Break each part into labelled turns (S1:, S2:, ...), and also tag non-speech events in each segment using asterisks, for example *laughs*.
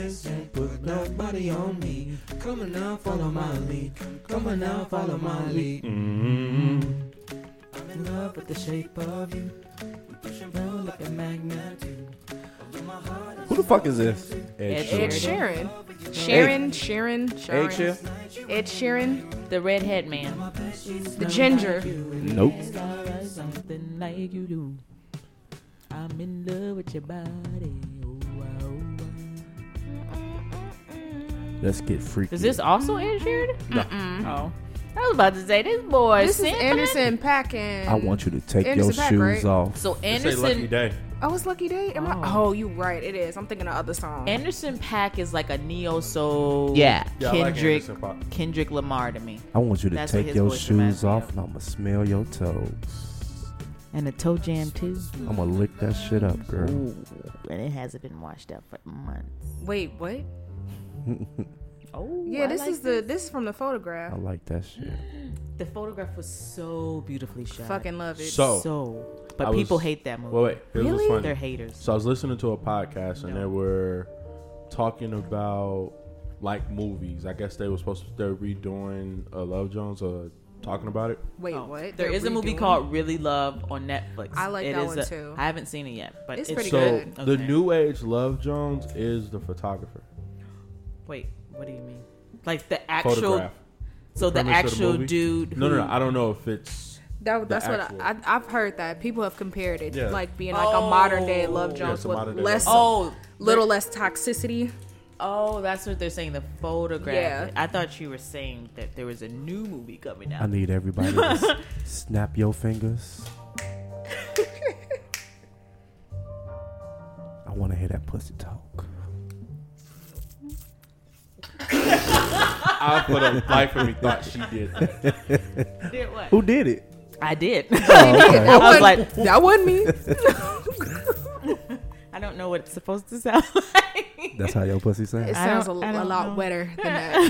S1: listen, put nobody on me. Come on now, follow my lead. Come on now, follow my lead. I'm in love with the shape of you. We push and pull like a magnet. Although my heart is
S2: Who the fuck is this?
S3: Ed
S2: Sheeran.
S3: Sheeran.
S4: Sharon. Sharon, Sharon, Sharon.
S2: Ed Sheeran?
S4: Ed Sheeran,
S3: The redhead man.
S4: the ginger.
S2: Nope.
S1: alright, something like you do. I'm in love with your body. Oh, oh,
S2: Let's get freaky.
S3: Is this also
S4: Mm-hmm.
S3: Ed Sheeran?
S2: No.
S3: Oh. I was about to say this boy.
S4: This is
S3: sent-
S4: Anderson Pack and
S2: I want you to take your
S4: Anderson Paak,
S2: shoes
S4: right?
S2: off.
S3: So
S5: Say lucky
S3: Anderson
S5: day.
S4: Oh, it's Lucky Day. Am I?
S3: Oh.
S4: Oh, you right. It is. I'm thinking of other song.
S3: Anderson Pack is like a neo soul.
S2: Yeah.
S5: Yeah, I like
S3: Kendrick
S5: Anderson Paak.
S3: Kendrick Lamar to me.
S2: I want you to
S3: That's what
S2: take
S3: his
S2: your
S3: voice reminds
S2: shoes
S3: me
S2: off
S3: of.
S2: and I'ma smell your toes.
S3: And a toe jam too.
S2: I'ma lick that shit up, girl.
S3: Ooh. And it hasn't been washed up for months.
S4: Wait, what?
S3: Oh.
S4: Yeah,
S3: I
S4: this
S3: like
S4: is the this is from the photograph.
S2: I like that shit.
S3: The photograph was so beautifully shot.
S4: Fucking love it.
S5: So- Oh.
S3: So, but
S5: I was-
S3: people hate that movie.
S5: Well, wait. Here's what's
S4: Really?
S5: funny.
S3: They're haters.
S5: So I was listening to a podcast and
S3: No.
S5: they were talking about like movies. I guess they were supposed to they're redoing uh, Love Jones or talking about it.
S4: Wait,
S3: Oh,
S4: what?
S3: There
S4: They're
S3: is a movie
S4: redoing-
S3: called Really Love on Netflix.
S4: I like
S3: It
S4: that
S3: is
S4: one,
S3: a-
S4: too.
S3: I haven't seen it yet, but
S4: It's
S3: it's,
S4: pretty
S5: so
S4: good.
S5: the
S3: Okay.
S5: new age Love Jones is the photographer.
S3: Wait, what do you mean? Like the actual,
S5: Photograph.
S3: so the
S5: premise of the
S3: actual
S5: movie?
S3: dude.
S5: No, no, no.
S3: who-
S5: I don't know if it's
S4: That, that's what
S5: actual.
S4: I, I, I've heard. That people have compared it,
S5: Yeah.
S4: like being like a modern day Love
S3: Oh.
S4: Jones
S5: Yes, a modern
S4: with
S5: day
S4: less,
S5: Love
S3: Oh,
S4: little less
S2: *laughs*
S4: toxicity. *laughs*
S3: oh, that's what they're saying. The photograph.
S4: Yeah.
S3: I thought you were saying that there was a new movie coming
S2: I
S3: out.
S2: need everybody to
S3: *laughs*
S2: s- snap your fingers. I wanna hear that pussy talk.
S5: I put a life for me thought she did that.
S3: Did what?
S2: Who did it?
S3: I did. *laughs*
S2: Oh, okay.
S3: I was like,
S4: That wasn't
S3: *laughs*
S4: me.
S3: I don't know what it's supposed to sound *laughs* like.
S2: That's how your pussy
S4: It
S2: sounds.
S3: I
S4: sounds a,
S3: don't- I
S4: a
S3: don't
S4: lot
S3: know.
S4: wetter than that.
S3: I,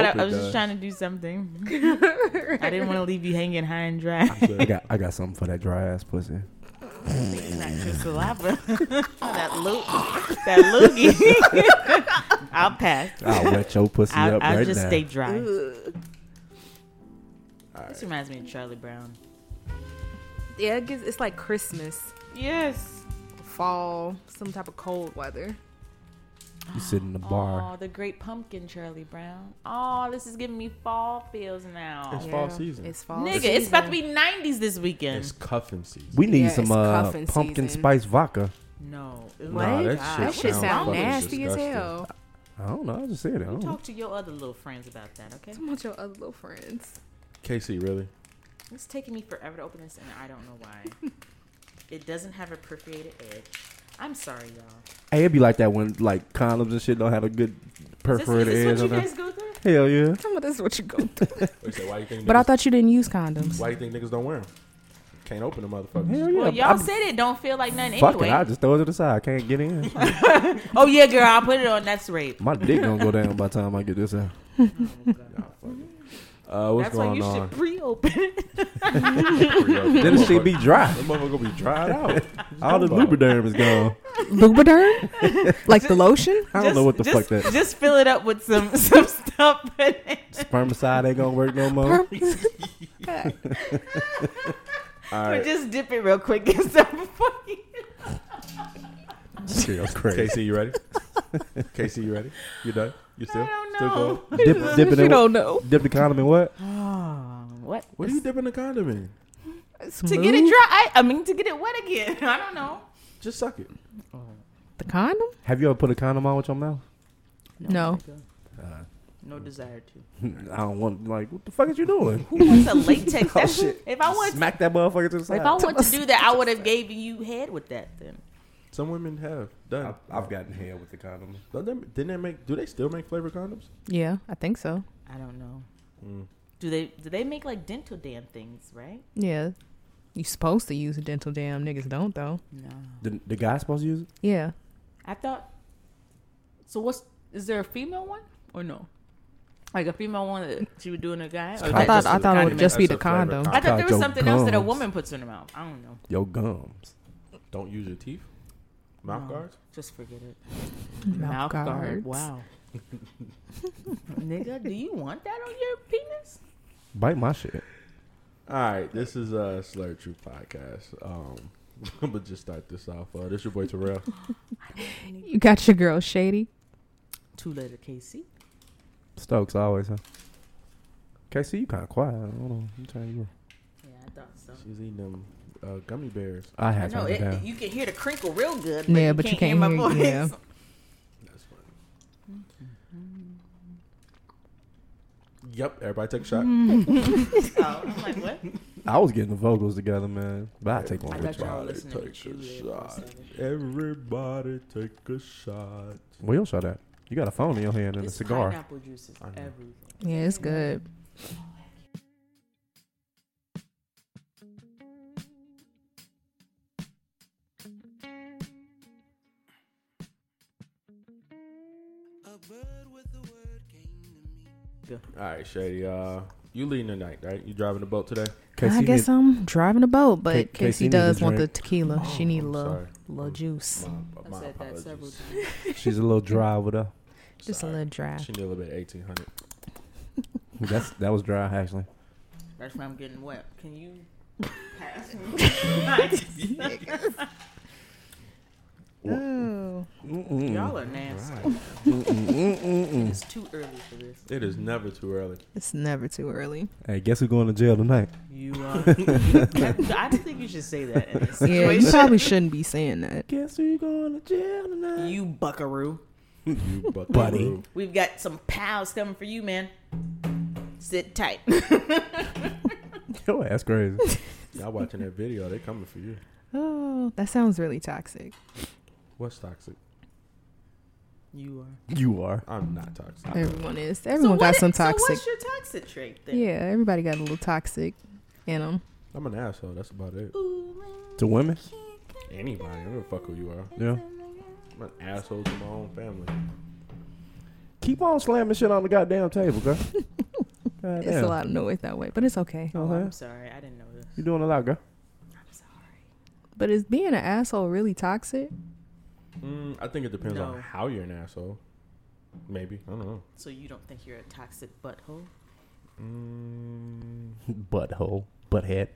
S3: I,
S5: hope
S3: don't- I
S5: it
S3: was just
S5: does.
S3: trying to do something. *laughs*
S4: *laughs*
S3: I didn't want to leave you hanging high and dry.
S2: I got I got something for that dry ass pussy.
S3: *laughs* Not your saliva. *laughs* that look, that loogie. *laughs* I'll pass.
S2: I'll wet your pussy
S3: I,
S2: up
S3: I'll
S2: right
S3: just
S2: now.
S3: stay dry.
S4: Ugh.
S3: This reminds me of Charlie Brown.
S4: yeah, it gives, it's like Christmas,
S3: Yes.
S4: fall, some type of cold weather.
S2: you sit in the bar.
S3: Oh, the great pumpkin, Charlie Brown. Oh, this is giving me fall feels now.
S5: It's fall season.
S4: It's fall.
S3: Nigga,
S4: season.
S3: it's about to be 90s this weekend.
S5: It's cuffing season.
S2: We need
S4: Yeah, it's
S2: some uh,
S4: cuffing
S2: pumpkin
S4: season.
S2: spice vodka.
S3: no.
S5: Nah, that
S3: God.
S5: shit
S4: That shit
S5: sound
S4: sound
S5: fucking
S4: nasty as
S5: disgusting.
S4: hell. *laughs*
S2: I don't know. I just said it. I don't know.
S3: Talk to your other little friends about that, okay?
S4: Some of your other little friends.
S5: KC, really?
S3: It's taking me forever to open this, and I don't know
S4: *laughs*
S3: why. it doesn't have a perforated edge. I'm sorry, y'all.
S2: Hey, it'd be like that when like condoms and shit don't have a good
S3: Is this, is
S2: perforated
S3: this what
S2: edge on
S3: you guys
S2: them.
S3: go through?
S2: Hell yeah.
S4: Some of this is what you go through.
S5: Wait, so why you think?
S4: but I
S5: niggas-
S4: thought you didn't use condoms.
S5: why you think niggas don't wear them? Can't open them, motherfuckers.
S2: Hell
S3: Well,
S2: yeah.
S3: y'all
S2: I'm-
S3: said it don't feel like nothing
S2: Fuck
S3: anyway.
S2: it. I just throw it to the side. I can't
S3: *laughs*
S2: get in.
S3: Oh yeah, girl, I'll put it on. That's rape.
S2: My dick gonna go down by the time I get this
S3: *laughs*
S2: out.
S5: Uh, what's
S3: That's why
S5: going
S3: you
S5: on? *laughs*
S3: should pre-open it.
S2: Then the shit be dry.
S5: That motherfucker gonna be dried out.
S2: *laughs* All the
S5: Talking about
S2: lubriderm is gone.
S4: Lubriderm? like the lotion?
S2: *laughs* I don't know what the fuck
S3: just,
S2: that
S3: Just fill it up with some *laughs* some stuff in it.
S2: spermicide ain't gonna work no more.
S4: *laughs*
S5: it. *laughs* All
S3: But
S5: right,
S3: just dip it real quick *laughs* and stuff before you.
S2: Shit, I'm crazy.
S5: KC, you ready? *laughs* KC, you ready? You done? You still?
S3: I don't
S5: Still going?
S3: know.
S2: Dip, dip it
S4: you
S2: in.
S4: don't know.
S2: Dip the condom in what?
S3: what?
S5: What are you dipping the condom in?
S3: To get it dry, I, I mean to get it wet again. *laughs* I don't know.
S5: Just suck it.
S4: The condom?
S2: Have you ever put a condom on with your mouth?
S4: No.
S3: Uh, No desire to.
S2: I don't want like what the fuck is you doing?
S3: Who wants a latex?
S2: Oh,
S3: That's-
S2: shit.
S3: If I want,
S2: Smack that motherfucker to the side.
S3: if I want to do that, I would have gave you head with that then.
S5: Some women have done.
S2: I've gotten hair with the condom.
S5: Don't they, didn't they make? Do they still make flavored condoms?
S4: Yeah, I think so.
S3: I don't know.
S5: Mm.
S3: Do they do they make like dental dam things, right?
S4: Yeah. You supposed to use dental dam. Niggas don't, though.
S3: No.
S2: The, the guy supposed to use it?
S4: Yeah.
S3: I thought. So what's is there a female one or no? Like a female one that she would do in a guy? Or
S4: I thought
S3: that just-
S4: I thought it would
S5: condiment.
S4: just be the
S5: That's a flavored
S4: condom.
S3: I thought there was
S2: Your
S3: something else that a
S2: gums.
S3: woman puts in her mouth. I don't know.
S2: Your gums.
S5: Don't use your teeth. Mouth
S3: No.
S5: guards?
S3: Just forget it.
S4: Mouth
S3: Mouth guard.
S4: guards.
S3: Wow. Nigga, do you want that on your penis?
S2: Bite my shit.
S5: All right, this is a Slur True podcast. Um, *laughs* but just start this off. Uh, this your boy Terrell.
S4: You got your girl shady.
S3: Two letter KC.
S2: Stokes always, huh? KC, you kind of quiet. I don't know. I'm trying to.
S3: Yeah, I thought so.
S5: She's eating them uh, gummy bears.
S2: I
S3: I
S2: had
S3: know
S2: to
S3: it,
S2: down.
S3: you can hear the crinkle real good. But
S4: Yeah,
S3: you
S4: but you
S3: can't hear my
S4: can't
S3: voice.
S4: hear- yeah.
S5: That's funny. Yep, everybody take a shot.
S3: *laughs* Oh, I'm like, what?
S2: I was getting the vocals together, man. But I take one
S3: I got
S2: with you.
S3: y'all
S5: Everybody
S3: listening to
S5: take a
S3: Julia for a
S5: shot.
S3: second.
S5: Everybody take a shot.
S2: Where you shot at? You got a phone in your hand and
S3: It's
S2: a cigar.
S3: Pineapple juices,
S5: I know.
S3: everything.
S4: Yeah, it's good.
S5: All right, Shady. Uh, you leading tonight, right? You driving the boat today?
S4: I guess I'm driving a boat, but
S2: K- Casey
S4: Casey
S2: need a
S4: does want the
S2: drink. Oh,
S4: tequila. she need
S5: Oh,
S4: a
S5: I'm
S4: little,
S5: sorry. Mm-hmm.
S4: little juice.
S5: My,
S3: I
S5: my
S3: said that
S5: apologies.
S3: several times.
S2: she's a little dry with her.
S4: Just
S5: Sorry.
S4: a little dry.
S5: She need a little bit eighteen hundred.
S2: That's that was dry actually.
S3: That's why I'm getting wet. Can you pass
S4: *laughs*
S3: me? *laughs*
S4: Ooh.
S3: Y'all are nasty.
S2: Mm-mm-mm-mm-mm.
S3: It's too early for this.
S5: It
S4: Mm-hmm.
S5: is never too early.
S4: It's never too early.
S2: *laughs* hey, guess who's going to jail tonight?
S3: You
S5: *laughs*
S3: are. I don't think you should say that in this
S4: Yeah,
S3: situation.
S4: you probably
S2: *laughs*
S4: shouldn't be saying that.
S2: Guess who's going to jail tonight?
S3: You buckaroo.
S4: *laughs*
S5: You
S2: Buddy.
S3: We've got some pals coming for you, man.
S4: *laughs*
S3: Sit tight.
S2: Yo, that's crazy.
S3: *laughs*
S5: Y'all watching that video? They coming for you.
S4: Oh, that sounds really toxic.
S5: What's toxic?
S3: You are.
S2: you are.
S5: I'm not toxic.
S4: Everyone is. Everyone
S3: what
S4: got
S3: i-
S4: some toxic.
S3: So what's your toxic trait then?
S4: yeah, everybody got a little toxic in them.
S5: I'm an asshole. That's about it.
S2: To women?
S5: Anybody, I don't give a fuck who you are.
S2: Yeah.
S5: I'm an asshole to my own family.
S2: Keep on slamming shit on the goddamn table,
S3: *laughs*
S2: girl. God
S4: It's a lot of noise that way, but it's okay.
S3: Oh,
S2: Okay.
S5: Uh-huh.
S3: I'm sorry. I didn't know this.
S2: You doing a lot, girl.
S3: I'm sorry.
S4: But is being an asshole really toxic?
S5: Mm, I think it depends
S3: No.
S5: on how you're an asshole. Maybe I don't know.
S3: So you don't think you're a toxic butthole?
S5: *laughs* Mm,
S2: *laughs* Butthole. Butthead.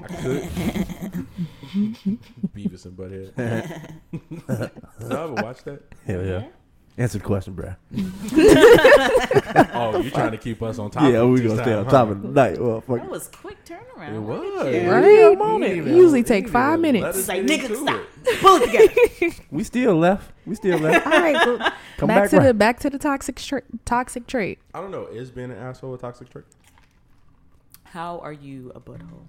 S2: *laughs*
S5: I could. *laughs* Beavis and Butthead. Y'all ever watch that?
S2: Hell yeah. Answer the question, bruh.
S5: Oh, you trying to keep us on top?
S2: yeah,
S5: of
S2: we
S5: this
S2: gonna stay
S5: time,
S2: on
S5: huh?
S2: top of the night. Well, fuck
S3: *laughs* That was quick turnaround.
S5: It
S3: Look at
S5: was.
S3: you.
S2: Yeah,
S4: Right?
S2: I'm on it.
S5: You
S4: It usually
S5: even-
S4: take
S5: you
S4: five
S5: even let us
S4: minutes.
S3: It's like,
S5: get
S3: nigga,
S5: into
S3: stop.
S5: it.
S3: Pull it together.
S5: *laughs*
S2: We still left. We still
S4: *laughs*
S2: left.
S4: All right, well, back,
S2: Come back,
S4: to the
S2: right.
S4: back to the toxic tra- toxic trait.
S5: I don't know. Is being an asshole a toxic trait?
S3: How are you a butthole?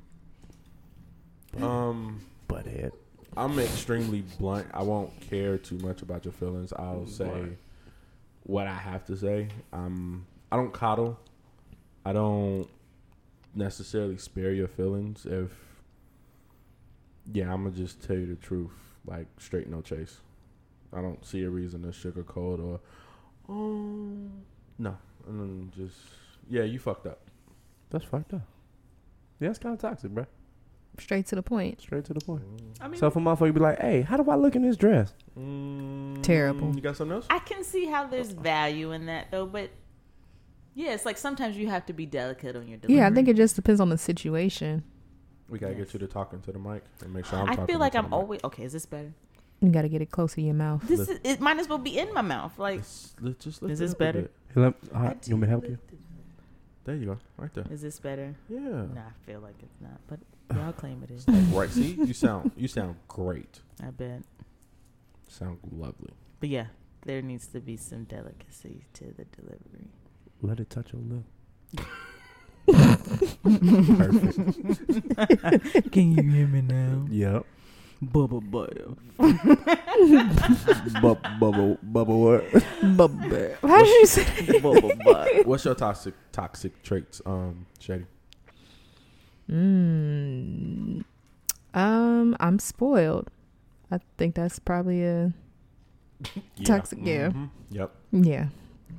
S5: Um,
S2: butthead.
S5: I'm extremely blunt. I won't care too much about your feelings. I'll say what I have to say. Um, I don't coddle. I don't necessarily spare your feelings. If yeah, I'm gonna just tell you the truth, like straight no chase. I don't see a reason to sugarcoat or um no, and then just yeah, you fucked up.
S2: That's fucked up. Yeah, it's kind of toxic, bruh.
S4: Straight to the point.
S2: Straight to the point.
S3: I mean,
S2: So if a motherfucker be like, "Hey, how do I look in this dress?"
S5: Mm,
S4: Terrible.
S5: You got something else?
S3: I can see how there's value in that though, but yeah, it's like sometimes you have to be delicate on your delivery.
S4: Yeah, I think it just depends on the situation.
S5: We gotta get you to talking to the mic and make sure I'm.
S3: I
S5: talking
S3: feel like
S5: to the
S3: I'm
S5: mic.
S3: always okay. Is this better?
S4: You got to get it close to your mouth.
S3: This is, it might as well be in my mouth. Like,
S5: Let's, let's just lift
S3: Is
S5: it
S3: this
S5: up a
S3: better?
S5: bit.
S2: He like, All right, you want me to help you?
S5: There you go, right there.
S3: is this better?
S5: Yeah.
S3: No, I feel like it's not, but y'all claim it is.
S5: Right. See, you sound you sound great.
S3: I bet.
S5: Sound lovely.
S3: But yeah, there needs to be some delicacy to the delivery.
S2: Let it touch your lip.
S1: *laughs*
S5: Perfect.
S1: Can you hear me now?
S2: Yep.
S1: Bubba
S5: *laughs*
S1: butter.
S2: bubble, bubble, bubble. What?
S4: Bubba. How did *laughs* you say?
S3: Bubble butt.
S5: What's your toxic toxic traits, um, Shady?
S4: *laughs* Mm, um, I'm spoiled. I think that's probably a *laughs* Toxic, yeah.
S3: Mm-hmm.
S5: Mhm. Yep.
S4: yeah,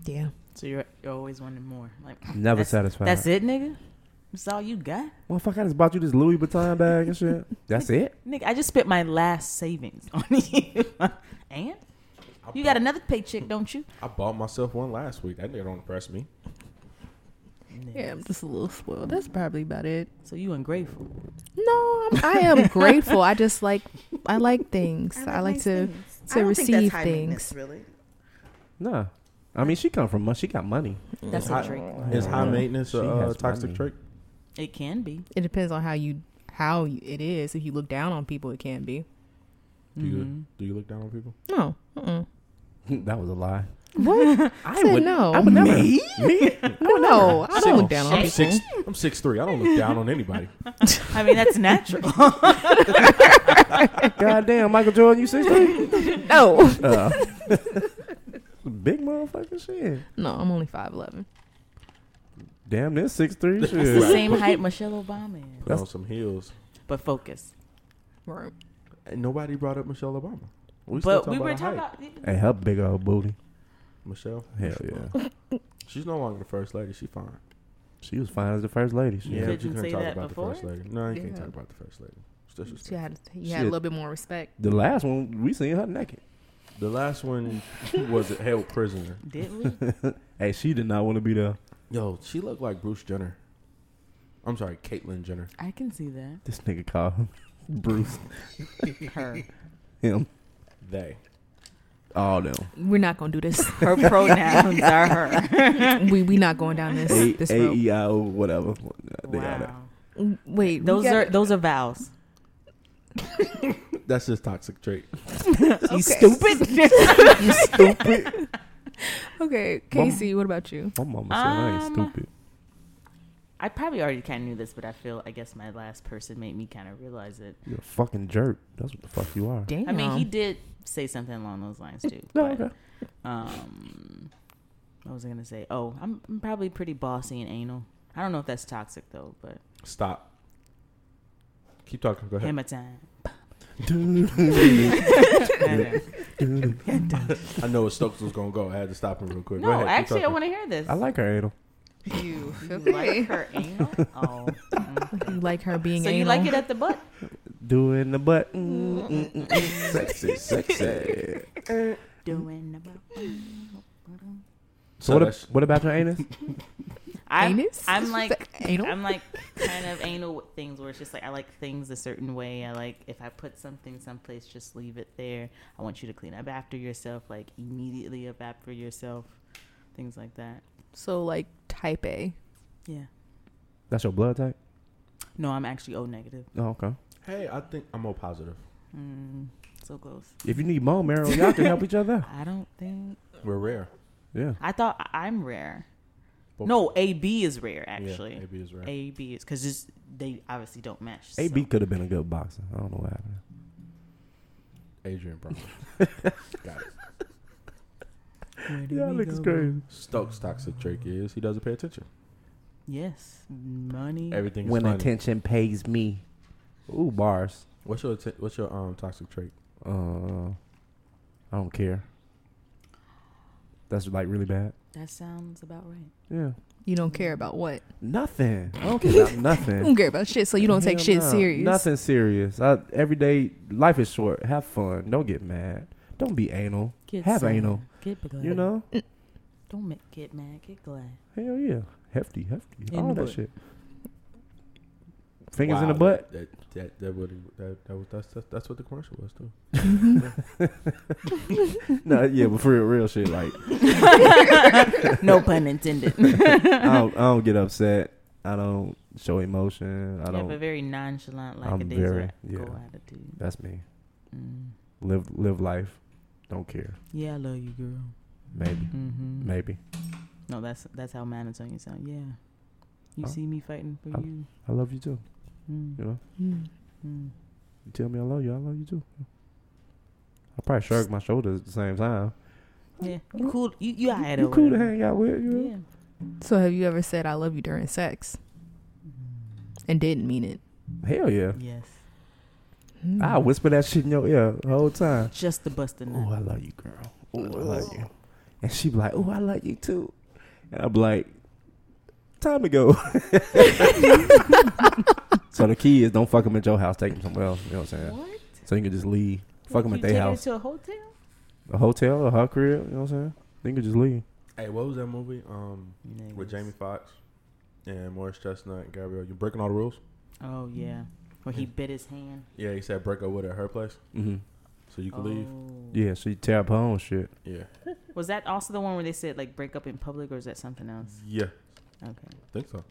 S4: yeah.
S3: So you're, you're always wanting more. Like
S2: Never
S3: that's,
S2: satisfied.
S3: That's it, nigga. That's all you got?
S2: Motherfucker, I just bought you this Louis Vuitton bag and shit. That's it.
S3: Nigga, I just spent my last savings *laughs* on you. and
S5: I
S3: you
S5: bought-
S3: got another paycheck, don't you?
S5: I bought myself one last week. That nigga don't impress me.
S4: Yeah, I'm just a little spoiled. That's probably about it.
S3: So you ungrateful.
S4: No, I'm, I *laughs* am grateful. I just like I like things. I like,
S6: nice
S4: to
S6: things.
S4: to
S6: I don't think that's
S4: receive
S6: high maintenance,
S4: things.
S6: Really,
S2: Nah. I mean, she come from money. She got money.
S3: That's a trick.
S5: Is high
S2: Yeah.
S5: maintenance
S2: She
S5: a uh,
S2: has
S5: toxic
S2: money.
S5: trait?
S3: It can be.
S4: It depends on how you how you- it is. If you look down on people, it can be.
S3: Mm-hmm.
S5: Do you do you look down on people?
S4: No, uh-uh.
S2: *laughs* that was a lie.
S4: what?
S2: I
S4: Said no.
S2: I would never.
S4: Me?
S2: Me?
S4: *laughs* no, Oh, I don't look down on
S5: I'm
S4: people.
S5: six. I'm six three. I don't look down on
S2: *laughs*
S5: anybody.
S3: I mean, that's natural.
S2: God damn, Michael Jordan, you *laughs* 16?
S3: *laughs*
S4: No,
S2: Uh, big motherfucker shit.
S4: no, I'm only five eleven.
S2: Damn, this 6'3
S3: It's the
S2: shit.
S3: same height Michelle Obama is.
S5: Put on some heels.
S3: But focus.
S4: Right.
S5: And nobody brought up Michelle Obama. We still
S3: But we
S5: about
S3: were
S5: her
S3: talking
S5: height.
S3: about.
S2: And her big old booty.
S5: Michelle.
S2: Hell yeah.
S5: She's no longer the first lady. She fine.
S2: She was fine as the first lady. Shit.
S5: Yeah,
S3: couldn't
S5: but you couldn't
S3: say
S5: talk
S3: that
S5: about
S3: before?
S5: the first lady. No, you can't
S4: Yeah.
S5: talk about the first lady. It's
S4: So you
S5: disrespectful.
S4: had you had a
S2: Shit.
S4: little bit more respect.
S2: The last one, we seen her naked.
S5: The last one *laughs* was held prisoner.
S3: Did we?
S2: Hey, she did not want to be there.
S5: Yo, she looked like Bruce Jenner. I'm sorry, Caitlyn Jenner.
S3: *laughs* I can see that.
S2: This nigga called him *laughs* Bruce.
S3: *laughs* Her.
S2: Him.
S5: They.
S2: All them.
S4: We're not gonna do this. *laughs*
S3: Her *laughs* pronouns are her.
S4: we we not going down this
S2: A-
S4: this road.
S2: A-E-I-O, whatever. They all that.
S3: Wow.
S4: W- Wait, we
S3: Those
S4: got-
S3: are those are vows.
S5: That's his toxic trait.
S4: *laughs*
S3: You stupid.
S2: You stupid.
S4: okay. Casey, what about you?
S2: My mama said I ain't
S3: Um,
S2: stupid.
S3: I probably already kind of knew this, but I feel I guess my last person made me kind of realize it.
S2: You're a fucking jerk. That's what the fuck you are.
S4: Damn.
S3: I mean, he did say something along those lines too.
S5: Oh,
S2: No,
S3: but,
S2: okay.
S3: Um, what was I gonna say? Oh, I'm, I'm probably pretty bossy and anal. I don't know if that's toxic though, but
S5: Stop. Keep talking. Go ahead.
S3: hammer time.
S5: *laughs* I know what Stokes was gonna go. I had to stop him real quick. *laughs*
S3: no,
S5: go ahead.
S3: actually, I
S5: Keep talking.
S3: want to hear this.
S2: I like her anal.
S4: you.
S3: *laughs* You
S4: Okay.
S3: like her *laughs* anal? Oh, mm.
S4: You like her being
S3: so
S4: anal.
S3: you like it at the butt?
S2: Doing the butt. Mm, mm,
S4: *laughs*
S2: mm, mm. sexy, sexy.
S3: *laughs* Doing the butt.
S2: So,
S5: So
S2: what,
S5: that's-
S2: ab- what about your anus?
S3: I'm,
S4: Anus?
S3: I'm like
S4: anal.
S3: I'm like kind of anal with things where it's just like I like things a certain way. I like if I put something someplace, just leave it there. I want you to clean up after yourself, like immediately up after yourself, things like that.
S4: so like type A.
S3: Yeah.
S2: That's your blood type?
S3: No, I'm actually O negative.
S2: Oh, okay.
S5: Hey, I think I'm more positive.
S3: Mm, so close.
S2: If you need bone marrow, y'all can help each
S3: *laughs*
S2: other out.
S3: I don't think
S5: We're rare.
S2: Yeah.
S3: I thought I- I'm rare.
S5: Both-
S3: No, AB is rare
S5: Yeah,
S3: actually.
S5: AB is rare.
S3: AB is because they obviously don't match.
S2: AB
S3: so.
S2: could have been a good boxer. I don't know what happened.
S5: Adrian
S2: *laughs*
S5: Brown. Got it.
S2: Yeah, looks crazy.
S5: Stokes' toxic trait is he doesn't pay attention.
S3: Yes, money.
S5: Everything is
S2: When
S5: funny.
S2: attention pays me. Ooh, bars.
S5: What's your atten- what's your um toxic trait?
S2: Uh, I don't care. That's like really bad.
S3: that sounds about right.
S2: Yeah.
S4: You don't care about what?
S2: Nothing. I don't care
S4: *laughs*
S2: about
S4: You
S2: *laughs* nothing.
S4: don't care about shit, so Mm, you don't take
S2: Hell
S4: shit
S2: no.
S4: serious.
S2: Nothing serious. I, every day, life is short. Have fun. Don't get mad. Don't be anal.
S3: Get
S2: Have
S3: some.
S2: anal.
S3: Get glad.
S2: You know?
S3: *laughs* Don't make, get mad. Get glad.
S2: Hell yeah. Hefty, hefty.
S3: In the
S2: all that
S3: butt.
S2: shit. Fingers in
S5: Wow,
S2: the butt.
S5: That that that would that, that was that's, that's that's what the commercial was too.
S2: *laughs* no, yeah, but for real, real shit. Like,
S3: *laughs* no pun *laughs*
S2: *laughs*
S3: intended.
S2: I don't, Oh, I don't get upset. I don't show emotion. I
S3: You have a
S2: don't.
S3: very nonchalant, like a
S2: I'm
S3: days
S2: very-
S3: go
S2: yeah.
S3: attitude.
S2: That's me.
S3: Mm.
S2: Live, live life. Don't care.
S3: Yeah, I love you, girl.
S2: Maybe,
S3: Mm-hmm.
S2: maybe.
S3: No, that's that's how Manitonian sound. Yeah, you
S2: Huh?
S3: see me fighting for
S2: Huh?
S3: you.
S2: I love you too.
S3: Mm.
S2: You know,
S4: Mm.
S3: Mm.
S2: you tell me I love you. I love you too. I probably shrug my shoulders at the same time.
S3: Yeah, you cool. You you I had
S2: Oh. You cool to hang out with. You know?
S3: Yeah.
S4: So have you ever said I love you during sex? And didn't mean it. Hmm.
S2: Hell yeah.
S3: Yes.
S4: Mm-hmm.
S2: I whisper that shit in your ear the whole time.
S3: Just the bust a
S2: Oh,
S3: nut.
S2: I love you, girl. Oh, I love you. And she be like, Oh, I love you too. And I'm like, time ago. so the key is don't fuck them at your house. Take them somewhere else. You know what I'm saying?
S3: What?
S2: So you can just leave. Fuck them
S3: You
S2: at
S3: take
S2: their
S3: her
S2: house.
S3: to a hotel?
S2: A hotel, a hot crib. You know what I'm saying? Then you can just leave.
S5: Hey, what was that movie? Um, with Jamie Foxx and Morris Chestnut and Gabrielle. You breaking all the rules?
S3: Oh yeah, where he bit his hand.
S5: Yeah, he said break up with her at her place,
S2: Mm-hmm.
S5: so you
S3: Oh.
S5: can leave.
S2: Yeah, she tear up her own shit.
S5: Yeah,
S3: Was that also the one where they said like break up in public, or is that something
S5: Mm-hmm.
S3: else?
S5: yeah,
S3: Okay.
S5: I think so.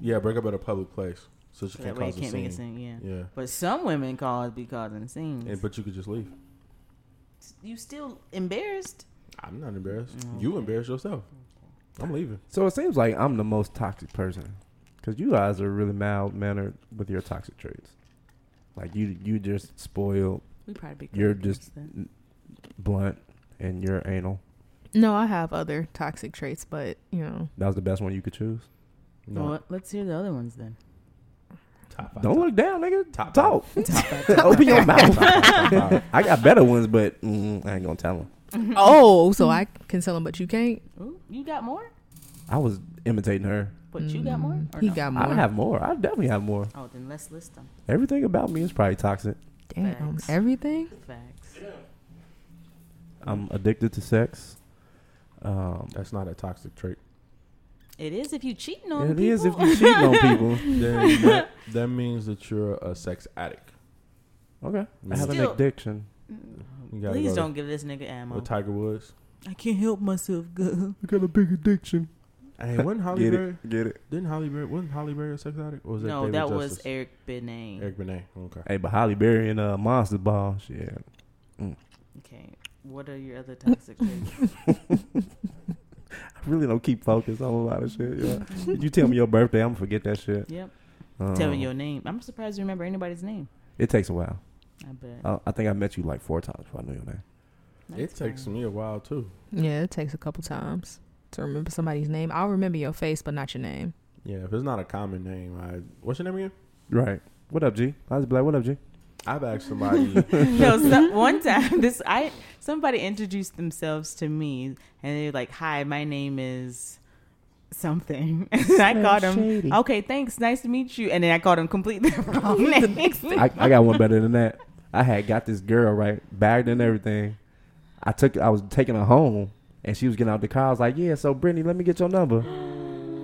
S5: Yeah, break up at a public place, so she
S3: So
S5: can't
S3: that way
S5: cause
S3: it
S5: a
S3: can't
S5: scene.
S3: make a scene. Yeah.
S5: Yeah,
S3: But some women cause be causing scenes.
S5: and, but you could just leave.
S3: you still embarrassed?
S5: I'm not embarrassed.
S3: Mm.
S5: You embarrass yourself. I'm leaving.
S2: So it seems like I'm the most toxic person, because you guys are really mild mannered with your toxic traits. Like you, you just spoiled,
S3: We probably be.
S2: You're
S3: cousins
S2: just-
S3: then.
S2: blunt, and you're anal.
S4: No, I have other toxic traits, but you know,
S2: That was the best one you could choose.
S5: No,
S3: Well, let's hear the other ones
S2: *laughs*
S3: then.
S5: top five.
S2: Don't look down, nigga.
S5: Top
S2: Talk. *laughs* Open your mouth. *laughs* I got better ones, but mm, I ain't gonna tell them.
S4: *laughs* oh, so I can tell him, but you can't.
S3: Ooh, Oh, you got more?
S2: I was imitating her.
S3: But you got more?
S2: Mm-hmm.
S3: Or
S4: Hmm. He
S3: no?
S4: got more.
S2: I have more. I definitely have more.
S3: Oh, then let's list them.
S2: Everything about me is probably toxic.
S4: Damn,
S3: Facts.
S4: everything.
S3: Facts.
S2: I'm addicted to sex. Um,
S5: That's not a toxic trait.
S3: It is if you cheating on
S2: it
S3: people.
S2: is if
S3: *laughs*
S2: you cheat on people.
S5: then that, that means that you're a sex addict.
S2: Okay, I have an
S3: Still-
S2: addiction.
S5: You gotta
S3: Please
S5: go
S3: don't give this nigga
S5: To,
S3: ammo.
S5: with Tiger Woods.
S3: I can't help myself, *laughs* girl.
S2: I got a big addiction.
S5: Hey, wasn't Holly
S2: Get
S5: Berry?
S2: it? Get it?
S5: Didn't Holly Berry? Wasn't Holly Berry a sex addict? Or was
S3: No,
S5: David
S3: that was
S5: Justice?
S3: Eric Benet.
S5: Eric Benet. Okay.
S2: Hey, but Holly Berry and uh, Monster Ball, shit.
S3: Okay. What are your other toxic traits?
S2: I really don't keep focus on a lot of shit. yo.
S3: *laughs*
S2: you tell me your birthday, I'm gonna forget that shit.
S3: yep.
S2: Um,
S3: Tell me your name. I'm surprised you remember anybody's name.
S2: It takes a while.
S3: I bet.
S2: I, I think I met you like four times before I knew your name.
S5: It
S3: That's
S5: takes *laughs*
S3: fine.
S5: me a while too.
S4: Yeah, it takes a couple times to remember somebody's name. I'll remember your face, but not your name.
S5: Yeah, if it's not a common name, I what's your name again?
S2: Right. What up, G? I was like, what
S3: *laughs*
S2: up, G?
S5: I've asked somebody.
S3: *laughs* no, so, one time *laughs* this I somebody introduced themselves to me and they were like, "Hi, my name is something." *laughs* And I called him. Okay, thanks. Nice to meet you. And then I called him completely *laughs* wrong *laughs* name.
S2: I, I got one better than that. I had got this girl right bagged and everything. I took I was taking her home and she was getting out the car. I was like, yeah, so Brittany, let me get your number.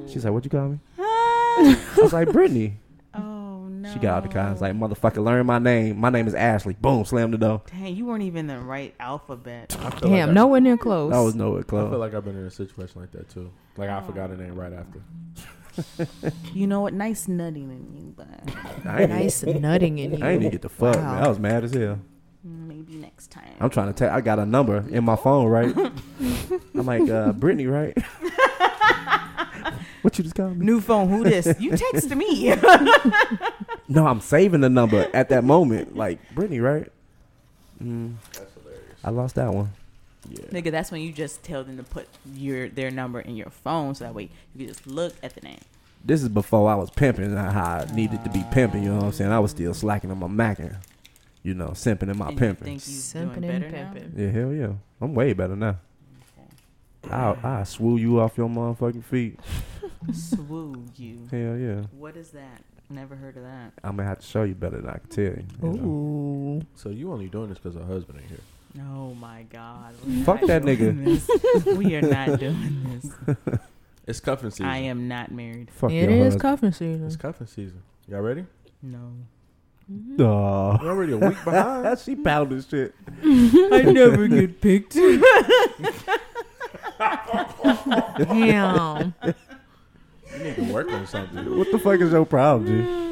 S2: She's like, what you call me? *laughs* I
S3: *laughs*
S2: was like, Brittany.
S3: oh no.
S2: She got out the car. I was like, motherfucker, learn my name. My name is Ashley. Boom, slammed the door.
S3: "Dang, you weren't even the right alphabet."
S5: *laughs* I
S2: *laughs*
S5: feel
S4: *laughs* Damn,
S5: like I,
S4: nowhere near close.
S2: That was nowhere
S5: I
S2: close.
S5: feel like I've been in a situation like that too. Like I forgot a name right after.
S3: You know what? Nice nutting in you, but
S2: I ain't,
S4: nice nutting in you.
S2: *laughs* I ain't even get the fuck.
S4: Wow.
S2: Man. I was mad as hell.
S3: maybe next time.
S2: I'm trying to tell. I got a number in my phone, right? I'm like, uh, Brittany, right? what you just called me?
S3: New phone, who this? *laughs* You text me.
S2: No, I'm saving the number at that moment. Like Brittany, right? Mm,
S5: That's hilarious.
S2: I lost that one.
S5: Yeah.
S3: Nigga, that's when you just tell them to put your their number in your phone so that way you can just look at the name.
S2: This is before I was pimping. uh, How I needed to be pimping. You know what I'm saying? I was still slacking on my macking. You know, simping in my
S3: and
S2: pimping.
S3: You think you doing
S4: Simping
S3: better
S4: and
S3: now?
S4: pimping.
S2: yeah, hell yeah. I'm way better now. I'll, I'll swoo you off your motherfucking feet.
S3: Swoo
S2: *laughs*
S3: you.
S2: Hell yeah.
S3: What is that? Never heard of that.
S2: I'm gonna have to show you better than I can tell you. you know?
S4: Ooh.
S5: So you only doing this because her husband ain't here.
S3: Oh my god. we're
S2: Fuck
S3: not
S2: that
S3: doing this. we are not doing
S2: *laughs*
S3: this.
S5: It's cuffing season.
S3: I am not married.
S2: Fuck
S4: It
S2: your
S4: is
S2: husband.
S4: cuffing season.
S5: It's cuffing season. Y'all ready?
S3: No.
S4: Mm-hmm.
S2: *laughs* Aw.
S5: We're already a
S2: *laughs*
S5: week behind.
S2: she pounded shit.
S3: I never
S5: *laughs*
S3: get picked.
S2: *laughs*
S4: Damn.
S5: You need to work on something.
S2: What the fuck is your problem, G?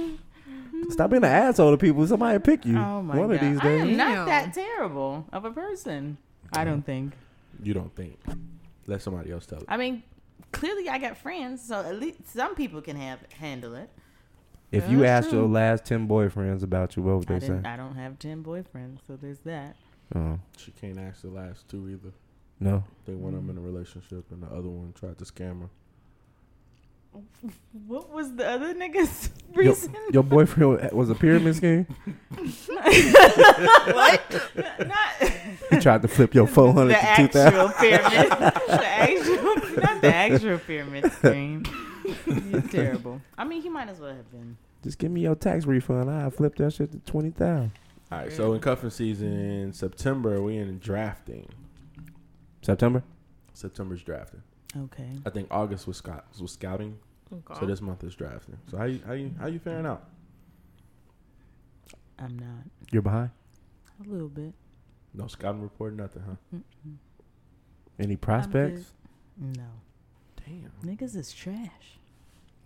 S2: Stop being an asshole to people. Somebody pick you.
S3: Oh my
S2: One
S3: god.
S2: of these
S3: I
S2: days.
S3: am not
S4: Damn.
S3: that terrible of a person. I don't think.
S5: You don't think. Let somebody else tell it.
S3: I mean, clearly I got friends, so at least some people can have handle it.
S2: If you
S4: That's
S2: asked your last 10 boyfriends about you, what would
S3: I,
S2: they say?
S3: didn't, I don't have ten boyfriends, so there's that.
S2: Oh,
S5: She can't ask the last two either.
S2: no.
S3: Mm.
S5: I think one of them in a relationship and the other one tried to scam her.
S3: What was the other
S2: *laughs*
S3: nigga's
S2: Your,
S3: reason? *laughs*
S2: your boyfriend was a pyramid scheme.
S3: Not
S2: He tried to flip your four
S3: *laughs*
S2: hundred
S3: the
S2: to two thousand.
S3: actual pyramid.
S2: *laughs*
S3: the actual, not the actual pyramid scream. You're
S2: *laughs*
S3: terrible. I mean, he might as well have been.
S2: Just give me your tax refund. I flip that shit to twenty thousand.
S5: All right, so in cuffing season, September, we in drafting.
S2: September.
S5: September's drafting.
S3: Okay.
S2: Uh,
S5: I think August was scout was scouting.
S3: Oh.
S5: So this month is drafting. So how you how you how you faring out?
S3: I'm not.
S2: You're behind.
S3: A little bit.
S5: No scouting report, nothing, huh?
S3: Mm-mm.
S2: Any prospects?
S3: No.
S5: Damn.
S3: Niggas is trash.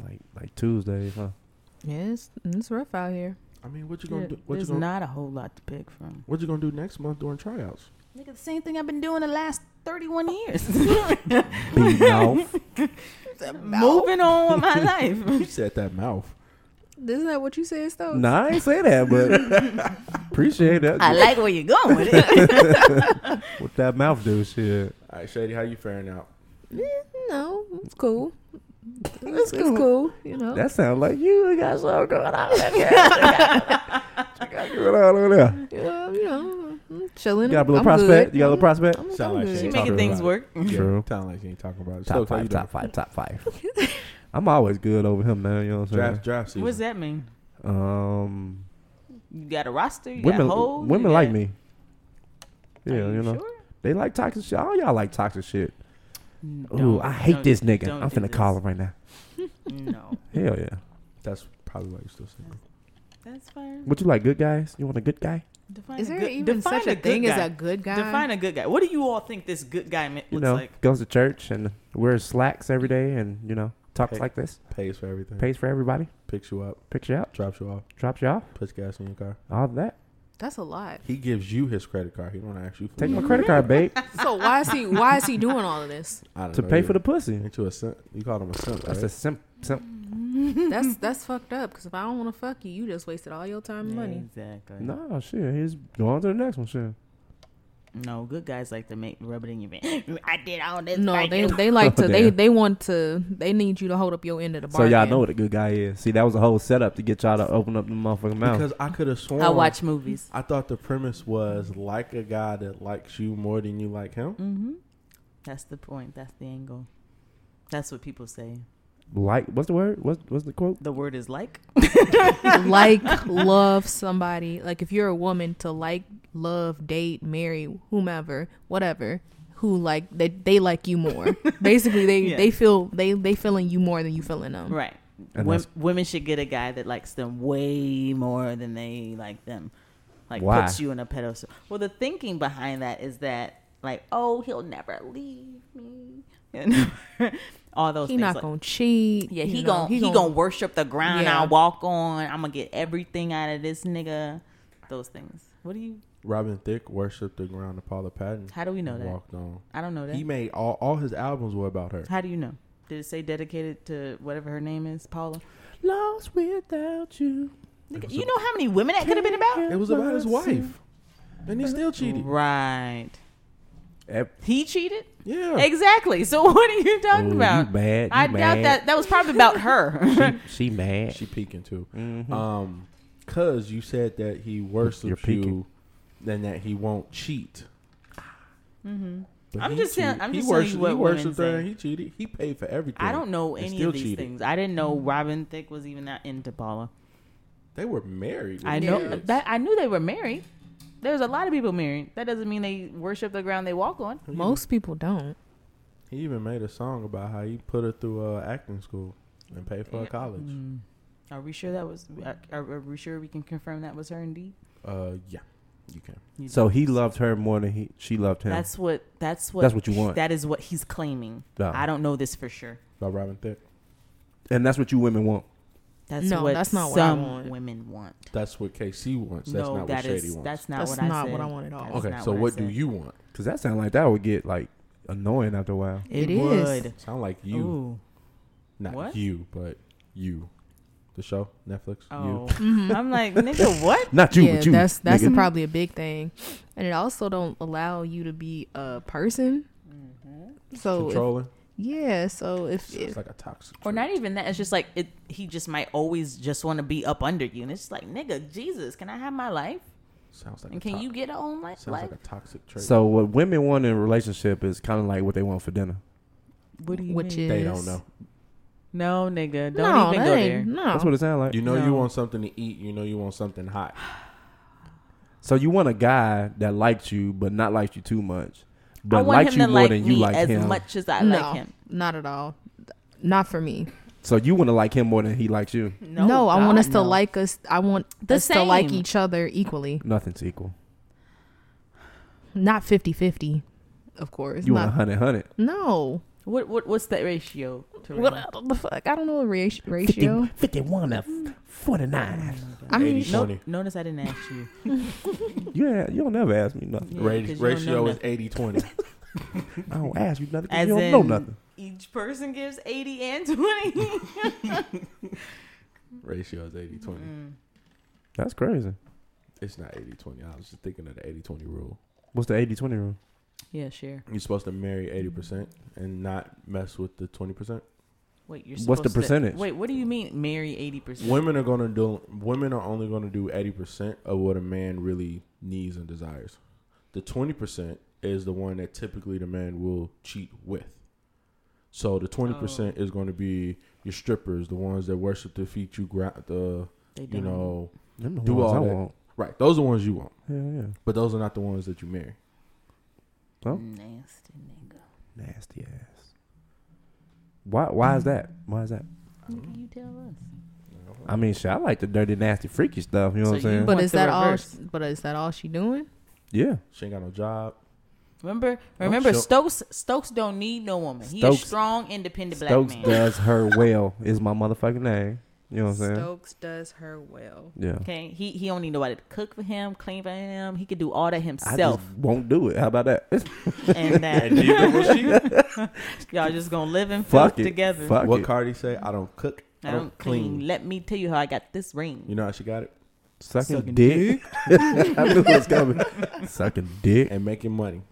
S2: Like like Tuesdays, huh?
S4: Yeah, it's, it's rough out here.
S5: I mean, what you gonna
S3: There-
S5: do? What you
S3: There's
S5: gonna
S3: not a whole lot to pick from.
S5: What you gonna do next month during tryouts?
S3: Nigga, the same thing I've been doing the last 31
S5: *laughs*
S3: years.
S2: Beating
S3: *laughs*
S2: off.
S3: Moving on with my life.
S5: You said that mouth.
S4: Isn't that what you said, Stokes?
S2: Nah, I ain't say that, but *laughs* appreciate that.
S3: *laughs* Oh, I like where you're going with *laughs* it.
S2: What that mouth do, shit.
S5: All right, Shady, how you faring out?
S4: No, it's cool. It's, it's cool, you know.
S2: That sounds like you got something going on. You got going on over there.
S4: Yeah, you know, I'm chilling.
S2: You got a little
S4: I'm
S2: prospect.
S4: good.
S2: You got a little
S4: I'm-
S2: prospect.
S4: I'm-
S5: Sound
S4: I'm
S5: like
S4: good.
S5: she
S3: She
S5: ain't
S3: making
S5: talking
S3: things
S5: about it.
S3: work.
S2: True.
S5: Sound like you ain't talking about it.
S2: Top
S5: Stokes, how you
S2: five,
S5: doing?
S2: top five, top five. *laughs* I'm always good over him, man. You know what I'm saying?
S5: Draft, draft season.
S3: What's that mean?
S2: Um,
S3: You got a roster? You
S2: women,
S3: got holes? you
S2: women like
S3: got-
S2: me. Yeah,
S3: Are
S2: you, know,
S3: Sure?
S2: they like toxic shit. All y'all like toxic shit.
S3: N-
S2: Ooh,
S3: Mm, don't-
S2: I hate
S3: don't-
S2: this nigga.
S3: don't
S2: I'm
S3: do
S2: finna call
S3: this.
S2: him right now.
S3: No.
S2: Hell yeah.
S5: That's probably why you're still single.
S3: *laughs* That's fine.
S2: What you like, good guys? You want a good guy?
S3: Define
S4: Is
S3: a
S4: there
S3: good-
S4: even
S3: define
S4: such a
S3: good
S4: thing as
S3: guy.
S4: a good guy?
S3: Define a good guy. What do you all think this good guy mi- looks
S2: You know,
S3: like?
S2: goes to church and wears slacks every day, and you know, talks
S5: Hey.
S2: like this.
S5: Pays for everything.
S2: Pays for everybody.
S5: Picks you up.
S2: Picks you up.
S5: Drops you off.
S2: Drops you off.
S5: Puts gas in your car.
S2: All that.
S4: That's a lot.
S5: He gives you his credit card. He don't ask you for
S2: Take my
S5: nothing.
S2: credit card, *laughs* babe,
S4: So why is he why is he doing all of this?
S5: I don't
S2: to
S5: know,
S2: pay
S5: you-
S2: for the pussy.
S5: Ain't you a simp? You called him a simp, right?
S2: That's a simp. simp.
S4: That's that's fucked up. Because if I don't want to fuck you, you just wasted all your time and money.
S3: Exactly. No.
S2: No shit. He's going to the next one. Shit.
S3: good guys like to make rub it in your vein. *laughs* I did all this.
S4: No,
S3: for
S4: they
S3: you.
S4: they like
S2: *laughs*
S4: to they
S2: Damn.
S4: they want to they need you to hold up your end of the
S2: So
S4: bargain.
S2: y'all know what a good guy is. See, that was a whole setup to get y'all to open up the motherfucking mouth.
S5: Because I could have sworn
S3: I watch movies.
S5: I thought the premise was like a guy that likes you more than you like him.
S3: Mm-hmm. That's the point. That's the angle. That's what people say.
S2: like, what's the word? What's what's the quote?
S3: The word is like. *laughs*
S4: like love somebody. Like if you're a woman to like love date marry whomever whatever who like they they like you
S3: *laughs*
S4: more. Basically, they
S3: Yeah.
S4: they feel they they feeling you more than you feeling them.
S3: Right.
S2: And
S3: Wom-
S2: that's-
S3: women should get a guy that likes them way more than they like them. Like
S2: Why?
S3: puts you in a pedestal. Well, the thinking behind that is that like, oh, he'll never leave me. *laughs* And all those
S4: He
S3: things.
S4: not
S3: like-
S4: gonna cheat.
S3: yeah,
S4: you
S3: he
S4: know,
S3: gon' he, gon'
S4: gon-
S3: worship the ground
S4: Yeah.
S3: I walk on. I'm gonna get everything out of this nigga. Those things. What do you?
S5: Robin Thicke worshipped the ground of Paula Patton.
S3: How do we know that?
S5: Walked on.
S3: I don't know that.
S5: He made all, all his albums were about her.
S3: How do you know? Did it say dedicated to whatever her name is, Paula?
S2: Lost without you.
S3: Nigga, You know how many women that could have been about?
S5: It was about his wife, and he still cheated.
S3: Right. He cheated?
S5: Yeah,
S3: Exactly. So *laughs* what are you talking about?
S2: Oh, You bad. You
S3: I
S2: mad.
S3: doubt that that was probably about her.
S2: She, she mad.
S5: she peeking too.
S2: Mhm.
S5: Um, cause you said that he worships
S2: peeking.
S5: you, and that he won't cheat. But
S3: Mm-hmm. I'm
S5: he
S3: just saying-
S5: cheat-
S3: I'm
S5: he
S3: just telling you
S5: worshiped-
S3: what
S5: he
S3: women
S5: worshipped her.
S3: say.
S5: And he cheated. He paid for everything.
S3: *laughs* I don't know
S5: and
S3: any
S5: still
S3: of these
S5: cheated.
S3: things. I didn't know Robin Thicke was even that into Paula.
S5: They were married. with
S3: I know
S5: kids.
S3: that I knew they were married. There's a lot of people married. That doesn't mean they worship the ground they walk on.
S4: most people don't.
S5: He even made a song about how he put her through uh, acting school and paid for her college.
S3: Mm-hmm. Mm. Are we sure that was? Are, are we sure we can confirm that was her indeed?
S5: Uh, yeah, you can.
S2: So he loved her more than he she loved him.
S3: That's what. That's what.
S2: That's what you want.
S3: That is what he's claiming.
S5: Oh.
S2: No.
S3: I don't know this for sure.
S5: By Robin Thicke.
S2: and that's what you women want.
S3: That's
S4: No,
S3: what
S4: that's not what I
S3: some
S4: want.
S3: women want.
S5: That's what KC wants. That's
S3: no,
S5: not
S3: that
S5: what Shady
S3: is-
S5: wants.
S3: That's not
S4: That's
S3: what I
S4: not
S3: said.
S4: what I want at all.
S3: That's
S5: okay,
S3: not
S5: so
S3: I
S5: what do
S3: said.
S5: you want?
S2: Cause that sound like that would get like annoying after a while.
S4: It is.
S5: Sound like you,
S3: Ooh.
S5: not
S3: What?
S5: you, but you. The show Netflix.
S3: Oh.
S5: You.
S4: Mm-hmm.
S3: *laughs* I'm
S5: *laughs*
S3: like, nigga, what?
S2: Not you,
S4: yeah,
S2: but you.
S4: that's that's
S2: nigga.
S4: probably a big thing, and it also don't allow you to be a person. So if-
S3: Mm-hmm.
S5: Controlling.
S4: Yeah, so if,
S5: It's
S4: if
S5: like a toxic.
S3: Oh, Or
S5: trait.
S3: not e- even that. It's just like it, he just might always just want to be up under you, and it's just like, nigga, Jesus, can I have my life?
S5: Sounds like. a
S3: And can
S5: to-
S3: you get a own life?
S5: Sounds
S3: life?
S5: like a toxic trait.
S2: So what women want in a relationship is kind of like what they want for dinner.
S3: what do
S4: which is
S5: they don't know.
S3: No, nigga, don't
S4: no,
S3: even
S4: that
S3: go there.
S4: ain't, no.
S2: That's what it sounds like.
S5: You know you
S3: No.
S5: want something to eat. You know you want something hot.
S2: so you want a guy that likes you, but not likes you too much,
S3: I
S2: but
S3: want
S2: likes
S3: him
S2: you
S3: to
S2: more
S3: like
S2: than
S3: me
S2: you like
S3: as
S2: him.
S3: much as I
S4: no,
S3: like him.
S4: not at all. Not for me.
S2: So you want to like him more than he likes you.
S4: No, I want
S3: God,
S4: us to
S3: no.
S4: like us. I want
S3: The
S4: us to like
S3: same.
S4: each other equally.
S2: Nothing's equal.
S4: Not 50-50, of course.
S2: You want a
S4: not,
S2: hundred hundred.
S4: no.
S3: What what what's that ratio? To rate?
S4: What the fuck? I don't know a ratio. ratio.
S2: 51 of 49.
S4: I mean,
S5: 80,
S3: No-
S5: 20.
S3: notice I didn't ask
S2: *laughs*
S3: you.
S2: Yeah, you don't never ask me nothing.
S3: Yeah,
S5: Ra-
S3: 'cause you don't know
S5: ratio is
S3: nothing.
S5: 80
S3: *laughs*
S5: 20.
S2: I *laughs* don't ask you nothing 'cause
S3: As
S2: you don't
S3: in,
S2: know nothing.
S3: each person gives eighty and twenty.
S5: ratio is 80 20.
S4: Mm.
S2: That's crazy.
S5: It's not 80 20. I was just thinking of the 80 20 rule.
S2: What's the 80 20 rule?
S3: yeah, sure.
S5: You're supposed to marry 80% and not mess with the 20%.
S3: Wait, you're.
S2: What's the
S3: supposed to-
S2: percentage?
S3: wait, what do you mean marry eighty percent?
S5: Women are going to do, women are only going to do 80% of what a man really needs and desires. The 20% is the one that typically the man will cheat with. So the 20%
S3: Oh.
S5: is going to be your strippers, the ones that worship the feet you grab, the,
S3: They
S5: you
S3: don't.
S5: know,
S2: Them the
S5: Do
S2: ones
S5: all
S2: I
S5: that.
S2: want.
S5: right. Those are the ones you want,
S2: Hell yeah.
S5: but those are not the ones that you marry.
S2: Huh?
S3: Nasty nigga.
S2: Nasty ass. Why? Why is that? Why is that?
S3: Nigga, you tell us.
S2: I mean, shit, I like the dirty, nasty, freaky stuff. You know
S3: So
S2: what I'm
S3: you-
S2: saying?
S3: want
S4: but is
S3: the
S4: that all?
S3: reverse.
S4: But is that all she doing?
S2: yeah.
S5: She ain't got no job.
S3: Remember, remember,
S5: she'll-
S3: Stokes Stokes don't need no woman. He's a
S2: Oh, Stokes-
S3: strong, independent black
S2: Stokes
S3: man.
S2: does her well. Is my motherfucking name. You know what I'm saying?
S4: Stokes does her well.
S2: Yeah.
S3: Okay, he he don't need nobody to cook for him, clean for him. He could do all that
S2: I
S3: himself,
S2: just won't do it. How about that?
S3: and that
S5: neither will she.
S3: *laughs* y'all just gonna live and
S2: Fuck
S3: fuck
S2: it.
S3: together.
S2: Fuck
S5: What
S2: it.
S5: Cardi say? I don't cook.
S3: I don't, clean. Let me tell you how I got this ring.
S5: You know how she got it?
S2: Sucking,
S3: Sucking
S2: dick. *laughs* I knew it was coming. Sucking dick.
S5: And making money.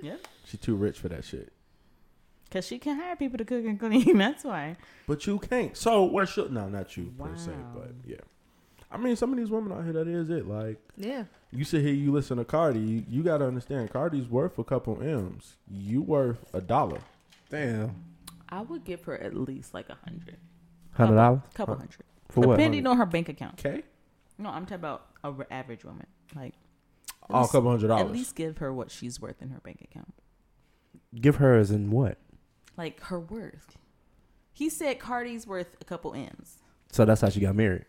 S3: Yeah.
S5: She too rich for that shit.
S3: Cause she can hire people to cook and clean. *laughs* That's why.
S5: But you can't. So where should no, not you per se,
S3: Wow.
S5: but yeah. I mean, some of these women out here, that is it. Like
S4: Yeah.
S5: you sit here, you listen to Cardi, you, you gotta understand Cardi's worth a couple M's. You worth a dollar.
S2: Damn.
S3: I would give her at least like a hundred,
S2: Hundred dollars
S3: couple hundred,
S2: for what?
S3: depending on her bank account.
S5: Okay?
S3: No, I'm talking about a re- average woman. Like at
S5: Oh, a
S3: least-
S5: couple hundred
S3: at
S5: dollars.
S3: least give her what she's worth in her bank account,
S2: Give hers in what?
S3: like her worth. He said Cardi's worth a couple m's.
S2: So that's how she got married.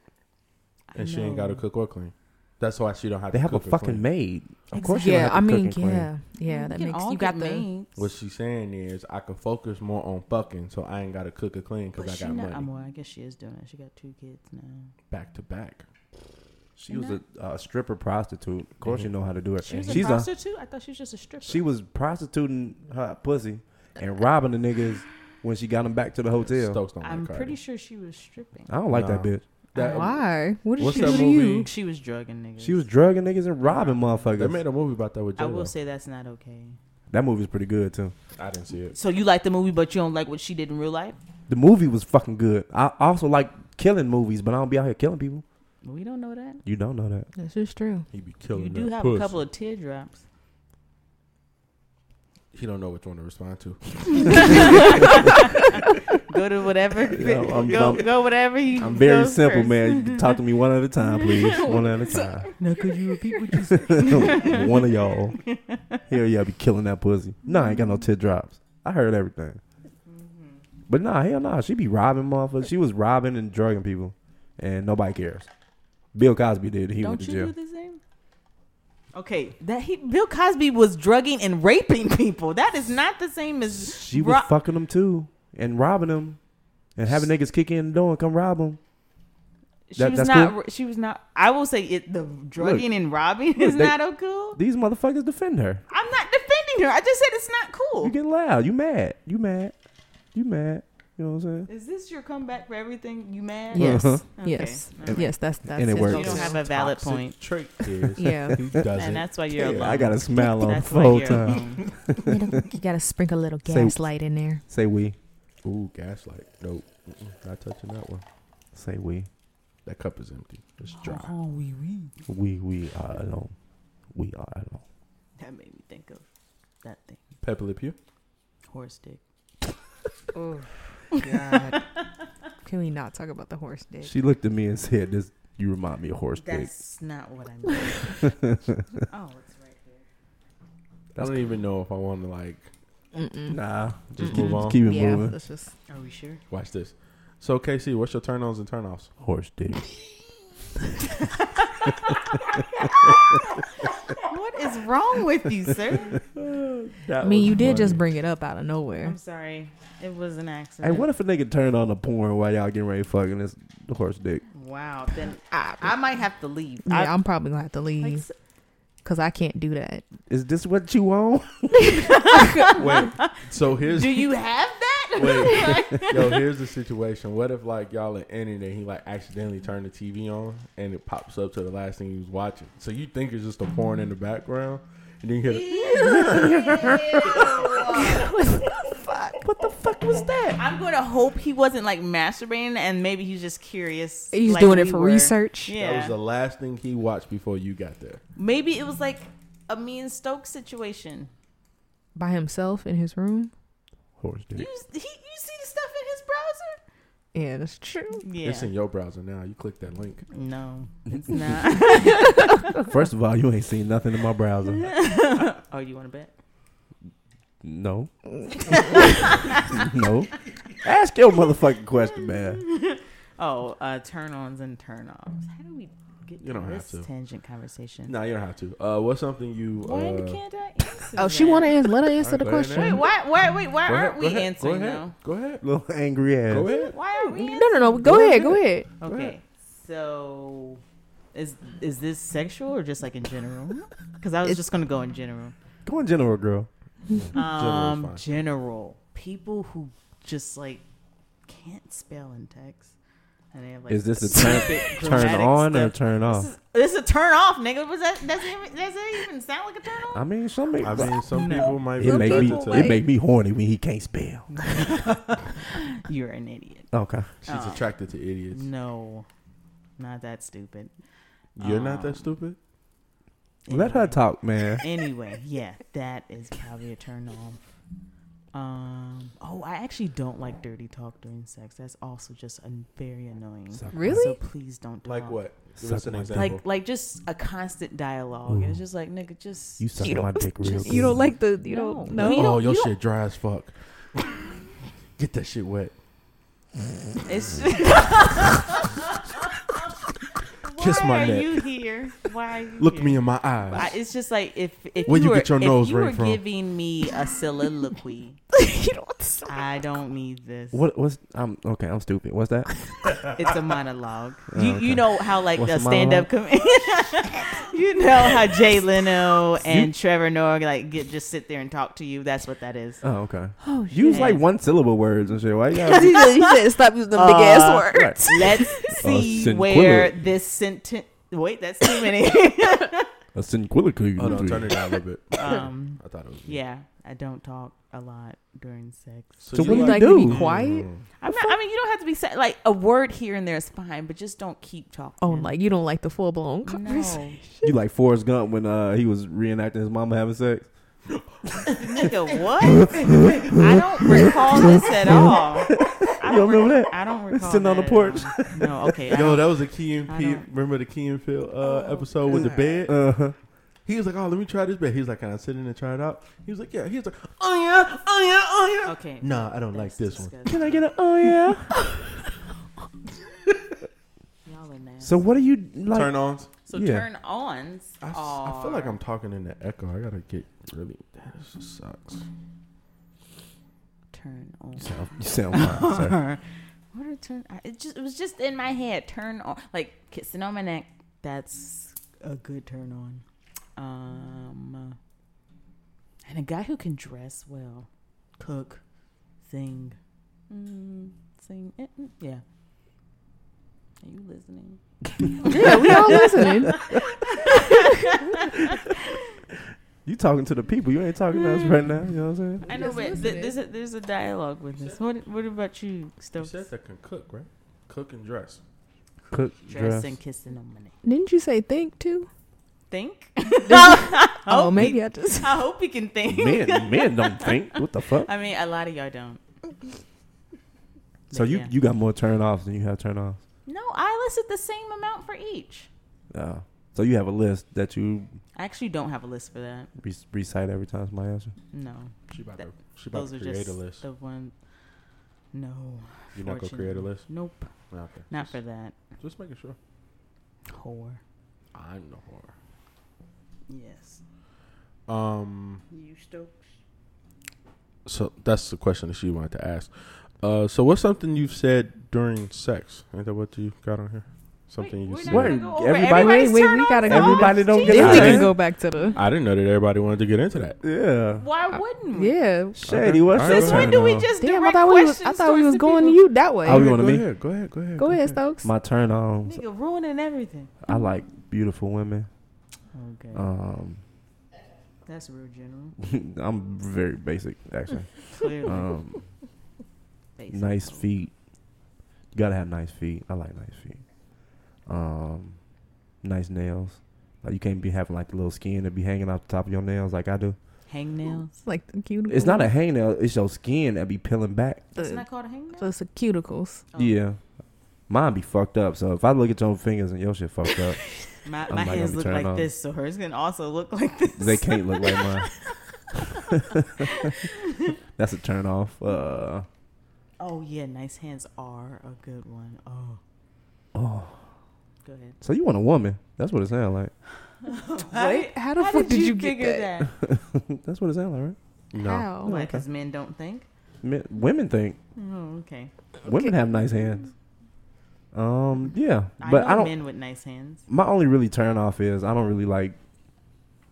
S3: I
S5: And she ain't
S3: know.
S5: gotta cook or clean. That's why she don't have
S2: They
S5: to
S2: have a
S5: cook or
S2: fucking
S5: clean.
S2: maid. Of
S3: Ex-
S2: course, you don't
S4: Yeah.
S2: have to
S4: I
S2: cook
S4: mean,
S2: and clean.
S4: yeah, yeah. That
S3: can
S4: makes
S3: all
S4: you
S3: get
S4: got the.
S3: maids.
S5: What she's saying is I can focus more on fucking so I ain't gotta cook or clean
S3: But
S5: because I
S3: she
S5: got
S3: not-
S5: money.
S3: I'm- well, I guess she is doing it. She got two kids now.
S5: back to back.
S2: She was a uh, stripper prostitute. Of course, you know how to do it.
S3: She was a
S2: Mm-hmm. She's a
S3: prostitute. I thought she was just a stripper.
S2: she was prostituting her pussy and robbing the niggas when she got them back to the hotel.
S5: Stokes don't
S3: I'm
S5: like Cardi.
S3: pretty sure she was stripping.
S2: I don't like that
S5: Nah.
S2: bitch.
S5: That-
S4: Why? What did
S5: What's
S4: she
S5: that
S4: do to
S5: movie?
S4: you?
S3: She was drugging niggas.
S2: She was drugging niggas and robbing
S5: They
S2: motherfuckers.
S5: made a movie about that with
S3: I
S5: J
S3: will say that's not okay.
S2: that movie's pretty good too.
S5: I didn't see it.
S3: So you like the movie, but you don't like what she did in real life.
S2: The movie was fucking good. I also like killing movies, but I don't be out here killing people.
S3: We don't know that.
S2: You don't know that.
S4: This is true.
S5: He be killing.
S3: you do have a couple of teardrops.
S5: He don't know which one to respond to.
S3: Go to whatever.
S2: Yeah, *laughs* I'm- I'm-
S3: go, go whatever you.
S2: I'm very
S3: goes
S2: simple,
S3: first.
S2: man. You can talk to me one at a time,
S3: *laughs*
S2: please. One at a time.
S3: Now could you repeat what
S5: *laughs*
S3: you
S2: *laughs* one of y'all. Hell yeah, I be killing that pussy. Nah, I ain't got no teardrops. I heard everything.
S3: Mm-hmm.
S2: But nah, hell nah. She be robbing motherfuckers. She was robbing and drugging people. And nobody cares. Bill Cosby did. He
S3: Don't
S2: went to
S3: you
S2: jail.
S3: do the same? Okay, that he Bill Cosby was drugging and raping people. That is not the same as
S2: She was
S3: Ro-
S2: fucking them too and robbing them and having niggas kick in the door and come rob them.
S3: she
S2: That-
S3: was
S2: that's
S3: not.
S2: cool?
S3: She was not. I will say it. The drugging and robbing is
S2: they-
S3: not cool.
S2: These motherfuckers defend her.
S3: I'm not defending her. I just said it's not
S2: You
S3: cool.
S2: get loud. You mad. You mad. You mad. You know what I'm saying?
S3: Is this your comeback for everything? You mad?
S4: Yes.
S2: Uh-huh.
S4: Yes.
S3: Okay.
S4: Yes. That's that's
S2: And it
S4: his
S2: works.
S3: You don't
S4: go-to.
S3: have a valid point, *laughs*
S5: Trick is
S4: Yeah.
S5: he doesn't.
S3: and that's why you're alone.
S2: I got a smile on
S3: That's
S2: the
S3: why *laughs*
S2: whole
S3: you're
S2: time.
S3: alone.
S4: *laughs* Little- you gotta sprinkle a little
S2: Say-
S4: gaslight in there.
S2: Say we.
S5: Ooh, gaslight. Nope. Mm-mm, Not touching that one.
S2: Say we.
S5: That cup is empty. It's dry.
S3: Oh, wee wee.
S2: We we are alone. We are alone.
S3: That made me think of that thing.
S5: Pepper Le Pew.
S3: Horse *laughs* dick.
S4: Oh, God. Can we not talk about the horse dick?
S2: She looked at me and said, "This you remind me of horse dick."
S3: That's not what I
S2: *laughs*
S3: meant. oh, it's right there.
S5: I don't even know if I want to like
S3: mm.
S4: Mm-mm.
S2: Nah, just
S5: Mm-mm.
S2: move
S5: Move
S2: on.
S5: on.
S2: Keep it
S4: yeah,
S2: moving.
S4: that's just
S3: Are we sure?
S5: watch this. So KC, what's your turn ons and turn
S3: *laughs*
S5: offs?
S2: Horse dick.
S3: What is wrong with you, sir?
S4: I mean, you did just bring it up out of nowhere.
S3: I'm sorry. It was an
S2: Hey,
S3: accident.
S2: what if a nigga turned on the porn while y'all getting ready fucking this horse dick?
S3: Wow. Then
S4: I,
S3: I might have to leave. I-
S4: yeah, I'm probably gonna have to
S3: like,
S4: leave
S3: s-
S4: because I can't do that.
S2: Is this what you want?
S5: Wait. So here's
S3: do you have that? *laughs*
S5: Wait. *laughs* yo, here's the situation. What if like y'all are in it and he like accidentally turned the TV on and it pops up to the last thing he was watching. So you think it's just a porn in the background and then you hear
S2: What the fuck was that?
S3: I'm going to hope he wasn't like masturbating and maybe he's just curious.
S4: He's
S3: like
S4: doing it
S3: we
S4: for
S3: were.
S4: research.
S5: the, that was
S3: Yeah.
S5: the last thing he watched before you got there.
S3: maybe it was like a me and Stokes situation.
S4: by himself in his room.
S2: Horse
S3: You,
S2: dick.
S3: he, you see the stuff in his browser?
S4: Yeah, that's true.
S3: Yeah.
S5: It's in your browser now. You click that link.
S3: no, it's not.
S2: First of all, you ain't seen nothing in my browser.
S3: *laughs* oh, you want to bet?
S2: *laughs* No. no. Ask your motherfucking question, man.
S3: Oh, uh, turn ons and turn offs. How do we get
S5: You don't
S3: to
S5: have
S3: this
S5: to.
S3: tangent conversation?
S5: No, you don't have to. Uh, what's something you?
S3: Why
S5: uh,
S3: can't I answer?
S4: Oh, she
S3: that?
S4: want to answer. Let her answer the
S5: Go ahead,
S4: question.
S3: Wait,
S5: Ann.
S3: why? Why? Wait, why
S5: go ahead,
S3: aren't
S5: go
S3: we
S5: ahead,
S3: answering
S5: Go ahead.
S3: though?
S5: Go ahead.
S2: Little angry ass.
S5: Go
S3: *laughs*
S5: ahead.
S3: Why aren't we?
S4: No,
S3: answering?
S4: no, no. Go ahead. Go ahead.
S3: Okay, so is is this sexual or just like in general? Because I was
S4: It's-
S3: just gonna go in general.
S2: Go in general, girl.
S5: General's
S3: Um,
S5: fine.
S3: general people who just like can't spell in text. And they have, like,
S2: Is this a
S3: stupid
S2: turn, turn
S3: grammatic
S2: on or
S3: stuff.
S2: turn
S5: Oh.
S3: This
S2: off?
S3: is, this is a turn off, nigga. Was that does it even, does it even sound like a turn off?
S2: I mean, some
S5: I
S2: niggas.
S5: mean, some people might be
S2: It make me
S5: attracted to
S2: it
S5: that.
S2: make me horny when he can't spell.
S3: You're an idiot.
S2: Okay.
S5: She's
S3: Oh.
S5: attracted to idiots.
S3: No, not that stupid.
S5: You're not
S3: Um,
S5: that stupid.
S2: Let her
S3: Anyway.
S2: talk, man.
S3: Anyway, yeah, that is probably a turn off. Um. Oh, I actually don't like dirty talk during sex. That's also just a very annoying.
S2: Suck
S4: Really?
S3: So please don't. Do
S5: Like
S3: that.
S5: what? Give
S2: Suck
S5: us an
S2: my dick.
S5: example.
S3: Like like just a constant dialogue. It's just like nigga, just
S2: You suck
S4: You
S2: my
S4: don't-
S3: *laughs*
S2: dick real good.
S4: *laughs* You don't like the. You don't.
S3: No.
S4: No.
S3: You
S5: oh,
S3: don't-
S5: your
S3: you
S5: shit dry as fuck. *laughs* Get that shit wet.
S3: it's.
S5: *laughs*
S3: *laughs*
S5: Kiss
S3: Why
S5: my
S3: are
S5: neck.
S3: you here? Why are you
S5: Look
S3: here?
S5: me in my
S3: I,
S5: eyes.
S3: it's just like if if
S5: Where you
S3: were,
S5: get your
S3: if
S5: nose
S3: you
S5: ring
S3: were
S5: from?
S3: giving me a soliloquy,
S2: Oh.
S3: *laughs*
S4: you don't.
S3: I don't need this.
S2: What? What's? I'm okay. I'm stupid. What's *laughs* that?
S3: It's
S5: *laughs*
S3: a monologue.
S2: Oh,
S3: you
S2: okay.
S3: you know how like
S2: What's
S3: a
S2: a
S3: stand up comedian. *laughs* you know how Jay Leno and Trevor Noah like get just sit there and talk to you. That's what
S5: *laughs*
S3: that is.
S2: Oh, okay.
S4: Oh, shit.
S2: Use like one syllable words and shit. Why you gotta?
S4: *laughs* he, said, he said, "Stop using them big
S3: Uh,
S4: ass words."
S5: Uh,
S3: Let's see
S2: sin-
S3: where this sentence. Wait, that's
S5: *laughs*
S3: too many.
S2: *laughs* A synquilicus.
S5: Hold on, turn it down a little bit.
S3: *laughs* um,
S5: I thought it was. me.
S3: yeah, I don't talk a lot during sex.
S2: So what do you
S4: like
S2: do?
S4: to be quiet?
S3: I'm not, I mean, you don't have to be sa- like a word here and there is fine, but just don't keep talking.
S4: Oh, like you don't like the full blown
S2: *laughs*
S4: conversation.
S3: no,
S2: You like Forrest Gump when uh he was reenacting his mama having sex?
S3: nigga,
S2: *laughs*
S3: what? I don't recall this at all. I
S2: You don't remember that?
S3: I don't recall.
S2: Sitting on
S3: that
S2: the porch.
S3: at all. No,
S2: *laughs*
S3: okay. I
S5: Yo,
S3: don't-
S5: that was a Key and
S3: I
S5: P.
S3: don't- Oh,
S5: Remember the Key and Phil uh, episode with the bed?
S2: Uh huh.
S5: He was like, "Oh, let me try this bed." He was like, "Can I sit in and try it out?" He was like, "Yeah." He was like, "Oh yeah, oh yeah, oh yeah."
S3: okay.
S5: Nah, I don't like
S3: that's
S5: this one.
S3: disgusting.
S2: Can I get a? Oh yeah.
S3: Y'all are nasty.
S2: so what do you like?
S5: Turn ons.
S3: So
S2: yeah.
S3: turn ons.
S5: I, s- I feel like
S3: are-
S5: I'm talking in the echo. I gotta get really. That just sucks.
S3: turn on.
S2: You sound, you sound fine, sir.
S3: *laughs* What are turn? I- It just it was just in my head. Turn on, like kissing on my neck. That's a good turn on. Um, and a guy who can dress well, cook, sing, mm, sing. eh, mm, Yeah. Are you *laughs* listening?
S4: Yeah, we all listening.
S2: You talking to the people. You ain't talking to us right now. You know what I'm saying?
S3: *laughs* I know,
S4: Just
S3: but
S4: listen
S3: th-
S4: it.
S3: there's a, there's a dialogue with this. What what about you,
S5: You
S3: Stokes?
S5: said that can cook, right? Cook and dress.
S2: Cook,
S3: Dress
S2: dress.
S3: and kissing on money.
S4: Didn't you say think too?
S2: *laughs*
S4: *laughs*
S3: *laughs* Think?
S4: Oh,
S3: hope
S4: maybe
S3: he-
S4: I just.
S3: I hope he can think.
S2: *laughs*
S3: *laughs*
S2: men, men don't think. What the fuck?
S3: I mean, a lot of y'all don't.
S2: So
S3: But
S2: you
S3: yeah.
S2: you got more turn offs than you have turn offs.
S3: No, I listed the same amount for each.
S2: Yeah. Uh, So you have a list that you
S3: I actually don't have a list for that.
S2: re- recite every time is my answer.
S3: No,
S5: She about
S3: That-
S5: to she about
S3: those
S5: to
S3: are
S5: create
S3: just
S5: a list.
S3: the one. No,
S5: You're not gonna create a
S3: fortunately.
S5: list.
S3: nope,
S5: Nah, Okay.
S3: not
S5: just,
S3: for that.
S5: Just making sure.
S3: Whore.
S5: I'm the
S3: Yes.
S5: whore. Um.
S1: You Stokes.
S5: So that's the question that she wanted to ask. Uh. So what's something you've said during sex? Ain't that what you got on here? Something you
S3: we're
S5: said.
S3: not gonna
S2: Word.
S3: go over
S2: Everybody-
S4: Wait,
S3: everybody's
S4: wait,
S3: turn
S4: we
S3: offs
S4: gotta
S3: and
S4: go.
S3: offs?
S2: Everybody don't get
S3: Jesus.
S4: Then we can
S2: Alright.
S4: go back to the.
S5: I didn't know that everybody wanted to get into that.
S2: Yeah.
S3: Why wouldn't we?
S4: Yeah.
S2: Shady, what's
S5: Alright,
S2: your
S5: go
S3: Since
S5: ahead.
S2: turn
S3: when do we
S2: off?
S3: just
S4: Damn, I
S3: direct
S4: thought we was.
S3: questions?
S4: I thought
S3: towards
S4: we was
S3: the
S4: going to
S3: people?
S4: you that way.
S2: I was-
S5: Okay,
S2: you wanna
S5: go
S2: be?
S5: ahead, Go ahead. Go ahead.
S4: Go
S5: go
S2: *laughs*
S4: ahead, Stokes.
S2: My turn offs.
S3: Nigga, ruining everything.
S2: I like beautiful women.
S3: Okay,
S5: Uh,
S2: Um, *laughs*
S3: that's real
S4: *laughs*
S3: general.
S2: I'm very basic *laughs* actually.
S3: Clearly,
S2: Um,
S3: Basic.
S2: nice feet. You gotta have nice feet. I like nice feet. Um, nice nails. Like you can't be having like the little skin that be hanging off the top of your nails like I do.
S3: hangnails.
S4: like the cuticles.
S2: It's not a hangnail. It's your skin that be peeling back.
S4: The,
S3: Isn't that called a hangnail?
S4: so it's the cuticles.
S3: Oh,
S2: Yeah. Mine be fucked up. So if I look at your fingers and your shit fucked up,
S3: My,
S2: I'm
S3: my
S2: not gonna
S3: hands
S2: be
S3: look
S2: turned
S3: like
S2: on.
S3: this, so hers can also look like
S2: *laughs*
S3: this.
S2: they can't look like
S3: *laughs*
S2: mine. That's a turn off. Uh,
S3: Oh yeah, nice hands are a good one. Oh,
S2: oh,
S4: *laughs*
S3: go ahead.
S2: so you want a woman? That's what it sound like.
S4: Wait, how the fuck did you get
S3: figure
S4: that?
S2: That's what it sound like, right?
S5: No.
S4: How?
S3: Why?
S2: okay.
S3: Because Oh, men don't think.
S2: Men, women think
S3: Oh, okay.
S2: women have nice hands. Um, yeah, but
S3: I, know
S2: I, don't.
S3: men with nice hands.
S2: My only really turn off is I don't really like.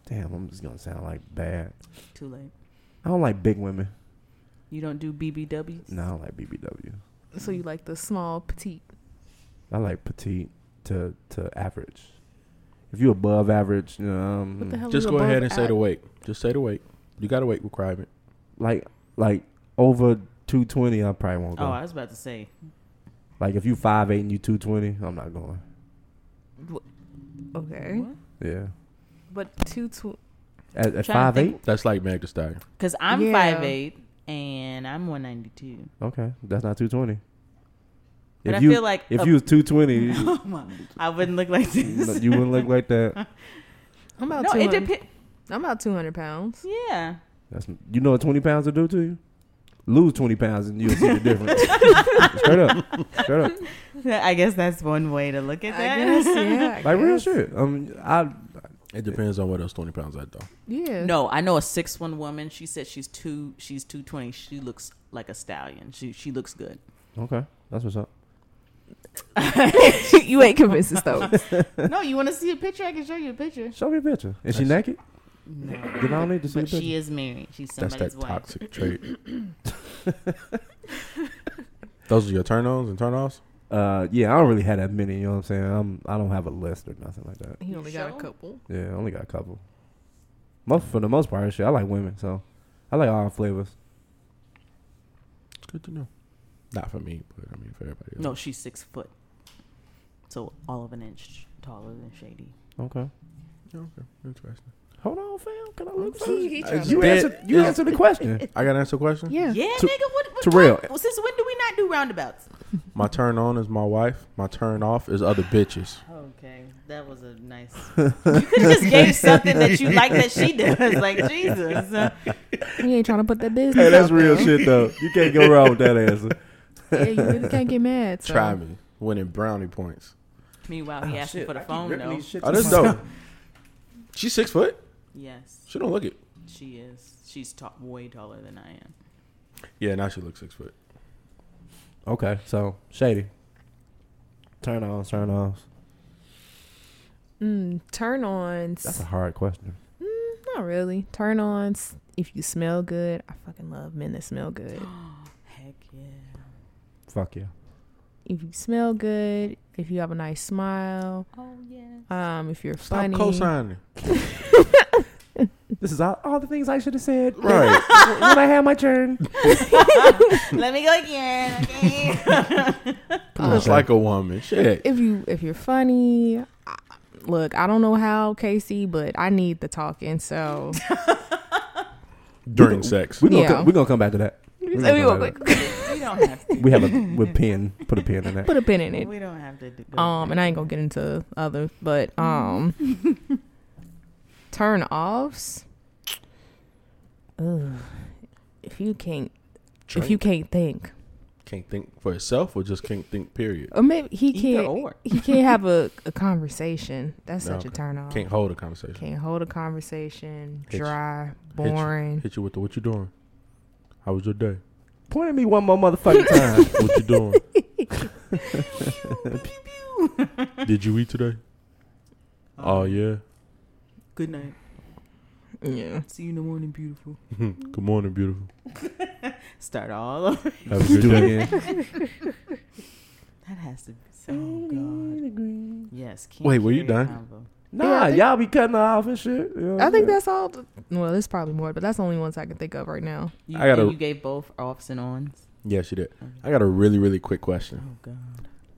S2: Damn, I'm just gonna sound like bad.
S3: Too late.
S2: I don't like big women.
S3: You don't do BBWs.
S2: No, I don't like BBW.
S4: So you like the small petite?
S2: I like petite to to average. If you above average, you know, um,
S4: What the hell?
S5: Just
S4: is
S5: go
S4: above
S5: ahead and say
S4: at-
S5: the weight. Just say the weight. You got a weight requirement.
S2: like like over two twenty, I probably won't go.
S3: Oh, I was about to say.
S2: like if you five eight and you two twenty, I'm not going.
S4: Okay,
S2: Yeah,
S4: but two tw-
S2: at,
S3: I'm
S2: at
S3: trying
S2: five
S3: to
S2: eight,
S3: think.
S5: That's like Meg Thee Stallion.
S3: Because I'm
S4: Yeah.
S3: five eight and I'm one ninety two.
S2: okay, that's not two twenty.
S3: But
S2: If
S3: I
S2: you
S3: feel like
S2: if
S3: a-
S2: you was
S3: *laughs*
S2: two twenty, *laughs*
S3: Oh I wouldn't look like
S2: Mm,
S3: *laughs* this.
S2: you wouldn't look like that.
S4: I'm about
S3: no,
S4: two
S3: it
S4: hundred.
S3: depends.
S4: I'm about two hundred pounds.
S3: Yeah.
S2: That's you know what twenty pounds will do to you. Lose twenty pounds and you'll see the *laughs* difference. straight up, straight up.
S3: *laughs* I guess that's one way to look
S4: I
S3: at that.
S4: guess, yeah. I
S2: Like real
S4: guess.
S2: shit. Um, I
S5: It depends on what those twenty pounds at though.
S4: Yeah.
S3: No, I know a six one woman. She said she's two. She's two twenty. She looks like a stallion. She she looks *laughs* good.
S2: okay. That's what's up.
S4: *laughs* you ain't convinced us though.
S3: no, you want to see a picture? I can show you a picture.
S2: Show me a picture. Is she naked?
S3: No,
S2: Then I don't need to see the
S3: but
S2: picture.
S3: she is married. She's
S5: That's
S3: somebody's
S5: that
S3: wife.
S5: toxic trait.
S3: *laughs*
S5: *laughs* those are your turn ons and turn offs?
S2: Uh, yeah, I don't really have that many. You know what I'm saying? I'm I don't have a list or nothing like that.
S4: He only got a
S3: sure?
S4: couple.
S2: Yeah, I only got a couple. Most for the most part, shit. I like women, so I like all flavors.
S5: It's good to know. Not for me, but I mean for everybody else.
S3: No, she's six foot, so all of an inch taller than Shady.
S2: Okay.
S5: Yeah, okay. Interesting.
S2: Hold on, fam. Can I look for
S4: He- he
S2: you?
S4: trying
S2: You
S5: to-
S2: answered. You
S5: Yeah.
S2: answered the *laughs* question.
S5: I gotta answer a question.
S4: Yeah.
S3: Yeah,
S2: To-
S3: nigga. What? what
S2: Terrell.
S3: what- since when do we not do roundabouts?
S5: My turn on is my wife. My turn off is other bitches.
S3: *laughs* Okay, that was a
S5: *laughs*
S3: nice. you could just gave something that you like that
S5: *laughs*
S3: she does. Like Jesus. *laughs*
S4: He ain't trying to put that business.
S2: Hey, that's
S4: out
S2: real
S4: there.
S2: shit though. You can't go wrong with that answer.
S4: Yeah, you really can't get mad. So.
S5: Try me. Winning brownie points.
S3: Meanwhile, he asked for the phone though.
S5: Oh, *laughs* that's
S3: *laughs*
S5: dope. She's six foot.
S3: Yes,
S5: She don't look it.
S3: she is. She's ta- way taller than I am.
S5: Yeah, now she looks six foot.
S2: Okay, so shady. Turn on, turn off.
S4: Mm, turn ons.
S2: That's a hard question.
S4: Mm, not really. Turn ons. If you smell good, I fucking love men that smell good.
S3: *gasps* Heck yeah.
S2: Fuck yeah.
S4: If you smell good, if you have a nice smile,
S3: Oh yeah.
S4: um, if you're
S5: Stop
S4: funny.
S5: co-signing.
S2: This is all, all the things I should have said
S5: *laughs* Right.
S2: when I had my turn.
S3: Let me go again. Okay.
S5: It's
S2: Okay.
S5: like a woman. Shit.
S4: if you if you're funny I- look i don't know how casey but i need the talking
S3: *laughs*
S4: so
S5: During sex.
S2: *laughs* We're gonna,
S4: Yeah.
S2: come, we gonna come back to that. We gonna
S4: So we
S2: come
S4: will
S2: back
S3: *laughs*
S2: to
S3: we don't have to.
S2: that. We have a with pin. Put a pin in
S4: *laughs*
S2: that.
S4: put a pin in
S3: *laughs*
S4: it
S3: We don't have to. Do go
S4: um and i ain't gonna get into others but um *laughs* turn offs Ugh. if you can't if you can't think
S5: can't think for yourself or just can't think, period.
S4: or maybe he
S3: Either
S4: can't
S3: or.
S4: he *laughs* can't have a, a conversation that's such
S5: Okay.
S4: a turn off
S5: Can't hold a conversation.
S4: can't hold a conversation
S5: Hit you.
S4: dry
S5: Hit you.
S4: boring
S5: Hit you with the what you doing? How was your day?
S2: *laughs* Point at me one more
S4: *laughs*
S2: motherfucking *laughs* time.
S5: What you doing?
S3: *laughs*
S5: Did you eat today?
S2: Uh-huh.
S5: Oh yeah. *laughs*
S3: Good night.
S4: yeah
S3: See you in the morning, beautiful.
S5: Good morning,
S2: *laughs*
S5: beautiful.
S3: Start all over.
S5: Have a good
S2: Do it
S5: day.
S2: again.
S3: That has to be. Oh God. Yes. can't
S5: Wait, were you
S3: carry a
S5: done?
S3: convo.
S2: Nah,
S4: I think-
S2: y'all be cutting her off and shit. You know what
S4: I
S2: I'm
S4: think
S2: saying?
S4: that's all. th- well, there's probably more, but that's the only ones I can think of right now.
S3: You,
S5: I gotta-
S3: and you gave both offs and ons.
S5: Yeah, she did. I got a really, really quick question.
S3: Oh God.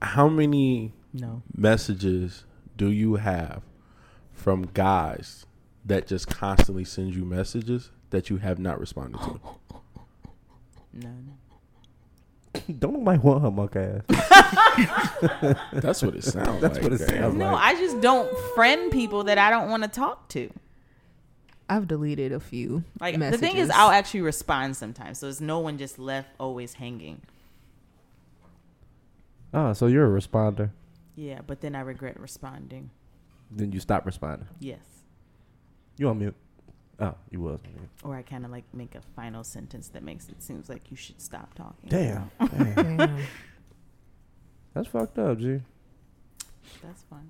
S5: How many
S3: No.
S5: messages do you have from guys that just constantly send you messages that you have not responded to?
S3: No. No.
S2: Don't nobody want her monk ass.
S5: *laughs* That's what it sounds
S2: That's
S5: like.
S2: what it
S5: damn,
S2: sounds
S3: No,
S5: like,
S3: I just don't friend people that I don't want to talk to.
S4: I've deleted a few.
S3: Like
S4: messages.
S3: the thing is, I'll actually respond sometimes, so it's no one just left always hanging.
S2: *laughs* Ah, so you're a responder.
S3: Yeah, but then I regret responding.
S2: Then you stop responding.
S3: Yes,
S2: You on mute. Oh, you was on mute.
S3: or I kind of like make a final sentence that makes it seems like you should stop talking.
S2: Damn.
S4: *laughs*
S2: Damn.
S4: Damn.
S2: That's fucked up, G.
S3: that's fun.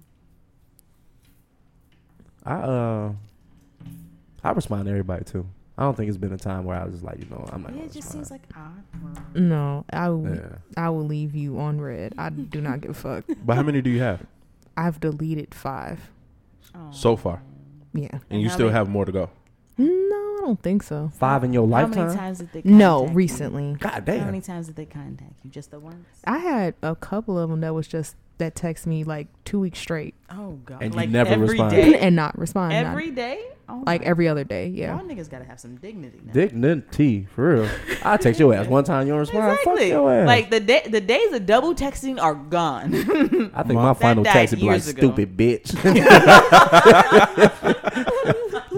S2: I uh I respond to everybody too. I don't think it's been a time where I was just like, you know, I'm not.
S3: Yeah,
S2: gonna
S3: it just seems like awkward.
S4: no, I will.
S2: respond.
S4: I will leave you on red. I do not give a fuck.
S5: But how many do you have
S4: I've deleted five.
S3: Oh.
S5: so far?
S4: Yeah.
S5: And
S3: And
S5: you
S3: how
S5: still
S3: many-
S5: have more to go.
S4: No, I don't think so.
S2: Yeah. Five in your
S3: How
S2: lifetime.
S3: many times did they?
S4: No,
S3: contact
S4: recently
S2: God
S3: You? How many
S2: damn.
S3: times did they contact you? Just the once.
S4: I had a couple of them that was just that text me like two weeks straight
S3: Oh God!
S2: And you
S3: like
S2: never
S3: every
S2: respond.
S3: day?
S4: *laughs* and not respond. not-
S3: every day. Oh
S4: like
S3: my-
S4: every other day. Yeah.
S3: Y'all niggas gotta have some dignity. Now.
S2: Dignity for real. I text your ass one time, you don't respond. Fuck
S3: Exactly.
S2: your ass.
S3: Like the day, the days of double texting are gone. *laughs*
S2: I think my
S5: That
S2: final
S3: died
S2: text would be like,
S3: years ago. *laughs*
S2: stupid bitch.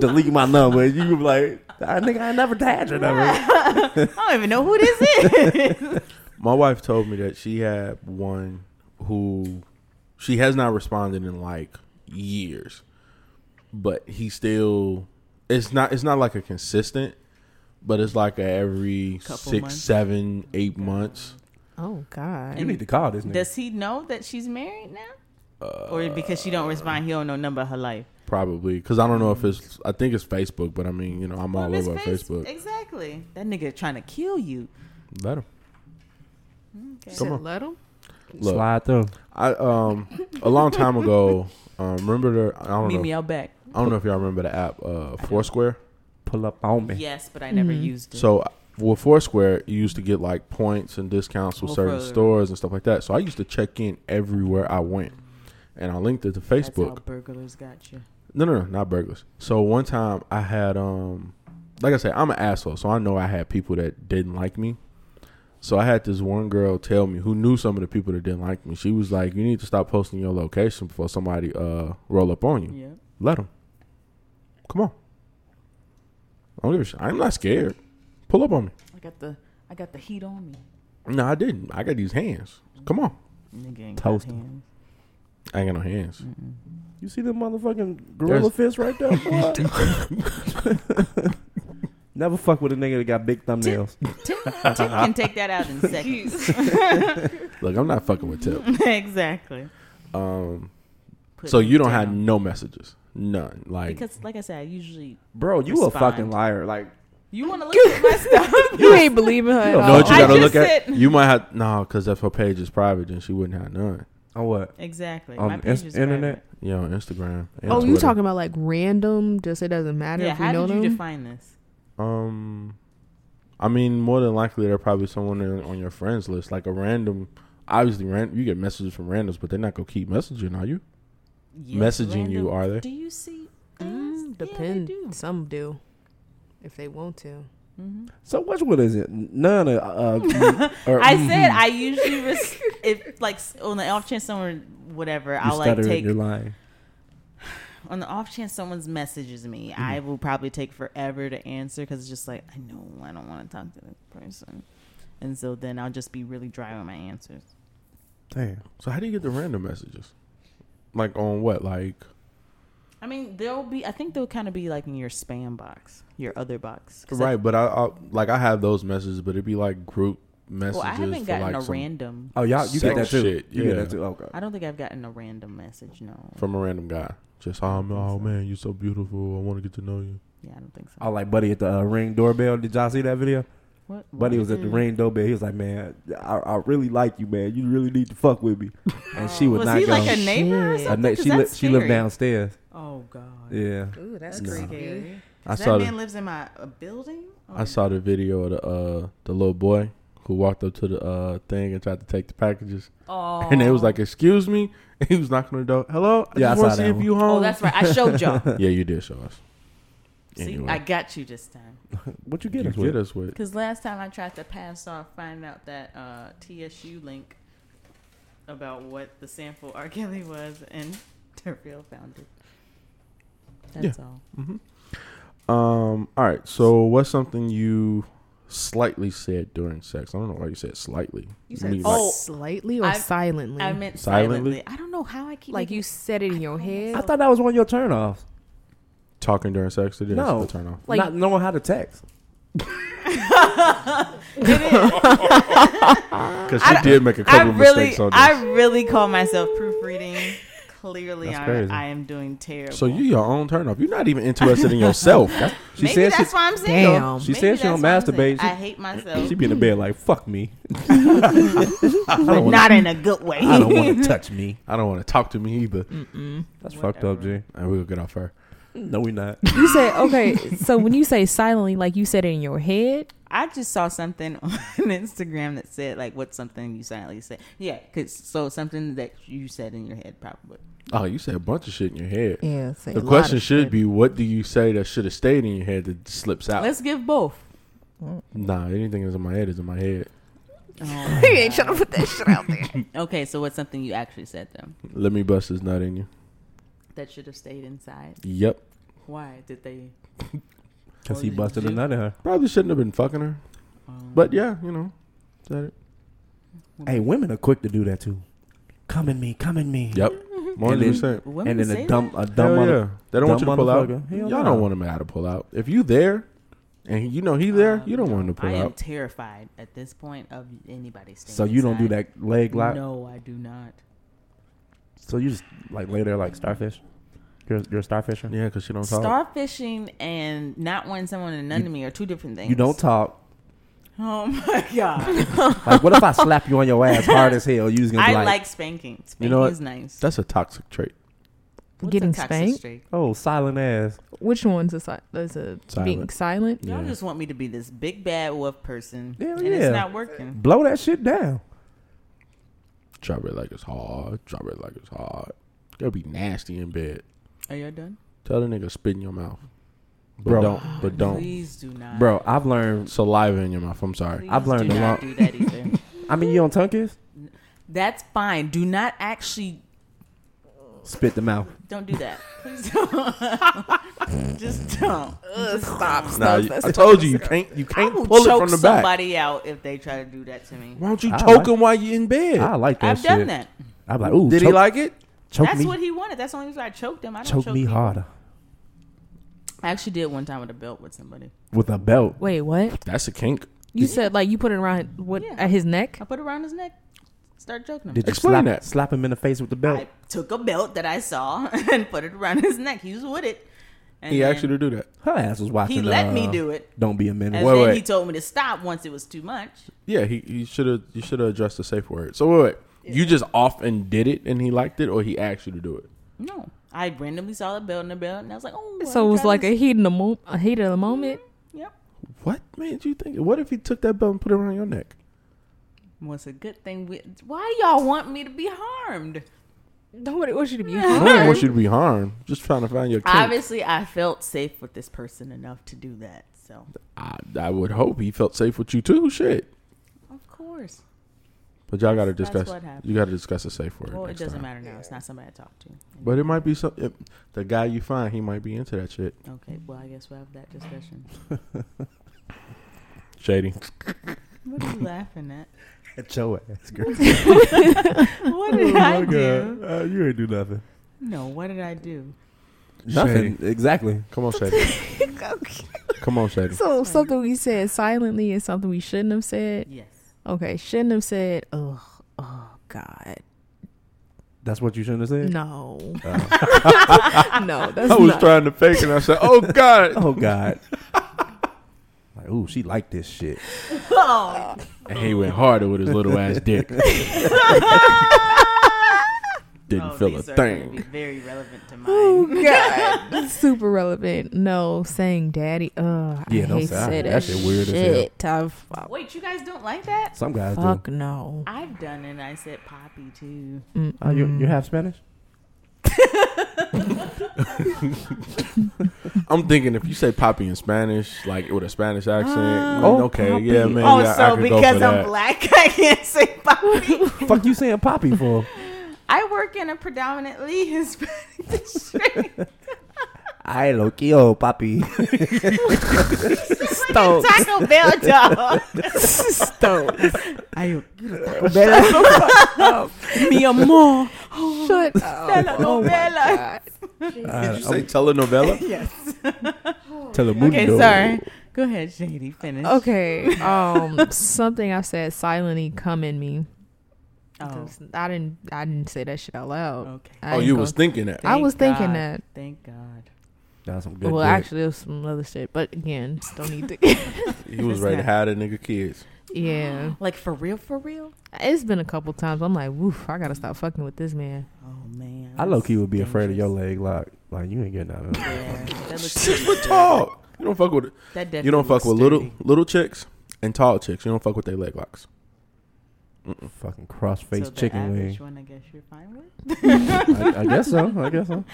S2: Delete my number. You would be like, I think I never tagged your number.
S3: I don't even know who
S5: *laughs*
S3: this is.
S5: My wife told me that she had one who she has not responded in like years, but he still. It's not. It's not like a consistent, but it's like a every
S3: Couple
S5: six,
S3: months.
S5: seven, eight months.
S4: Oh God.
S2: You need to call this nigga.
S3: Does he know that she's married now? or because she don't respond, he don't know number of her life.
S5: Probably because I don't know if it's. I think it's Facebook, but I mean, you know, I'm all
S3: Well, Miss
S5: over
S3: Face-
S5: Facebook.
S3: Exactly. That nigga trying to kill you.
S5: Let him.
S4: You
S5: Come
S4: said
S5: on.
S4: let him.
S5: Look,
S2: Slide through.
S5: I um a long time ago, um, remember the I don't
S3: Meet
S5: know.
S3: me out back.
S5: I don't know if y'all remember the app uh, Foursquare.
S2: Pull up on me.
S3: Yes, but I never used it.
S5: So uh, with Foursquare, you used to get like points and discounts with
S3: Well,
S5: certain
S3: for-
S5: stores and stuff like that. So I used to check in everywhere I went, and I linked it to
S3: That's how
S5: Facebook.
S3: burglars got you.
S5: No, no, no, not burglars. So one time I had um, like I said, I'm an asshole, so I know I had people that didn't like me. So I had this one girl tell me who knew some of the people that didn't like me. She was like, "You need to stop posting your location before somebody uh roll up on you."
S3: Yeah.
S5: Let him. Come on. I don't give a shit. I'm not scared. Pull up on me.
S3: I got the I got the heat on me.
S5: No, I didn't. I got these hands. Come on.
S3: Nigga ain't
S2: Toast
S3: Toast.
S2: 'em.
S3: hands.
S5: I ain't got no hands.
S2: You see the motherfucking gorilla
S5: There's-
S2: fist right there? *laughs* boy? *laughs* never fuck with a nigga that got big thumbnails.
S3: Tip, Tip can take
S5: *laughs*
S3: that out in seconds.
S5: Look, I'm not fucking with Tip.
S3: *laughs* exactly.
S5: Um,
S3: Put
S5: so
S3: it
S5: you don't have
S3: down.
S5: no messages. None. Like,
S3: because like I said, I usually
S2: Bro, you a
S3: Respond.
S2: fucking liar. Like,
S3: you want to look at my
S4: *laughs*
S3: stuff.
S4: You ain't believing her.
S2: You
S4: at
S2: don't
S5: know what you
S4: all.
S3: I
S5: gotta
S3: just
S5: look at?
S3: said-
S5: You might have no, because if her page is private, then she wouldn't have none.
S2: On what?
S3: Exactly.
S2: On
S3: My
S2: ins-
S3: page is
S2: internet?
S3: private.
S5: Yeah, on Instagram. and
S4: oh, you
S5: Twitter.
S4: talking about like random? Just it doesn't matter
S3: Yeah.
S4: if we
S3: How
S4: know
S3: did you
S4: them.
S3: define this?
S5: Um, I mean, more than likely, they're probably someone in, on your friends list, like a random. Obviously, ran, you get messages from randoms, but they're not gonna keep messaging, are you?
S3: Yes,
S5: Messaging you,
S3: random-
S5: are they?
S3: Do you see?
S4: mm, depend. Some do, if they want to.
S3: hmm
S2: So which one is it? None of.
S3: *laughs*
S2: Uh, or,
S3: I
S5: mm-hmm.
S2: mhm.
S3: said I usually res- if like s- on the off chance someone whatever
S2: You
S3: I'll like
S2: stuttering,
S3: take
S2: You're lying.
S3: on the off chance someone's messages me
S5: Mm-hmm.
S3: I will probably take forever to answer because it's just like I know I don't want to talk to this person and so then I'll just be really dry on my answers.
S2: Damn.
S5: So how do you get the random messages? Like on what? Like
S3: I mean they'll be I think they'll kind of be like in your spam box your other box 'Cause I-
S5: right? but I, I like I have those messages, but it'd be like group messages.
S3: well I haven't
S5: for,
S3: gotten
S5: like,
S3: a
S5: some-
S3: random
S2: Oh, y'all, you
S5: Sex
S2: get that too.
S5: shit,
S2: You
S5: yeah.
S2: get that too. Okay.
S3: I don't think I've gotten a random message no
S5: from a random guy. Just oh, oh man, you're so beautiful. I want to get to know you.
S3: yeah I don't think so
S2: Oh, like Buddy at the uh, ring doorbell. Did y'all see that video?
S3: what, what?
S2: Buddy was at the ring doorbell. He was like, "Man, I, I really like you, man. You really need to fuck with me." And she would
S3: was
S2: not
S3: he
S2: go.
S3: like a neighbor or
S4: Shit.
S2: A
S3: something?
S2: na-
S3: 'Cause
S2: she li-
S3: that's
S2: she lived
S3: scary.
S2: downstairs.
S3: Oh God.
S2: Yeah.
S4: Ooh, that's
S5: No.
S3: Scary.
S5: I
S3: that
S5: saw
S3: man
S5: the,
S3: lives in my a building. Oh,
S5: I saw the video of the uh the little boy who walked up to the uh thing and tried to take the packages. *laughs*
S3: Oh.
S5: And they was like, "Excuse me." *laughs* And he was knocking on the door. Hello, I
S2: Yeah, I
S5: just want to
S2: saw
S5: see
S2: that
S5: if
S2: one.
S5: you home. *laughs*
S3: Oh, that's right. I showed y'all.
S5: yeah, you did show us.
S3: See,
S5: Anyway.
S3: I got you this time.
S2: What you
S5: You
S2: get?
S5: get
S2: us with?
S5: us with.
S3: Because last time I tried to pass off, find out that uh, TSU link about what the sample R. Kelly was, and *laughs* Terrell found it. That's all.
S5: Mm-hmm. Um. All right. So, what's something you slightly said during sex? I don't know why you said slightly.
S4: You said
S5: mean, like,
S3: Oh,
S4: slightly or
S3: I-
S4: silently?
S3: I meant
S5: Silently?
S3: silently. I don't know how I keep
S4: like you said it in your head.
S2: I thought that was one of your turnoffs.
S5: talking during sex. It is
S2: No.
S5: a turn off.
S4: Like-
S2: not knowing how to text.
S5: Because she did make a
S3: I
S5: couple of
S3: really,
S5: mistakes on this.
S3: I really call myself proofreading. Clearly,
S2: That's
S3: I'm,
S2: crazy.
S3: I am doing terrible.
S5: so you your own turn off. You're not even interested in
S3: *laughs*
S5: yourself. That's,
S2: She
S3: Maybe
S2: said
S3: that's
S2: she,
S3: why I'm single.
S4: Damn.
S2: She
S3: Maybe
S2: said she
S3: that's
S2: don't
S3: why I'm single.
S2: masturbate. She-
S3: I hate myself,
S2: she be in the bed like fuck me.
S3: but not in a good way.
S2: I
S3: *laughs*
S2: don't want to touch me.
S5: I don't want to talk to me either.
S2: That's fucked up, G.
S5: And we'll get off her.
S2: No, we not.
S4: You said *laughs* okay. So when you say silently, like you said it in your head.
S3: I just saw something *laughs* on Instagram that said like, "What's something you silently said?" Yeah, 'cause- so something that you said in your head probably.
S5: Oh, you said a bunch of shit in your head.
S4: Yeah.
S5: The question should
S4: *laughs*
S5: be, what do you say that should have stayed in your head that slips out?
S3: Let's give both.
S4: *laughs*
S5: nah, anything that's in my head is in my head.
S3: *laughs*
S4: He ain't trying to put that shit out there.
S3: Okay, so what's something you actually said though
S5: Let me bust this nut in you.
S3: that should have stayed inside?
S5: Yep.
S3: Why did they?
S2: Cause he busted another her.
S5: Probably shouldn't have been fucking her.
S3: um,
S5: But yeah, you know. Is that it?
S2: Hey, women are quick to do that too. Come in me, come in me.
S3: *laughs*
S5: Yep.
S2: And then-
S5: 100%.
S3: Women
S2: and then
S3: say
S2: a dumb, a
S5: Dumb
S2: dumb,
S5: Hell
S2: mother-
S5: yeah. They don't want you
S2: dumb
S5: to pull out.
S2: motherfucker. Hell
S5: Y'all
S2: no.
S5: don't want him to have to pull out. If you there and you know he there, you don't want him to
S3: Um, I
S5: pull
S3: am
S5: out.
S3: terrified at this point of anybody staying.
S2: So you don't do
S3: inside.
S2: that leg lock.
S3: No, I do not.
S2: So you just like lay there like starfish. You're, you're a starfisher.
S5: Yeah, because she don't talk.
S3: Starfishing and not wanting someone to none to me are two different things.
S2: You don't talk.
S3: *laughs* Oh my
S2: *laughs*
S3: god!
S2: Like, what if I slap you on your ass hard as hell? You just gonna be
S3: I
S2: like,
S3: like, spanking. Spanking
S5: You know what?
S3: is nice.
S5: That's a toxic trait.
S3: What's
S4: Getting
S3: a toxic
S4: spanked?
S3: streak?
S2: oh, silent ass.
S4: Which one's a, si- is a being
S5: Silent.
S4: silent?
S3: Y'all
S5: Yeah.
S3: just want me to be this big bad wolf person,
S2: Hell
S3: and
S2: yeah.
S3: it's not working.
S2: Blow that shit down.
S5: Drop it like it's hard. Drop it like it's hard. Gotta be nasty in bed.
S3: Are y'all done?
S5: Tell the nigga spit in your mouth. But
S2: Bro.
S5: don't. But don't.
S3: Please do not,
S2: Bro, I've learned.
S5: Saliva in your mouth. I'm sorry.
S3: Please
S2: I've learned
S3: do
S2: a
S3: not
S2: lot.
S3: Do that
S2: *laughs*
S3: either.
S2: I mean, you on tongue kiss?
S3: That's fine. Do not actually.
S2: Spit them out.
S3: Don't do that. Please don't.
S2: *laughs*
S3: just don't. *laughs* Ugh, stop.
S5: Nah, you- I told you you can't. You
S3: I
S5: can't
S3: will
S5: pull it
S3: choke
S5: from the back.
S3: somebody out if they try to do that to me.
S5: Why don't you
S2: I
S5: choke
S2: like-
S5: him while you're in bed?
S2: I like that
S3: I've
S2: shit.
S3: done that.
S2: I'm like, ooh,
S5: Did
S2: choke,
S5: he like it?
S2: choke
S3: That's
S2: me,
S3: what he wanted. That's the only reason I choked him. I don't
S2: choke me
S3: people.
S2: harder
S3: I actually did one time with a belt with somebody.
S2: with a belt.
S4: Wait, what?
S5: That's a kink.
S4: You said like you put it around what
S3: Yeah.
S4: at his neck?
S3: I put it around his neck, started choking him.
S2: Did you
S5: Explain
S2: slap,
S5: that.
S2: slap him in the face with the belt?
S3: I took a belt that I saw *laughs* and put it around his neck. He was with it. And
S5: He
S3: then
S5: asked you to do that.
S2: Her ass was watching.
S3: He let me
S2: uh,
S3: do it.
S2: Don't be a minute.
S3: And *laughs*
S5: Wait,
S3: then
S5: wait.
S3: he told me to stop once it was too much.
S5: Yeah, he, he should have. You should have addressed the safe word. So wait, wait. You just often did it and he liked it, or he asked you to do it.
S3: No, I randomly saw the bell in the bell, and I was like, oh.
S4: So it was like a
S3: a
S4: heat in the mo- a heat of the moment.
S3: Yep.
S5: What made you think? What if he took that belt and put it around your neck?
S3: What's a good thing? We, why do y'all want me to be harmed?
S4: Nobody wants you to *laughs* be
S5: I don't want you to be harmed. Just trying to find your kink.
S3: Obviously, I felt safe with this person enough to do that. So,
S5: I, I would hope he felt safe with you too. Shit,
S3: of course.
S5: but y'all got to
S3: That's
S5: discuss.
S3: what happened.
S5: You got to discuss a safe word.
S3: Well, it
S5: next
S3: doesn't
S5: time.
S3: matter now. It's not somebody I talk to.
S5: But it might be some. It, the guy you find, he might be into that shit.
S3: Okay. Well, I guess we'll have that discussion.
S5: Shady.
S3: *laughs* What are you laughing at?
S2: At your
S4: *laughs*
S2: ass, girl.
S3: *laughs*
S5: Oh
S3: What
S2: Oh
S3: did I do?
S2: Uh, you ain't do nothing.
S3: No, what did I do?
S2: Nothing. Exactly.
S5: Come on, Shady. Come on,
S3: *laughs*
S5: Shady.
S4: So something we said silently is something we shouldn't have said.
S3: Yes.
S4: Okay, shouldn't have said. Oh, oh God,
S2: That's what you shouldn't have said.
S4: no,
S3: Uh.
S4: *laughs* no. That's
S5: I was
S3: *laughs*
S4: not.
S5: trying to fake it. and I said, "Oh God."
S2: *laughs* Oh God. like, ooh, she liked this shit.
S3: Oh,
S5: And he went harder with his little ass
S3: *laughs*
S5: dick. *laughs* Didn't
S3: Oh,
S5: feel a
S3: these are gonna
S5: thing.
S3: be very relevant to
S4: Oh
S3: *laughs* mine.
S4: God, That's super relevant. No, saying daddy. Uh,
S2: Yeah,
S4: I
S2: don't
S4: hate
S2: say-
S4: to say
S2: that
S4: that.
S2: shit weird as hell.
S4: shit. I've- I-
S3: Wait, you guys don't like that?
S2: Some guys
S4: fuck no.
S3: I've done it. and I said poppy too.
S2: do. Oh, you
S3: *gasps*
S2: you half Spanish?
S5: I'm thinking if you say "poppy" in Spanish, like with a Spanish accent, like,
S2: Oh,
S5: okay,
S2: poppy.
S5: yeah, man.
S3: oh,
S5: yeah, I could go
S3: so
S5: for
S3: because I'm
S5: that.
S3: black, *laughs* I can't say *laughs* poppy.
S2: Fuck you saying poppy for?
S3: I work in a predominantly Hispanic district. *laughs*
S2: I lo quiero, *laughs* papi.
S3: Like a Taco Bell dog.
S4: Mi amor.
S3: Oh,
S4: Shut up. Oh,
S3: Telenovela.
S5: Did you say telenovela?
S3: *laughs* Yes.
S5: *laughs* Telemundo.
S3: Okay, sorry. Go ahead, Shady. Finish. *laughs*
S4: Okay. Um, something I said silently come in me.
S3: Oh,
S4: 'Cause I didn't. I didn't say that shit out loud.
S3: okay.
S4: I
S5: Oh,
S4: ain't
S5: you
S4: gonna-
S5: was thinking that.
S4: I was
S3: Thank
S4: thinking
S3: God.
S4: that.
S3: Thank God.
S2: That's some good.
S4: well,
S2: dick.
S4: actually, it was some other shit. But again, don't need to. *laughs*
S5: He was
S3: *laughs*
S5: ready to have the nigga kids.
S4: yeah,
S3: Like for real, for real.
S4: it's been a couple times. I'm like, woof. I gotta stop fucking with this man.
S3: Oh man.
S2: I low key would be afraid of your
S3: leg.
S2: leg lock. Like you ain't getting out of it.
S3: Yeah,
S2: *laughs*
S3: that looks
S5: Six
S3: pretty
S5: foot
S3: dirty.
S5: tall. You don't fuck with
S3: That definitely
S5: you don't fuck
S3: looks
S5: with little
S3: dirty.
S5: little chicks and tall chicks. You don't fuck with their leg locks.
S2: Fucking cross face
S3: so the
S2: chicken
S3: average
S2: wing.
S3: one, I guess you're fine with. *laughs*
S2: I, I guess so. I guess so.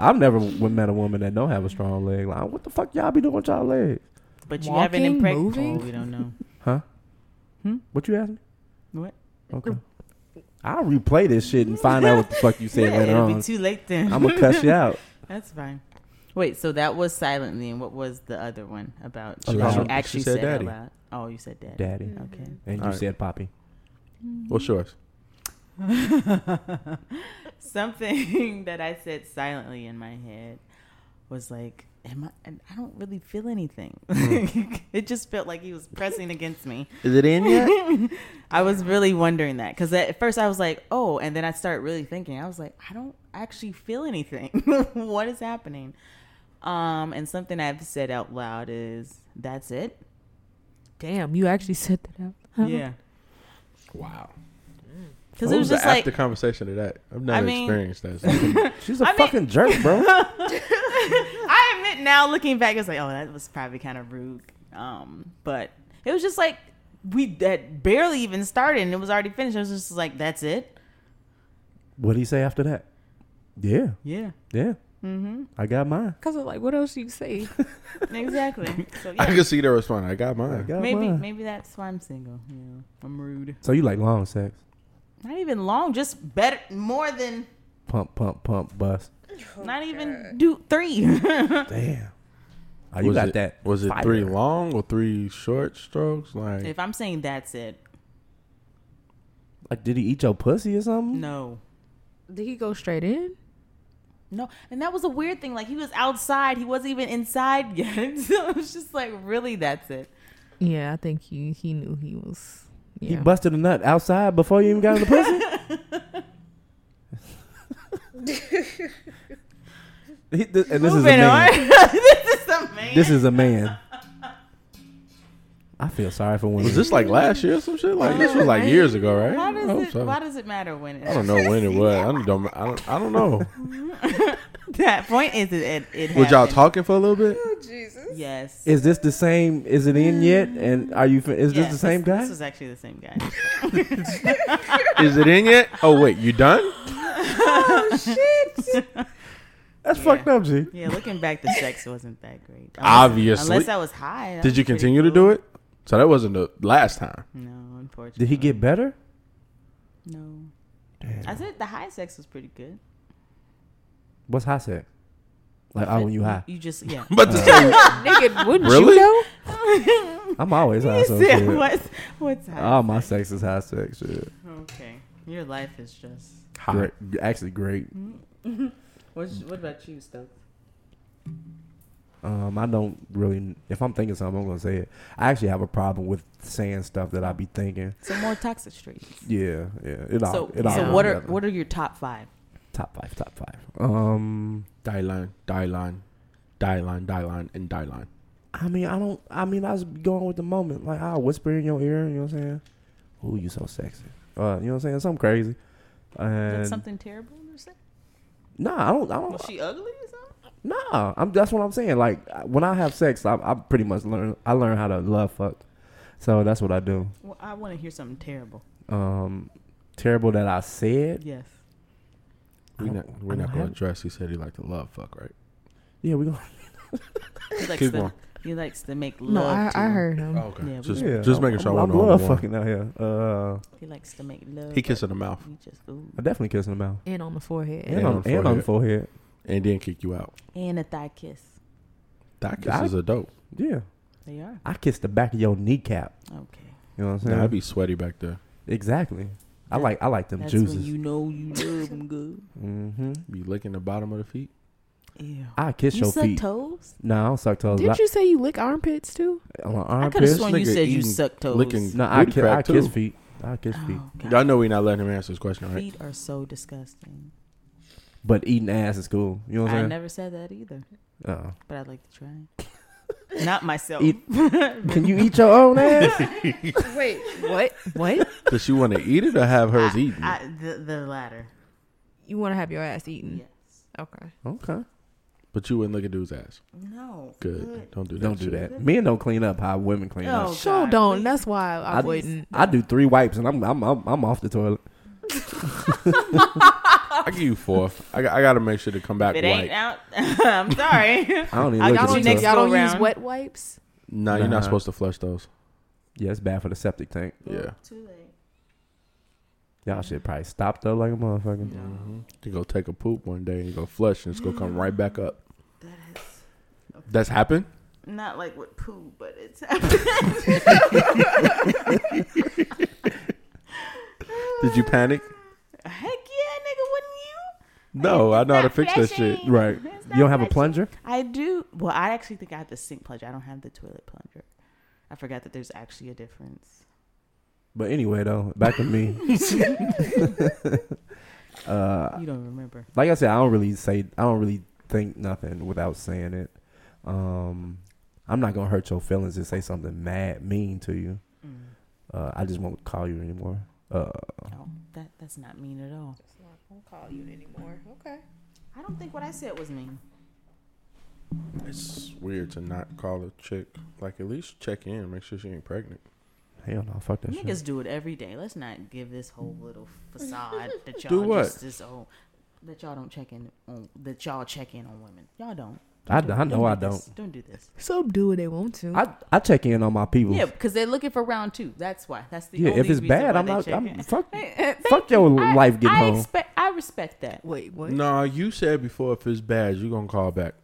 S2: I've never w- met a woman that don't have a strong leg. Like what the fuck y'all be doing with y'all legs?
S3: But you haven't
S4: Walking,
S3: impregnated.
S4: moving?
S3: Oh, we don't know.
S2: What you asked me?
S3: What?
S2: Okay. I'll replay this shit and find out what the fuck you
S3: *laughs*
S2: said
S3: Yeah,
S2: later
S3: it'll
S2: on.
S3: be too late then.
S2: I'm gonna cuss you out.
S3: That's fine. Wait, so that was silently, and what was the other one about?
S2: She
S3: what
S2: said-
S3: you
S2: she
S3: actually
S5: said
S3: said, out
S5: daddy.
S3: loud? Oh, you said daddy.
S2: Daddy.
S3: Okay.
S2: And you
S5: Alright.
S2: said Poppy.
S5: What's
S3: Mm-hmm.
S5: yours?
S3: *laughs* Something *laughs* that I said silently in my head was like, "Am I? and I don't really feel anything."
S2: Hmm.
S3: *laughs* it just felt like he was pressing against me.
S5: Is it in yet?
S3: *laughs* I was really wondering that because at first I was like, "Oh," and then I started really thinking. I was like, "I don't actually feel anything. *laughs* what is happening?" Um, and something I've said out loud is, "That's it."
S4: Damn, you actually said that out. loud.
S3: Yeah,
S5: wow.
S3: because
S5: What was
S3: Mm. it was
S5: the
S3: just like
S5: after conversation of that? I've never
S3: I mean-
S5: experienced that. *laughs* So-
S2: *laughs*
S3: *laughs*
S2: She's a
S3: I mean-
S2: fucking jerk,
S5: *laughs*
S2: bro.
S3: I admit now, looking back, it's like, "Oh, that was probably kind of rude." Um, but it was just like we that barely even started, and it was already finished. It was just like, "That's it."
S2: What'd he say after that? Yeah,
S3: Yeah.
S2: yeah.
S3: Mm-hmm.
S2: I got mine.
S4: Cause I'm like, what else you say?
S3: Exactly. So
S5: I
S3: yeah.
S5: can see the response. I got
S2: I
S5: mine.
S2: got
S3: Maybe
S2: mine.
S3: maybe that's why I'm single. Yeah, I'm rude.
S2: So you like long sex?
S3: Not even long, just better more than
S2: Pump, pump, pump, bust.
S3: not even do three. *laughs*
S2: Damn. Oh, you
S5: was
S2: got
S5: it,
S2: that?
S5: Was it
S2: fire.
S5: three long or three short strokes? Like
S3: if I'm saying that's it,
S2: Like, did he eat your pussy or something?
S3: no.
S4: *laughs* Did he go straight in?
S3: No. And that was a weird thing. Like he was outside, he wasn't even inside yet. *laughs* So it was just like, really, that's it.
S4: Yeah, I think he he knew he was.
S2: He
S4: Yeah.
S2: busted a nut outside before you even got in the
S3: *laughs*
S2: pussy. He- th-
S3: *laughs*
S2: and this is a
S3: Moving
S2: man.
S3: on. this is a man.
S2: This is a man. I feel sorry for women.
S5: Was this like last year or some shit? Like this was like years ago, right?
S3: Why
S5: I hope
S3: does it?
S5: so.
S3: Why does it matter when? It
S5: I don't know when it was. I don't, don't- I don't. I don't know.
S3: that point is it. It, it
S5: Was y'all
S3: happened.
S5: talking for a little bit?
S3: Yes.
S2: is this the same? Is it in yet? And are you? fi- Is
S3: Mm. Yeah,
S2: this the same guy?
S3: This was actually the same guy.
S5: Is it in yet? Oh wait, you done?
S2: That's fucked up, G.
S3: *laughs* yeah, looking back, the sex wasn't that great. Unless-
S5: Obviously.
S3: Unless I was high. that
S5: Did you
S3: was pretty
S5: continue to
S3: cool.
S5: do it? So that wasn't the last time.
S3: No, unfortunately.
S2: Did he get better?
S3: No. I said the high sex was pretty good.
S2: What's high sex? Like, oh, when you
S3: *laughs*
S2: high?
S3: You just
S2: *laughs*
S3: yeah.
S5: But the thing-
S4: Nigga, wouldn't
S5: Uh, Really?
S4: you know?
S2: I'm always high.
S3: You
S2: So Oh.
S3: said
S2: shit.
S3: what's what's high?
S2: All my sex is high sex. Shit.
S3: okay, your life is just.
S2: Great. Actually, great.
S3: What's, what about you, Stokes?
S2: Um, I don't really. If I'm thinking something, I'm gonna say it. I actually have a problem with saying stuff that I be thinking.
S3: Some more toxic streets.
S2: Yeah, yeah. It all.
S3: So,
S2: it all
S3: so
S2: goes
S3: what are
S2: together.
S3: what are your top five?
S2: top five? Top five. Um,
S5: Die line, die line, die line, die line, and die line.
S2: I mean, I don't. I mean, I was going with the moment. Like I whisper in your ear. You know what I'm saying? Ooh, you so sexy. Uh, you know what I'm saying? Something crazy. And Oh.
S3: Did something terrible or something?
S2: Nah, I don't. I don't.
S3: Was she ugly or something?
S2: Nah, I'm that's what I'm saying. Like I- when I have sex, I, I pretty much learn. I learn how to love fuck. So that's what I do.
S3: Well, I want to hear something terrible.
S2: Um, terrible that I said.
S3: Yes.
S5: We're
S2: I
S5: not,
S2: don't-
S5: we're
S2: I
S5: not
S2: don't
S5: gonna
S2: have-
S5: address. He said he liked to love fuck, right?
S2: Yeah, we gonna.
S3: He likes
S5: Keep
S3: to,
S5: going.
S3: He likes to make love.
S4: No, I,
S3: to
S4: I
S3: him.
S4: heard him.
S5: Oh, okay.
S3: Yeah, we-
S5: just
S2: Yeah,
S5: just
S2: I'm-
S5: making sure I
S2: I'm,
S5: wasn't
S2: I'm
S5: the
S2: love
S5: only one.
S2: fucking out here. Uh,
S3: He likes to make love.
S5: He kissed in the mouth
S3: We just ooh.
S2: I definitely kiss in the mouth
S4: And on the forehead.
S2: and, on, and on the forehead.
S5: and then kick you out.
S3: and a thigh kiss.
S5: That
S2: That-
S5: kisses are dope.
S2: Yeah,
S3: They are
S2: I kiss the back of your kneecap.
S3: okay.
S2: You know what I'm
S5: Nah,
S2: saying?
S5: I'd be sweaty back there.
S2: exactly. I
S3: That-
S2: like I like them
S3: That's when
S2: juices.
S3: you know you love them good.
S2: mm-hmm.
S5: Be licking the bottom of the feet.
S3: Ew.
S2: I kiss
S3: you
S2: your
S3: suck
S2: feet.
S3: toes?
S2: no, I don't suck toes.
S4: Didn't
S2: I,
S4: you say you lick armpits too?
S2: on my
S3: I could have
S2: armpits.
S3: sworn you
S5: nigga
S3: said you
S5: eating-
S3: suck toes.
S5: licking-
S2: No, I
S5: Booty
S2: kiss,
S5: crack,
S2: I kiss
S5: too.
S2: feet. I kiss feet.
S3: Oh, God.
S5: Y'all know we not letting him answer this question, right?
S3: Feet are so disgusting.
S2: But eating ass is cool. You know what
S3: I
S2: I'm saying?
S3: never said that either,
S2: Uh-uh.
S3: but I'd like to
S2: *laughs*
S3: try. Not myself. *laughs*
S2: Eat- Can you eat your own ass?
S4: *laughs* Wait, what? *laughs* What?
S5: Does she want to eat it or have hers
S3: I,
S5: eaten?
S3: I, the, the latter.
S4: You want to have your ass eaten?
S2: Mm.
S3: Yes.
S4: Okay.
S2: okay.
S5: but you wouldn't look at dude's ass.
S3: No.
S5: Good. Don't do that.
S2: Don't do
S5: shit.
S3: *laughs*
S2: that. Men don't clean up how women clean
S3: No.
S2: up.
S4: Sure
S3: God,
S4: don't.
S3: please.
S4: That's why I,
S2: I-
S4: wouldn't.
S2: I do three wipes and I'm I'm I'm, I'm off the toilet.
S5: I give you four. I, got- I got to make sure to come back
S3: If it ain't
S5: white.
S3: out, *laughs* I'm sorry.
S2: *laughs* I don't even
S3: I
S4: y'all
S3: got you
S2: look at the
S4: don't,
S3: next
S2: next
S4: use, y'all don't use
S3: round.
S4: wet wipes?
S5: Nah, you're
S2: Nah.
S5: not supposed to flush those.
S2: Yeah, it's bad for the septic tank.
S5: Yeah.
S3: Too late.
S2: Y'all should probably stop though like a motherfucker.
S3: Mm-hmm.
S5: You go take a poop one day and you go flush and it's gonna come right back up.
S3: That is
S5: That's happened.
S3: not like with poo, but it's happened.
S5: *laughs* Did you panic?
S3: Heck yeah,
S5: No, I know how to
S3: not
S5: fix that shit.
S3: flushing.
S2: Right.
S3: That's
S2: You don't
S3: not
S2: have a
S3: much.
S2: plunger?
S3: nigga, wouldn't you? I do. Well, I actually think I have the sink plunger. I don't have the toilet plunger. I forgot that there's actually a difference.
S2: But anyway though, back to me. uh
S3: You don't remember.
S2: like I said, I don't really say I don't really think nothing without saying it. Um I'm not gonna hurt your feelings and say something mad mean to you.
S3: Mm.
S2: Uh I just won't call you anymore. Uh
S3: Oh, that that's not mean at all.
S4: It's not gonna call you anymore. Okay.
S3: I don't think what I said was mean.
S5: It's weird to not call a chick. Like at least check in, make sure she ain't pregnant.
S2: hell no, fuck that shit.
S3: Niggas do it every day. Let's not give this whole little
S2: *laughs*
S3: facade that y'all
S5: Do what?
S3: just this oh that y'all don't check in on that y'all check in on women. Y'all don't.
S2: I,
S3: Don't-
S2: I know
S3: do
S2: I
S3: this.
S2: don't.
S3: Don't do this.
S4: Some do what they want to.
S2: I, I check in on my people.
S3: Yeah,
S2: Yeah,
S3: because they're looking for round two. That's why. That's the only
S2: if it's
S3: reason
S2: bad,
S3: why
S2: I'm
S3: they
S2: not.
S3: check
S2: I'm
S3: in. *laughs*
S2: fuck.
S3: Thank
S2: fuck
S3: you.
S2: your
S3: I-
S2: life getting
S3: I
S2: home.
S3: expect. I respect that.
S4: Wait, what?
S5: No, you said before if it's bad, you gonna call back.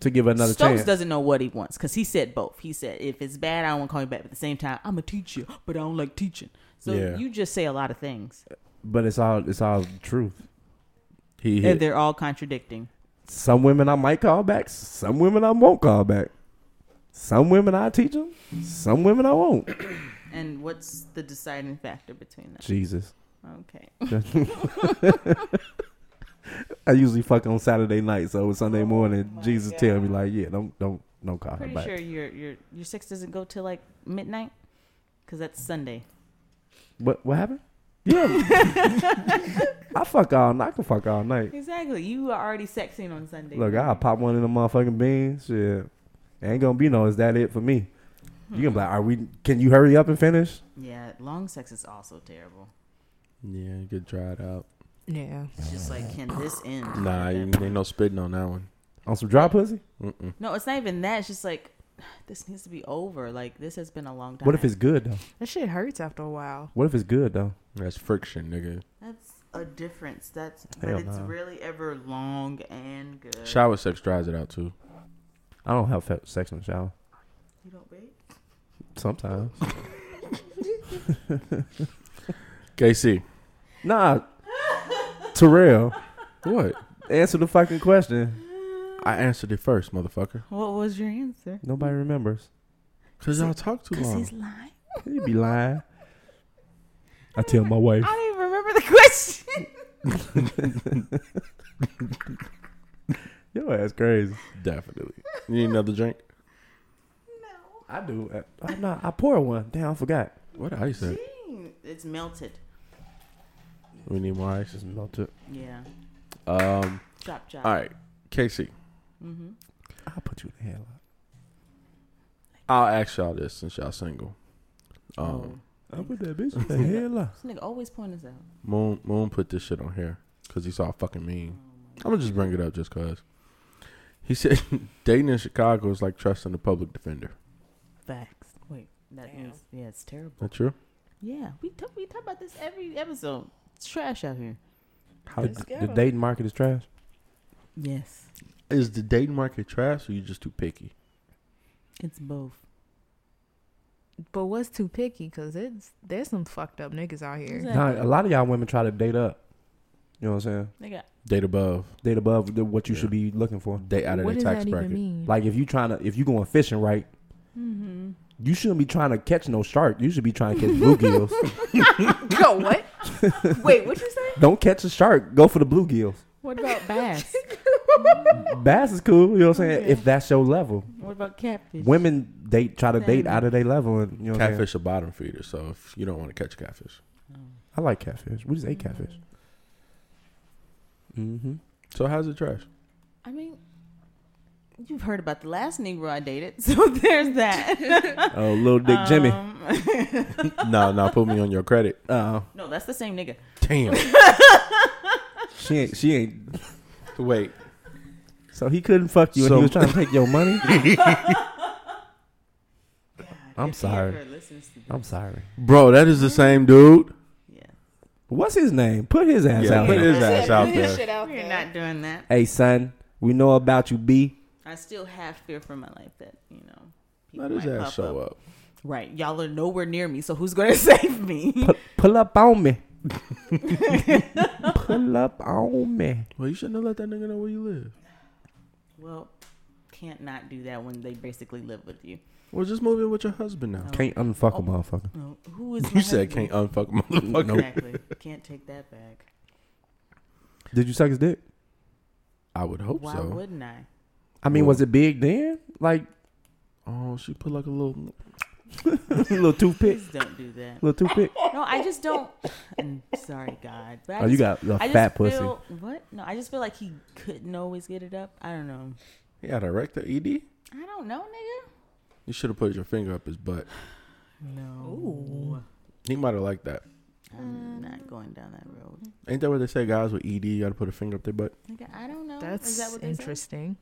S2: to give it another
S3: Stokes
S2: chance.
S3: doesn't know what he wants because he said both. He said if it's bad, I don't want to call you back. But at the same time, I'm a teacher, but I don't like teaching. So
S5: Yeah.
S3: you just say a lot of things,
S2: but it's all it's all truth.
S5: He
S3: and
S5: hit.
S3: they're all contradicting.
S2: Some women I might call back. Some women I won't call back. Some women I teach them. Some women I won't.
S3: And what's the deciding factor between them?
S2: Jesus.
S3: Okay.
S2: I usually fuck on Saturday night, so Sunday morning,
S3: my
S2: Jesus tell me like, yeah, don't don't No coffee
S3: Oh Pretty
S2: back.
S3: sure your your your sex doesn't go till like midnight, because that's Sunday.
S2: What what happened? Yeah. I fuck all night. I can fuck all night.
S3: Exactly. You are already sexing on Sunday.
S2: Look, I'll pop one in the motherfucking beans. Shit. Ain't gonna be no, is that it for me? You can be like, are we can you hurry up and finish?
S3: Yeah, long sex is also terrible.
S5: Yeah, you could try it out.
S4: Yeah.
S3: It's just like, can this end?
S5: Nah, you, ain't no spitting on that one.
S2: On some dry pussy?
S5: Mm-mm.
S3: No, it's not even that. It's just like *sighs* this needs to be over. Like this has been a long time.
S2: What if it's good though?
S4: That shit hurts after a while.
S2: What if it's good though?
S5: That's friction, nigga.
S3: that's a difference? That's
S2: Hell
S3: but it's
S2: no.
S3: really ever long and good.
S5: Shower sex dries it out too.
S2: I don't have fe- sex in the shower.
S3: You don't bake?
S2: Sometimes.
S5: KC,
S3: *laughs*
S2: Nah. Terrell,
S5: what?
S2: answer the fucking question.
S5: I answered it first, motherfucker.
S3: What was your answer?
S2: Nobody remembers.
S5: Cause y'all talk too
S3: Cause
S5: long.
S3: he's lying.
S2: You be lying. I tell my wife.
S3: I don't even remember the *laughs* question.
S2: Your ass crazy.
S5: Definitely. You need another drink?
S3: no.
S2: I do. I, I'm not. I pour one. Damn, I forgot.
S5: What ice? at?
S3: Dang, it's melted.
S5: We need more ice.
S2: Just melted.
S3: Yeah.
S5: Um.
S3: Chop chop.
S5: All right, KC.
S3: Mm-hmm.
S2: I'll put you in the headlock.
S5: I'll ask y'all this since y'all single.
S3: Oh.
S5: Um,
S2: I'll put that bitch in the headlock.
S3: This nigga always point us out.
S5: Moon Moon put this shit on here because he saw a fucking
S3: Oh
S5: meme. I'm gonna just bring it up just cause. He said *laughs* dating in Chicago is like trusting the public defender.
S3: Facts. Wait, that
S4: Damn.
S3: is- yeah, it's terrible.
S5: That true?
S3: Yeah, we talk we talk about this every episode. It's trash out here.
S2: How
S4: Let's
S2: the, the
S4: go.
S2: dating market is trash.
S3: Yes,
S5: Is the dating market trash, or you just too picky?
S3: it's both.
S4: But what's too picky? Cause it's there's some fucked up niggas out here.
S2: Nah, a lot of y'all women try to date up. You know what I'm saying?
S3: Nigga,
S5: Date above,
S2: Date above the, what you
S5: Yeah.
S2: should be looking for.
S5: date out of
S4: what
S5: their
S4: does
S5: tax
S4: that
S5: bracket.
S4: even mean?
S2: Like if you trying to, if you going fishing, right?
S3: mm-hmm.
S2: You shouldn't be trying to catch no shark. You should be trying
S4: *laughs*
S2: to catch bluegills.
S4: *laughs* Yo, what? Wait, what you say?
S2: Don't catch a shark. Go for the bluegills.
S4: *laughs*
S3: what *laughs* about bass?
S2: Bass is cool. You know what I'm saying?
S3: Okay.
S2: If that's your level,
S3: what about catfish?
S2: women date try to date
S3: Same.
S2: out of their level. And you know, what I'm saying?
S5: Catfish are bottom feeders, so if you don't want to catch catfish,
S2: I like catfish. We just ate catfish. Mm-hmm.
S5: so how's it trash? *laughs*
S3: I mean, you've heard about the last Negro I dated, *laughs* so there's that.
S2: *laughs* Oh, little Dick Jimmy.
S3: Um, *laughs*
S5: no, no, put me on your credit.
S2: Uh,
S3: no, that's the same nigga.
S5: Damn.
S2: she ain't. She ain't
S5: Wait,
S2: So he couldn't fuck you, and
S5: So-
S2: he was trying to take your *laughs* money.
S3: If
S2: I'm
S3: he
S2: sorry.
S3: ever listens to this-
S2: I'm sorry.
S5: bro, that is the same dude.
S3: Yeah,
S2: What's his name? Put his ass
S5: Yeah,
S2: out.
S5: put
S2: there.
S5: his ass out there.
S3: we're not doing that.
S2: hey, son, we know about you, B.
S3: I still have fear for my life that you know.
S5: Let his
S3: might
S5: ass
S3: pop
S5: show up.
S3: Right, y'all are nowhere near me, so who's gonna *laughs* save me?
S2: Pu- pull up on *laughs* me. pull up on me.
S5: Well, you shouldn't have let that nigga know where you live.
S3: well, can't not do that when they basically live with you.
S5: Well, just move in with your husband
S3: *laughs*
S5: now.
S2: Can't unfuck
S3: Oh.
S2: a motherfucker.
S3: No, who is
S5: You
S3: my
S5: said
S3: husband?
S5: can't
S2: *laughs*
S5: uh, unfuck a motherfucker.
S3: Exactly, can't take that back.
S2: Did you suck his dick?
S5: I would hope
S3: Why
S5: so. *laughs*
S3: wouldn't I?
S2: I mean,
S5: Well-
S2: was it big then? Like *laughs*
S5: Oh, she put like a little.
S2: little toothpick,
S3: Please don't do that.
S2: little toothpick.
S3: No, I just don't. I'm sorry, God. But I
S2: Oh, you
S3: just-
S2: got a
S3: I just
S2: fat pussy.
S3: feel, What? No, I just feel like he couldn't always get it up. I don't know.
S5: He had a rectal ED.
S3: I don't know, nigga.
S5: E You should have put your finger up his butt.
S3: No.
S5: He might have liked that.
S3: I'm not going down that road.
S5: Ain't that what they say, guys with ED? You got to put a finger up their butt.
S3: Nigga, I don't know. Is
S4: That's
S3: that what they say?
S4: interesting.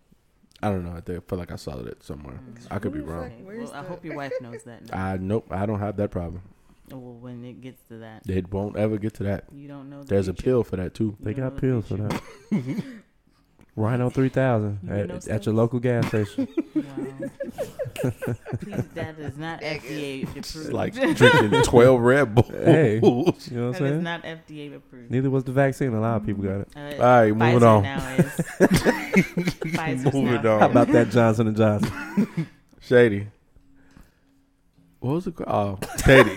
S5: I don't know. I think- I feel like I saw that somewhere. I could be wrong.
S3: Okay, Mm. Well, I hope *laughs* your wife knows that. Now.
S5: I nope. I don't have that problem.
S3: well, when it gets to that,
S5: It won't ever get to that.
S3: you don't know. The
S5: There's a
S3: future.
S5: pill for that too.
S2: They
S3: You don't
S2: got
S3: know the
S2: pills for
S3: future.
S2: that. *laughs* Rhino three thousand
S3: You know
S2: at, at
S3: stuff?
S2: your local gas *laughs* station.
S3: Wow. Please, that is not FDA
S5: It's
S3: approved. *laughs*
S5: like drinking twelve Red Bulls.
S2: Hey.
S5: All
S2: You know what
S3: that
S2: I'm
S3: is
S2: saying?
S3: not FDA approved.
S2: Neither was the vaccine. A lot of people got it.
S3: Uh,
S5: right, moving on. *laughs*
S3: Now is, Pfizer's
S5: Moving
S3: now
S5: on.
S2: How about that Johnson and Johnson?
S3: *laughs*
S5: Shady. What was it called? Oh, *laughs* Shady.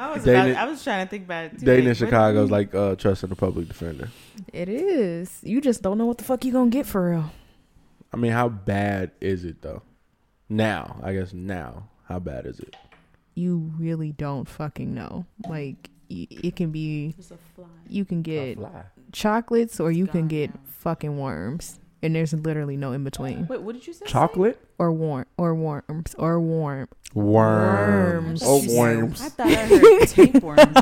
S3: I was,
S5: Dating-
S3: about, I was trying to think about it. Too.
S5: Dating in
S3: Like, what-
S5: Chicago is like uh, trusting the public defender.
S4: It is. You just don't know what the fuck you gonna get for real.
S5: I mean, how bad is it though? Now, I guess now, how bad is it?
S4: You really don't fucking know. Like y- it can be
S3: There's a fly.
S4: you can
S2: A
S4: get
S2: fly.
S4: chocolates or you can
S3: gone
S4: get
S3: now.
S4: fucking worms. And there's literally no in between.
S3: Wait, what did you say?
S2: Chocolate?
S4: Or warm or worms or warm.
S5: Worms.
S4: Worms.
S5: Oh,
S4: She said-
S5: worms.
S3: I thought
S4: *laughs*
S3: I heard *laughs* tapeworms.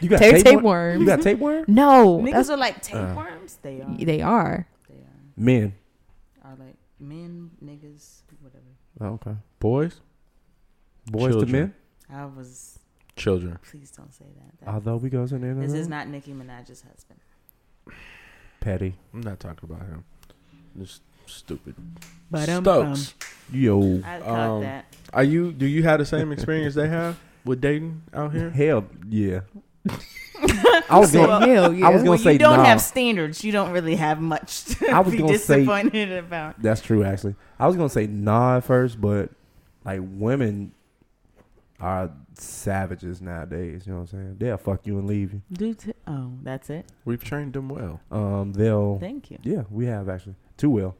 S2: You got
S4: Tape
S2: tapeworm?
S4: tapeworms.
S2: You got tapeworm?
S4: *laughs* No,
S3: Niggas
S4: that's
S3: are
S5: Uh,
S3: like tapeworms. they are.
S4: they
S2: *laughs*
S4: are.
S3: They are.
S2: Men.
S3: Are like men, niggas, whatever.
S2: Oh, okay.
S5: Boys,
S2: Boys to
S5: Children.
S2: men.
S3: I was.
S5: children.
S3: Please don't say that. that
S2: Although we goes in there.
S3: this is not Nicki Minaj's husband.
S2: petty.
S5: I'm not talking about him. Just stupid.
S3: But
S5: Stokes.
S2: Yo.
S3: I caught
S5: Um,
S3: that.
S5: Are you? Do you have the same experience they have with dating out here?
S2: Hell yeah.
S3: *laughs*
S2: I was
S4: So,
S2: gonna,
S4: hell yeah.
S2: I was gonna
S3: When
S2: say
S3: you don't
S2: nah.
S3: have standards, you don't really have much *laughs* to
S2: I was
S3: be
S2: gonna say-
S3: disappointed about.
S2: That's true, actually. I was gonna say nah at first, but like women are savages nowadays. You know what I'm saying? They'll fuck you and leave you.
S3: Do t- oh, that's it.
S5: We've trained them well.
S2: Um, they'll
S3: Thank you.
S2: yeah, we have actually too well.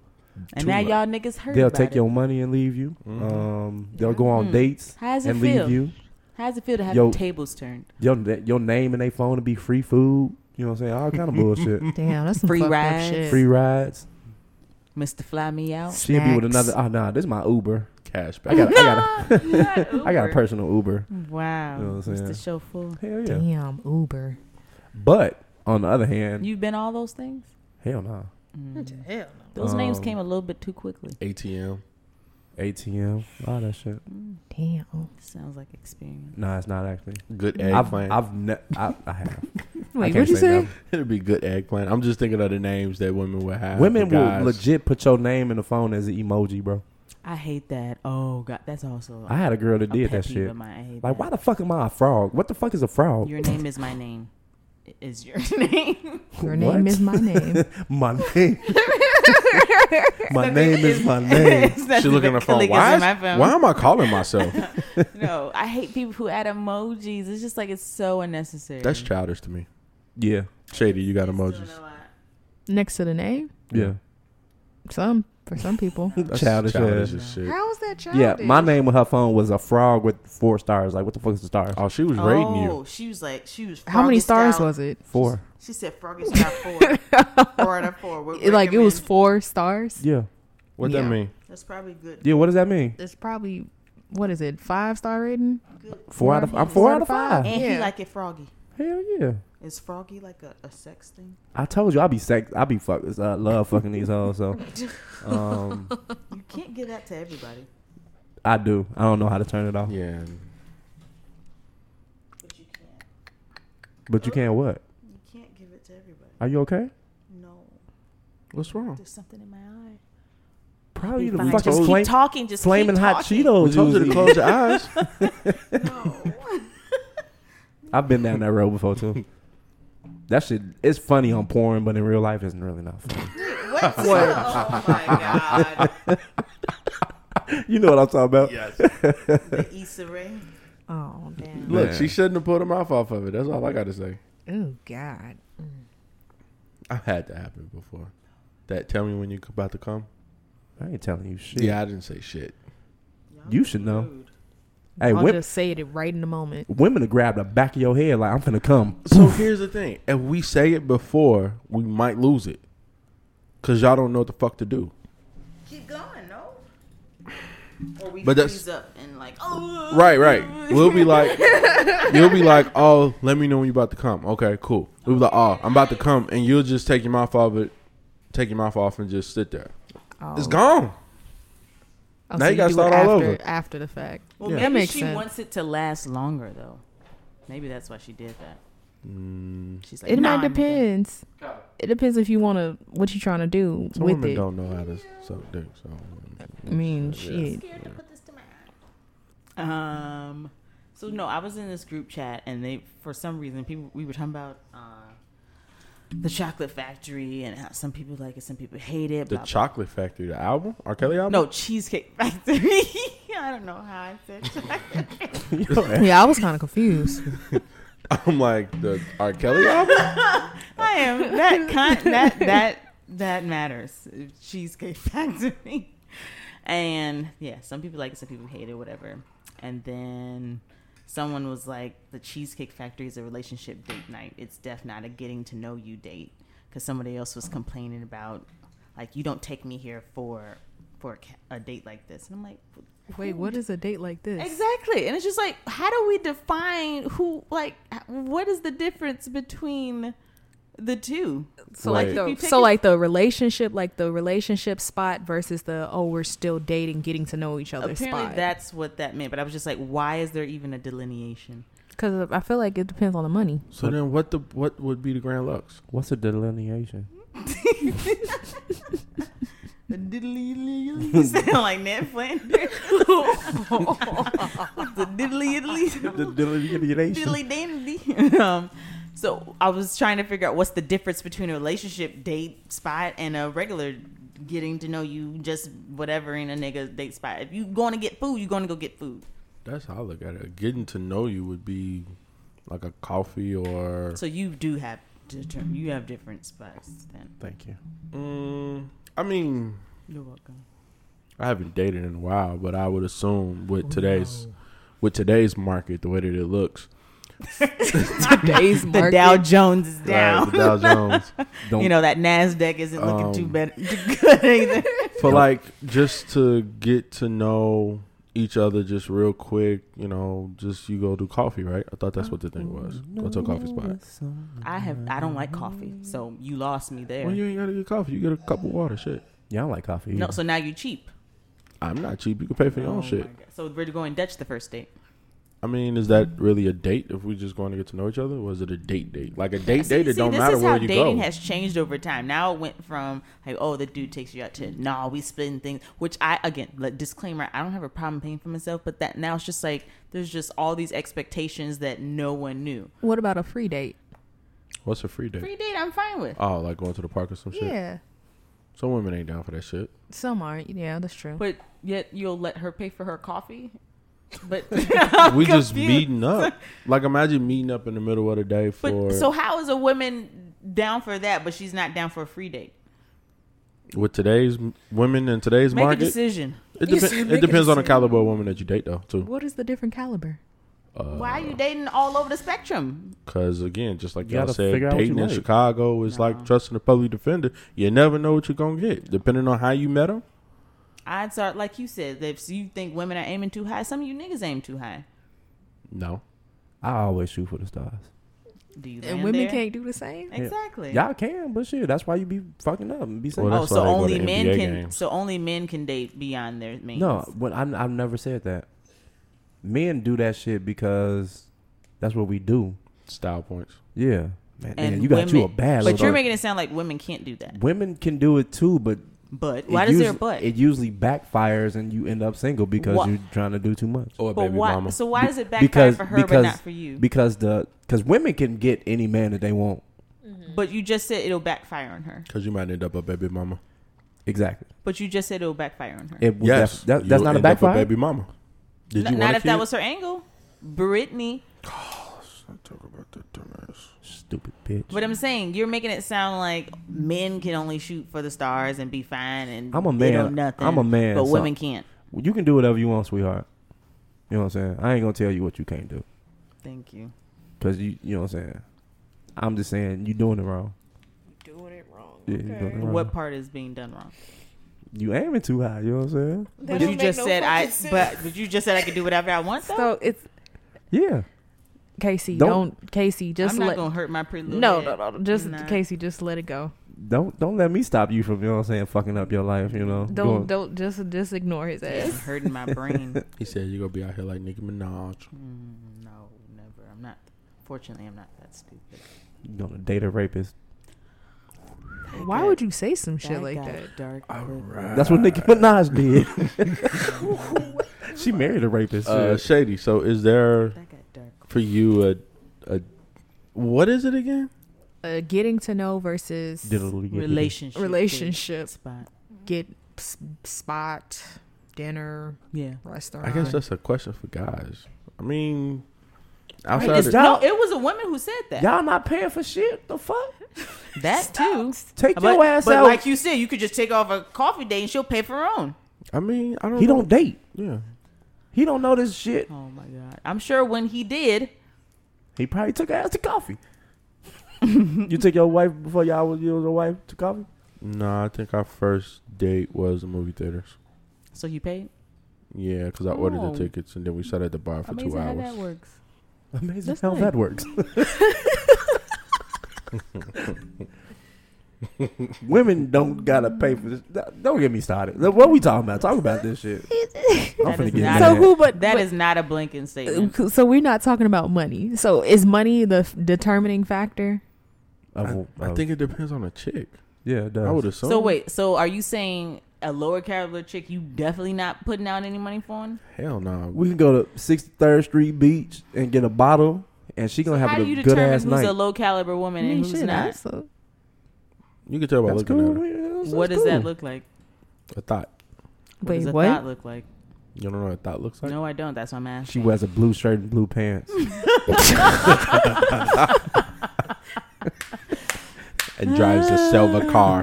S3: And
S5: Too
S3: now
S5: much.
S3: y'all niggas heard.
S2: they'll
S3: about
S2: take
S3: it.
S2: your money and leave you.
S5: Mhm.
S2: Um, they'll go on
S3: Mhm.
S2: dates
S3: How does it
S2: and
S3: feel?
S2: leave you.
S3: How does it feel to have
S2: Yo-
S3: tables turned?
S2: Your your name and they phone to be free food. You know what I'm saying? All kind
S4: *laughs*
S2: of bullshit.
S4: Damn, that's some
S3: Free
S4: fucked up
S3: rides.
S4: shit.
S2: Free rides.
S3: Mr. Fly Me
S2: *laughs*
S3: Out.
S2: She'll be with
S4: Snacks.
S2: another. Oh nah, this is my Uber.
S5: Cash back.
S2: I
S5: *laughs*
S2: got I
S3: *laughs*
S2: got
S3: I
S2: *laughs* I got a personal Uber.
S3: Wow.
S2: You know what I'm saying?
S3: Mr. Chauffeur.
S2: Hell yeah.
S4: Damn, Uber.
S2: But on the other hand,
S3: You've been all those things?
S2: hell no.
S3: Mm.
S4: Hell
S3: Those names
S2: Um,
S3: came a little bit too quickly.
S5: ATM.
S2: ATM, all that shit.
S3: Mm,
S4: Damn.
S3: sounds like experience.
S2: Nah, it's not actually.
S5: Good
S2: I've
S5: eggplant.
S2: I've ne- I, I have. I
S4: Wait,
S2: can't
S4: what'd you say?
S2: never.
S5: *laughs* It'd be good eggplant. I'm just thinking of the names that women would have.
S2: *laughs* Women
S5: for
S2: will
S5: guys.
S2: legit put your name in the phone as an emoji, bro.
S3: I hate that. Oh God, that's also
S2: I had a girl that
S3: a
S2: did
S3: pet
S2: that
S3: peeve
S2: shit.
S3: of mine. I hate that.
S2: Like, why the fuck am I a frog? What the fuck is a frog?
S3: Your name is my name. i- Is your *laughs* name?
S4: Your name
S2: What?
S4: is my name.
S2: *laughs* my name. my name is
S3: *laughs*
S2: my name.
S3: It's not
S5: She looking at her
S3: the
S5: phone.
S3: click is
S5: Why,
S3: in
S5: is,
S3: my phone.
S5: why am I *laughs* calling myself?
S3: *laughs* No, I hate people who add emojis. It's just like it's so unnecessary.
S5: That's childish to me.
S2: Yeah,
S5: Shady, you got
S3: It's doing
S5: emojis.
S3: a lot.
S4: Next to the name?
S2: yeah.
S4: Some for some people.
S5: That's
S2: Childish
S5: childish
S2: ass.
S5: as shit.
S4: How is that
S2: Yeah, my name on her phone was a frog with four stars. Like, what the fuck is the stars?
S5: Oh, she was rating
S3: Oh,
S5: you.
S3: she was like, she was.
S4: How many
S3: froggy
S4: stars
S3: style.
S4: was it?
S2: Four.
S3: She said froggy
S4: *laughs*
S3: style four, four out of four. would
S4: It- like it was
S3: recommend.
S4: four stars.
S2: Yeah,
S5: What
S4: Yeah.
S5: that mean?
S3: That's probably good.
S2: yeah. What does that mean?
S4: It's probably what is it? Five star rating?
S3: Good.
S2: Four out of I'm four out of five.
S3: And he
S4: Yeah.
S3: like it froggy.
S2: Hell yeah.
S3: Is froggy like a, a sex thing?
S2: I told you I be sex. I be fuck. I love fucking these hoes. So, um,
S3: You can't give that to everybody.
S2: I do. I don't know how to turn it off.
S5: Yeah.
S3: But you can't.
S2: But you can't. What?
S3: You can't give it to everybody.
S2: Are you okay?
S3: No.
S5: What's wrong?
S3: There's something in my eye.
S2: Probably Oh, the
S3: Fine,
S2: fucking
S3: just
S2: flame,
S3: keep talking. Just
S2: flaming
S3: keep
S2: hot
S3: talking. *laughs*
S2: Cheetos.
S5: We told you to
S2: was
S5: close your eyes.
S2: eating. *laughs* I've been down that road before too. That shit is funny on porn, but in real life, it's really not funny.
S3: What? Oh
S5: *laughs*
S3: my
S2: you know what I'm talking about?
S5: yes.
S3: god. The Issa Rae.
S4: Oh damn.
S5: Look,
S2: Man.
S5: she shouldn't have pulled her mouth off of it. That's all I got to say.
S4: Oh god.
S5: I've had that happen before. That tell me when you're about to come.
S2: I ain't telling you shit.
S5: Yeah, I didn't say shit.
S3: Y'all
S2: You should know.
S3: rude.
S2: Hey,
S4: I'll
S2: wom-
S4: just say it right in the moment.
S2: women to grab the back of your head like I'm finna come. *laughs*
S5: So here's the thing: if we say it before, we might lose it, cause y'all don't know what the fuck to do.
S3: Keep going. No. Or we
S5: But
S3: but
S5: that's-
S3: freeze up and like. Oh.
S5: Right, right. We'll be
S4: *laughs*
S5: like, you'll be like, oh, let me know when you're about to come. Okay, cool. We'll be like, oh, I'm about to come, and you'll just take your mouth off it, take your mouth off, and just sit there.
S4: Oh.
S5: It's gone.
S4: Oh,
S5: Now you gotta
S4: do it
S5: start all
S4: after,
S5: over.
S4: after the fact.
S3: Well,
S4: That
S3: oh, maybe
S4: makes
S3: she
S4: sense.
S3: wants it to last longer though. Maybe that's why she did that. She's like,
S4: It
S3: nah,
S4: might
S3: I'm good.
S4: depends. It depends if you want to what you trying to do
S5: Some
S4: with
S5: women
S4: it.
S5: don't know how to suck dick. So
S4: I mean, shit.
S3: Um, so no, I was in this group chat, and they for some reason people we were talking about uh, the chocolate factory and how some people like it, some people hate it.
S5: the
S3: blah, blah,
S5: Chocolate Factory, the album, R. Kelly *laughs* album.
S3: No, Cheesecake Factory. *laughs* I don't know how I said chocolate.
S4: Yeah, I was kind of confused. *laughs*
S5: I'm like the R. Kelly album.
S3: I am that kind that that that matters. Cheesecake *laughs* Factory. And yeah, some people like it, some people hate it, whatever. And then someone was like, the Cheesecake Factory is a relationship date night. It's def not a getting to know you date. Because somebody else was complaining about, like, you don't take me here for for a ca- a date like this. And I'm like,
S4: Wait, what is a date like this?
S3: Exactly. And it's just like, how do we define who, like, what is the difference between the two?
S4: So
S5: Right.
S4: like
S3: If you
S4: the
S3: take
S4: so
S3: it-
S4: like the relationship like the relationship spot versus the oh we're still dating getting to know each other
S3: Apparently,
S4: spot.
S3: that's what that meant. But I was just like, why is there even a delineation?
S4: Because I feel like it depends on the money.
S5: So then, what the what would be the Grand Lux?
S2: What's a delineation?
S3: The diddly you sound *laughs* like Ned Flanders. *laughs* the diddly diddly
S2: the delineation.
S3: diddly dandy. *laughs* Um, so I was trying to figure out what's the difference between a relationship date spot and a regular getting to know you just whatever in a nigga date spot. If you going to get food, you're going to go get food.
S5: That's how I look at it. Getting to know you would be like a coffee or.
S3: So you do have deter- you have different spots then.
S2: Thank you.
S5: Mm, I mean,
S3: You're welcome.
S5: I haven't dated in a while, but I would assume with
S3: Oh.
S5: today's with today's market, the way that it looks,
S4: *laughs* Today's
S3: *laughs* The
S4: market.
S3: Dow Jones is down.
S5: Right, the Dow Jones.
S2: Don't
S3: You know that Nasdaq isn't looking too
S5: Um,
S3: bad, *laughs* too
S5: *laughs*
S3: good either.
S5: For like just to get to know each other just real quick, you know, just you go do coffee, right? I thought that's what the thing was. Go to a coffee spot.
S3: I have I don't like coffee, so you lost me there.
S5: Well, you ain't gotta get coffee. You get a cup of water. Shit,
S2: Yeah, I don't like coffee.
S3: no,
S2: either.
S3: so now you cheap.
S5: I'm not cheap. You can pay for your
S3: Oh
S5: own
S3: my
S5: shit.
S3: God. So we're going Dutch the first date.
S5: I mean, is that really a date? If we just going to get to know each other, was it a date date? Like a date
S3: See-
S5: date, it
S3: see,
S5: don't
S3: this
S5: matter
S3: is
S5: where
S3: how
S5: you
S3: dating
S5: go.
S3: has changed over time. Now it went from like, oh, the dude takes you out to nah, we splitting things. Which I again, like, disclaimer, I don't have a problem paying for myself, but that now it's just like there's just all these expectations that no one knew.
S4: what about a free date?
S5: What's a free date?
S3: Free date, I'm fine with.
S5: Oh, like going to the park or some shit.
S4: Yeah.
S5: Some women ain't down for that
S3: *laughs*
S5: shit.
S4: Some aren't. Yeah, that's true.
S3: But yet you'll let her pay for her coffee. But
S5: *laughs* we
S3: *laughs*
S5: just
S3: confused.
S5: meeting up. Like imagine meeting up in the middle of the day
S3: but
S5: for
S3: so how is a woman down for that, but she's not down for a free date?
S5: with today's m- women in today's
S3: Make a
S5: market.
S3: decision.
S5: It,
S4: You
S5: depen-
S3: *laughs*
S4: said
S5: it
S4: make a
S5: depends on the
S4: decision.
S5: caliber of woman that you date, though, too.
S4: what is the different caliber?
S3: Why are you dating all over the spectrum?
S5: Because again, just like
S2: You
S5: y'all
S2: gotta
S5: said,
S2: figure out what you
S5: dating in
S2: like.
S5: Chicago is like trusting a public defender. You never know what you're gonna get, depending on how you met them.
S3: Odds are, like you said, that if you think women are aiming too high, some of you niggas aim too high.
S5: No,
S2: I always shoot for the stars.
S3: Do you?
S4: And
S3: land
S4: women
S3: there?
S4: can't do the same?
S3: Exactly.
S2: Y'all can, but shit, that's why you be fucking up and be saying.
S5: Well,
S3: Oh,
S5: That's
S3: so
S5: why they go
S3: only
S5: to
S3: men
S5: NBA
S3: can.
S5: games.
S3: So only men can date beyond their means.
S2: No, when I, I've never said that. Men do that shit because that's what we do.
S5: style points.
S2: Yeah, man,
S3: And
S2: nigga, you got you a
S3: women-
S2: bad.
S3: But
S2: little-
S3: you're making it sound like women can't do that.
S2: women can do it too, but
S3: But
S2: it
S3: why does there a
S2: usu-
S3: but?
S2: It usually backfires and you end up single because
S3: Wha-
S2: you're trying to do too much.
S5: Or
S3: but
S5: baby
S3: why?
S5: mama.
S3: So why does it backfire
S2: because
S3: for her
S2: because
S3: but not for you?
S2: because the because women can get any man that they want.
S3: but you just said it'll backfire on her.
S5: Because you might end up a baby mama.
S2: Exactly.
S3: But you just said it'll backfire on her.
S2: It would
S5: Yes,
S2: def- that, that's
S5: you'll
S2: not
S5: end
S2: a
S5: up
S2: backfire.
S5: baby mama. Did
S3: N-
S5: you
S3: not
S5: want a
S3: if that
S5: kid?
S3: was her angle. Britney.
S5: Talk about that dumbass.
S2: Stupid bitch.
S3: But I'm saying you're making it sound like men can only shoot for the stars and be fine and
S2: I'm a
S3: they
S2: man.
S3: don't nothing.
S2: I'm a man,
S3: But
S2: so-
S3: women can't.
S2: you can do whatever you want, sweetheart. You know what I'm saying? I ain't gonna tell you what you can't do
S3: Thank you.
S2: because you you know what I'm saying. I'm just saying you doing it wrong.
S4: Doing it wrong.
S2: Yeah, you doing it wrong.
S3: What part is being done wrong?
S2: You aiming too high. You know what I'm saying?
S3: But you just said I. But but you just said I could do whatever I want though.
S4: So it's
S2: Yeah.
S4: Casey,
S2: Don't-
S4: don't, Casey, just
S3: I'm not
S4: let
S3: gonna hurt my pretty little
S4: No,
S3: head.
S4: no, no, no. Just
S3: Nah.
S4: Casey, just let it go.
S2: Don't don't let me stop you from you know what I'm saying fucking up your life. You
S5: Oh,
S2: know.
S4: Don't
S2: Going-
S4: don't just just ignore his
S3: Yeah, I'm
S4: ass.
S3: hurting my brain.
S5: He said you're gonna be out here like Nicki Minaj.
S3: Mm, no, never. I'm not. Fortunately, I'm not that stupid.
S2: you gonna date a rapist.
S4: Why would you say some shit
S3: That
S4: like
S3: got
S4: that?
S3: Dark.
S2: That's what Nicki Minaj did. *laughs* she married a rapist.
S5: Uh,
S2: yeah.
S5: Shady. So is there
S3: That got
S5: *laughs*
S3: dark.
S5: for you a a what is it again?
S4: Uh, getting to know versus
S2: Diddly-diddly.
S3: Relationship.
S4: relationship,
S3: spot.
S4: get s- spot, dinner,
S3: Yeah.
S4: restaurant.
S5: I guess that's a question for guys. I mean, Outside
S3: It's-
S5: of-
S3: no,
S2: y'all-
S3: it was a woman who said that.
S2: Y'all not paying for shit. The fuck?
S3: that too.
S2: Take
S3: But,
S2: your ass
S3: but
S2: out.
S3: like you said, you could just take off a coffee date and she'll pay for her own.
S5: I mean, I don't.
S2: he
S5: know.
S2: don't date.
S5: Yeah.
S2: He don't know this shit.
S3: Oh my god! I'm sure when he did,
S2: He probably took her ass to coffee. *laughs* you took your wife before y'all was you was a wife to coffee?
S5: No, I think our first date was the movie theaters.
S3: so you paid.
S5: Yeah, because I ordered
S6: Oh.
S5: the tickets and then we sat at the bar for
S6: Amazing
S5: two
S6: how that
S5: hours.
S6: works.
S2: Amazing
S6: That's
S2: how
S6: nice.
S2: that works.
S5: *laughs*
S2: Women don't gotta pay for this. Don't get me started. Look, *laughs* What we talking about? Talk about this shit. I'm
S3: *laughs* That is
S2: finna
S3: not-
S2: get mad.
S4: So who? But Uh,
S3: That
S4: but-
S3: is not a blinking statement.
S4: So we're not talking about money. So is money the f- determining factor?
S5: I, I think it depends on the chick.
S2: yeah, it does.
S5: I would assume.
S3: So wait, so are you saying a lower caliber chick you definitely not putting out any money for? Him?
S5: Hell no.
S2: we can go to 63rd Street Beach and get a bottle, and she gonna
S3: How
S2: have
S3: do
S2: a
S3: you
S2: good
S3: determine
S2: ass
S3: who's
S2: night.
S3: a low caliber woman and who's not?
S4: So
S5: You can tell by
S2: That's
S5: looking
S2: cool.
S5: at her.
S2: That's-
S3: What
S2: that's
S3: does that
S2: cool.
S3: look like?
S5: A thought.
S3: What
S4: Wait,
S3: does a
S4: what?
S3: thought look like?
S5: You don't know what a thought looks like.
S3: No, I don't. That's what I'm
S2: She
S3: asking.
S2: wears a blue shirt and blue pants.
S5: And drives a silver
S4: *laughs*
S2: *laughs*
S5: car.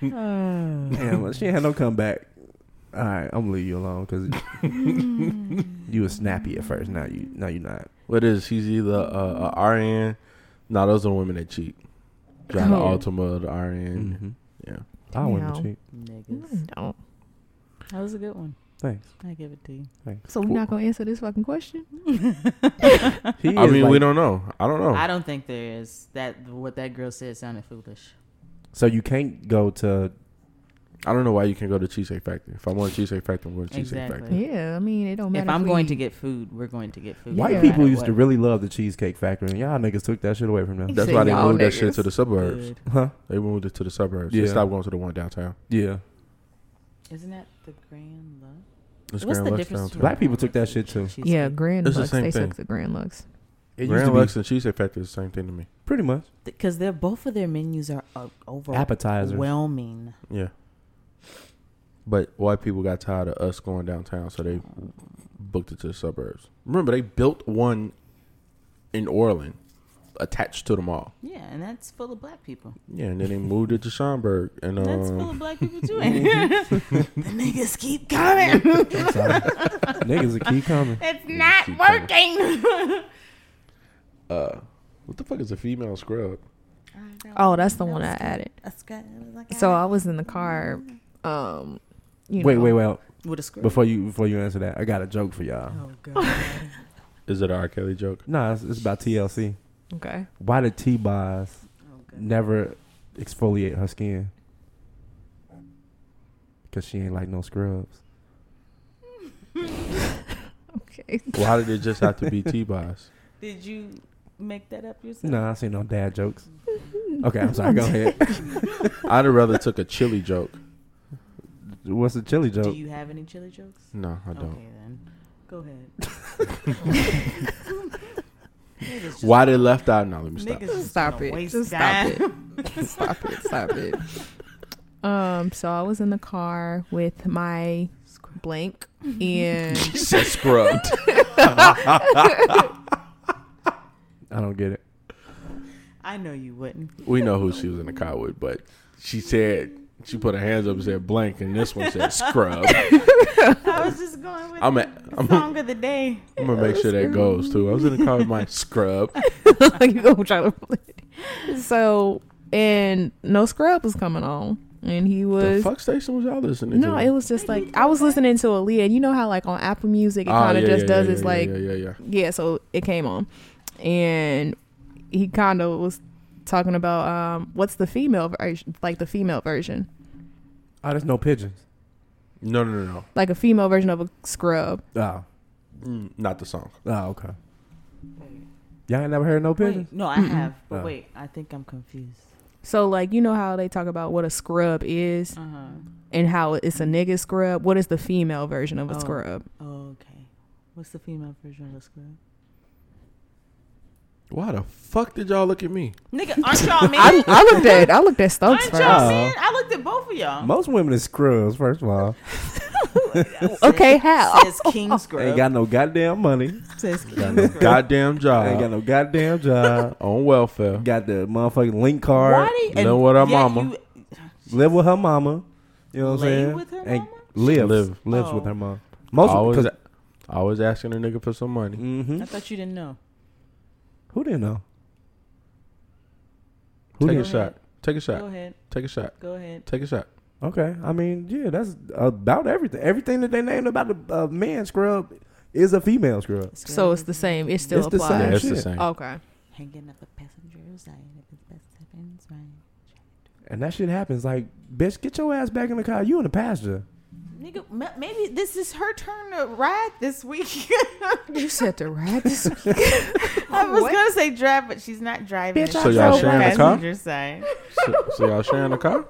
S2: Damn, well, she ain't had no comeback. All right, I'm gonna leave you alone because you were snappy at first. Now you, now you're not.
S5: What is? She's either a, a RN. No, those are the women that cheat. Drive
S4: Oh.
S5: the Altima, the RN.
S2: Mm-hmm.
S5: Yeah.
S2: I wouldn't
S4: Meow.
S2: cheat.
S3: Niggas.
S4: don't.
S3: That was a good one.
S2: Thanks.
S3: I give it to you.
S4: So we're not gonna answer this fucking question.
S2: He
S5: I
S2: is
S5: mean, we
S2: like-
S5: don't know. I don't
S2: Oh.
S5: know.
S3: I don't think there is that. What that girl said sounded foolish.
S2: So you can't go to.
S5: I don't know why you can't go to Cheesecake Factory. If I want Cheesecake Factory, I'm going to Cheesecake
S3: Exactly.
S5: Factory.
S4: Yeah, I mean it don't matter.
S3: If I'm
S4: we-
S3: going to get food, we're going to get food.
S2: White
S4: Yeah.
S2: people used to really love the Cheesecake Factory, and y'all niggas took that shit away from them.
S4: He
S5: That's
S4: said
S5: why they
S4: y'all
S5: moved that shit
S4: niggas.
S5: to the suburbs.
S3: Good.
S2: Huh?
S5: They moved it to the suburbs.
S2: Yeah.
S5: They stopped going to the one downtown.
S2: Yeah.
S3: Isn't that the Grand Lux?
S5: It's
S3: What's
S5: Grand
S3: the
S5: Lux
S3: difference?
S5: downtown.
S3: between
S2: Black people
S3: Grand
S2: took
S3: Lux
S2: that
S3: and
S2: shit, too.
S3: cheesecake?
S4: Yeah, Grand
S5: It's the
S4: Lux.
S5: same
S4: they
S5: thing.
S4: suck the Grand Lux.
S2: It used to
S5: Grand
S2: be
S5: Lux and Cheesecake Factory is the same thing to me.
S2: pretty much
S3: because they're both of their menus are uh, overwhelming.
S2: appetizers.
S5: Yeah. But white people got tired of us going downtown, so they booked it to the suburbs. Remember, they built one in Orland attached to the mall.
S3: Yeah, and that's full of black people.
S5: Yeah, and then they moved it to Schaumburg. And
S2: Oh.
S3: That's full
S5: um,
S3: of black people
S2: *laughs*
S3: too. ain't it? the niggas keep coming.
S2: I'm sorry. *laughs* niggas will
S3: *laughs*
S2: keep coming.
S3: It's not
S5: Keep coming.
S3: *laughs* working.
S5: uh, what the fuck is a female scrub?
S4: Oh, that's the one I added.
S3: That's good. It was like,
S4: So uh,
S3: ah.
S4: I was in the car. Um, you
S2: wait,
S4: know,
S2: wait, wait.
S3: with a script.
S2: Before you, before you answer that, I got a joke for y'all.
S3: Oh god.
S5: Is it a R. Kelly joke?
S2: Nah, it's, it's about TLC.
S4: Okay.
S2: Why did T Boz
S3: Oh, God.
S2: never exfoliate her skin? Because she ain't like no scrubs.
S4: Okay.
S5: Why did it just have to be T Boss?
S3: Did you make that up yourself?
S2: Nah, I see no dad jokes. Okay,
S4: *laughs*
S2: I'm sorry. Go ahead.
S5: I'd have rather took a chili joke.
S2: What's the chili
S3: Do
S2: joke?
S3: you have any chili jokes?
S5: No, I don't.
S3: Okay then. Go ahead.
S5: *laughs*
S3: Niggas just-
S5: Why they left out? No, let me stop.
S3: Niggas just
S4: Stop
S3: gonna
S4: it.
S3: waste
S4: Just stop
S3: time.
S4: it. stop it. Stop it. Um, so I was in the car with my blank and
S5: *laughs*
S4: *laughs*
S5: She said scrubbed.
S2: I don't get it.
S3: *laughs* I know you
S5: *laughs*
S3: wouldn't.
S5: we know who she was in the car with, but she said she put her hands up and said blank, and this one said scrub.
S3: I was just going with
S5: I'm
S3: the
S5: at, I'm,
S3: song of the day.
S5: I'm gonna make sure that goes too. I was in the car with
S4: *laughs*
S5: my scrub.
S4: like you gonna try to play it. So and no scrub was coming on, and he
S5: The
S4: was
S5: fuck station was y'all listening to?
S4: no, it was just like I was listening to Aaliyah, and you know how like on Apple Music it
S5: Ah,
S4: kind of
S5: yeah,
S4: just
S5: yeah,
S4: does
S5: yeah,
S4: its
S5: yeah,
S4: like
S5: yeah, yeah, yeah.
S4: yeah so it came on and he kind of was talking about um what's the female version like the female version
S2: Oh, there's no pigeons.
S5: No, no, no,
S4: like a female version of a scrub
S2: Oh,
S5: no, Mm, not the song.
S2: oh, okay. Y'all ain't never heard no pigeons.
S3: Wait, no, I have. But
S2: Oh.
S3: wait, I think I'm confused.
S4: so like you know how they talk about what a scrub is
S3: Uh huh.
S4: and how it's a nigga scrub what is the female version of a
S3: Oh.
S4: scrub
S3: Oh, okay. What's the female version of the scrub?
S5: Why the fuck did y'all look at
S2: *laughs*
S5: me?
S3: Nigga,
S5: *laughs*
S3: aren't y'all
S4: I,
S3: men?
S4: I looked at *laughs* i looked at stokes
S3: aren't
S4: first
S3: y'all men? I looked at both of y'all.
S2: Most women is scrubs. First of all,
S4: Okay, how?
S3: Says Kingsgrove.
S2: Ain't got no goddamn money.
S3: says
S5: Got no
S3: *laughs* Kingsgrove.
S5: goddamn
S3: Uh-huh.
S5: job.
S2: Ain't got no goddamn job.
S5: on welfare.
S2: got the motherfucking link card.
S3: Why
S5: Know what her
S3: yet
S5: mama-
S3: you-
S2: Live with her mama. You know what I'm
S3: Lay
S2: saying?
S3: with her
S2: Ain't-
S3: mama?
S2: Lives
S5: Live.
S2: lives
S3: Oh.
S2: with her mom.
S5: I
S2: Most of
S5: always,
S2: because
S5: I always asking a nigga for some money.
S2: hmm
S3: I thought you didn't know.
S2: who didn't know? Who
S5: Take a
S2: didn't?
S5: shot. Take a
S3: Go
S5: shot.
S3: ahead.
S5: Take a shot.
S3: Go ahead.
S5: Take a shot.
S2: Okay, I mean, yeah, that's about everything. Everything that they named about the uh, man scrub is a female scrub.
S4: So it's the same. It still
S2: It's the
S4: applies.
S2: same.
S5: Yeah, it's the
S2: shit.
S5: same.
S4: Okay.
S3: hanging up the passenger's side. If it's best happens, right?
S2: And that shit happens. Like, bitch, get your ass back in the car. You in the passenger.
S3: Nigga, ma- maybe this is her turn to ride this week.
S4: You said to ride this.
S3: I was
S4: What?
S3: gonna say drive, but she's not driving.
S2: Bitch, I
S5: So y'all
S3: She's
S5: sharing
S3: on
S5: a car?
S3: passenger side.
S5: So, so y'all sharing a car?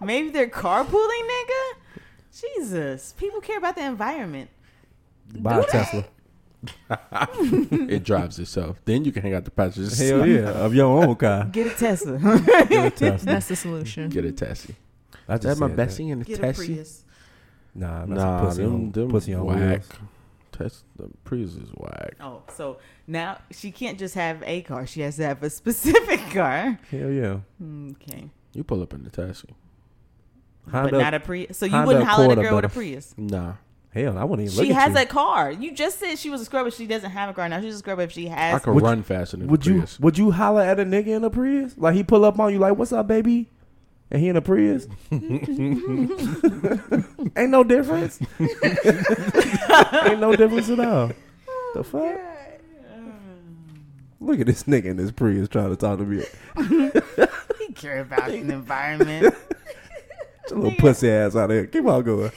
S3: Maybe they're carpooling, nigga. Jesus, people care about the environment.
S2: Buy a Tesla.
S5: it drives itself. Then you can hang out the passengers.
S2: Hell yeah, of your
S3: *laughs*
S2: own car.
S3: Get a Tesla.
S2: Get a Tesla.
S4: That's the solution.
S5: Get a taxi.
S2: I
S5: That's
S2: just
S5: my
S2: said that.
S5: bestie in a
S3: Get a
S5: taxi.
S3: Prius.
S2: Nah, that's
S5: Nah,
S2: a pussy
S5: them,
S2: on,
S5: them
S2: pussy on
S5: whack.
S2: wheels.
S5: That's the Prius is whack.
S3: Oh, so now she can't just have a car. She has to have a *laughs* specific car.
S2: Hell yeah.
S3: Okay,
S5: You pull up in the taxi.
S2: Honda,
S3: but not a Prius. So you
S2: Honda
S3: wouldn't holler at a
S2: Accord
S3: girl with a
S2: above.
S3: Prius.
S5: Nah,
S2: hell, I wouldn't even
S3: She
S2: look
S3: has a
S2: at
S3: car. You just said she was a scrub, but she doesn't have a car now. She's a scrub if she
S5: I
S3: has.
S5: can
S2: Would you-
S5: run faster than
S2: you. Would
S5: the
S2: you
S5: Prius.
S2: would you holler at a nigga in a Prius? Like he pull up on you like, "What's up, baby?" And he in a Prius. *laughs* Ain't no difference.
S3: *laughs*
S2: Ain't no difference at all.
S3: Oh,
S2: The fuck? Look at this nigga in this Prius trying to talk to me.
S3: *laughs* He care about the environment.
S2: Your little pussy ass out there. Keep on going.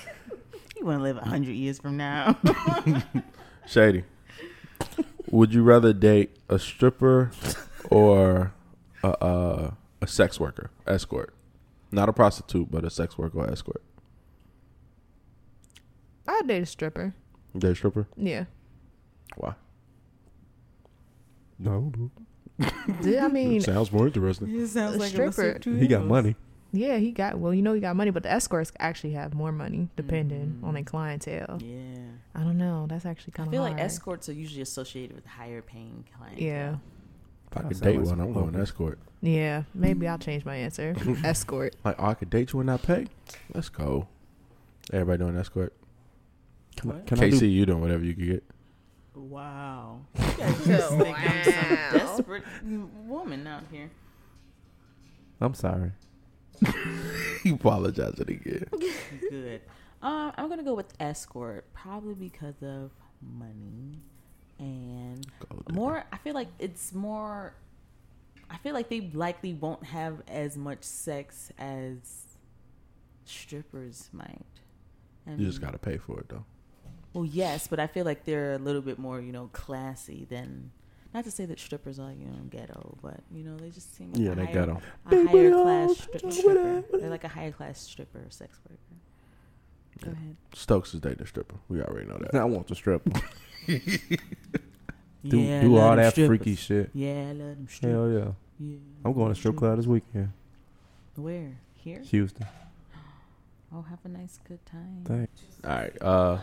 S3: He want to live hundred years from now. *laughs*
S5: Shady. would you rather date a
S2: *laughs*
S5: stripper or a, a a sex worker escort? Not a prostitute, but a sex worker or escort.
S4: I'd date a stripper.
S5: Date a stripper?
S4: Yeah.
S5: Why?
S2: No, no.
S4: Yeah, I mean,
S5: sounds more
S2: *laughs*
S5: interesting.
S3: it sounds
S4: A
S3: like a
S4: stripper.
S3: masseuse too.
S2: He got money.
S4: yeah, he got. Well, you know, he got money, but the escorts actually have more money, depending on their clientele.
S3: Yeah,
S4: I don't know. That's actually
S3: I
S4: kind of.
S3: feel like escorts are usually associated with higher paying clients.
S4: Yeah.
S5: If I
S2: That
S5: could
S2: sounds
S5: date
S2: like
S5: one,
S2: some
S5: I'm going
S2: fucking- *laughs*
S5: escort.
S4: Yeah. Maybe I'll change my answer. Escort.
S5: Like, oh, I could date you and not pay? Let's go. Everybody doing escort.
S2: Can, I-
S3: What?
S2: can I
S5: KC,
S2: do?
S5: you doing whatever you could
S2: *laughs*
S5: get.
S3: Wow. *laughs* You guys just think I'm some desperate woman out here.
S2: I'm sorry.
S5: He apologizing again.
S3: Good. Um, I'm gonna go with escort, probably because of money and
S5: Go there.
S3: more. I feel like it's more. I feel like they likely won't have as much sex as strippers might. And,
S5: You
S3: Mm-hmm.
S5: just gotta pay for it though.
S3: Well, yes, but I feel like they're a little bit more, you know, classy than. Not to say that strippers are, you know, ghetto, but you know they just seem like
S5: Yeah,
S3: a
S5: they
S3: higher,
S5: got 'em.
S3: a
S2: Big booty
S3: higher class
S2: hoes,
S3: stri-
S2: with
S3: stripper.
S2: that.
S3: They're like a higher class stripper, sex worker. Go ahead.
S5: Stokes is dating a stripper. We already know
S2: *laughs*
S5: that.
S2: I want
S3: *laughs*
S2: to strip. Do,
S3: Yeah,
S2: do
S3: love
S2: all
S3: them
S2: that
S3: strippers.
S2: freaky shit.
S3: Yeah, I love them strippers.
S2: Hell yeah.
S3: Yeah.
S2: I'm going to strip
S3: True.
S2: club this weekend.
S3: Where? Here?
S2: Houston.
S3: Oh, have a nice good time.
S2: Thanks.
S5: All right. Uh,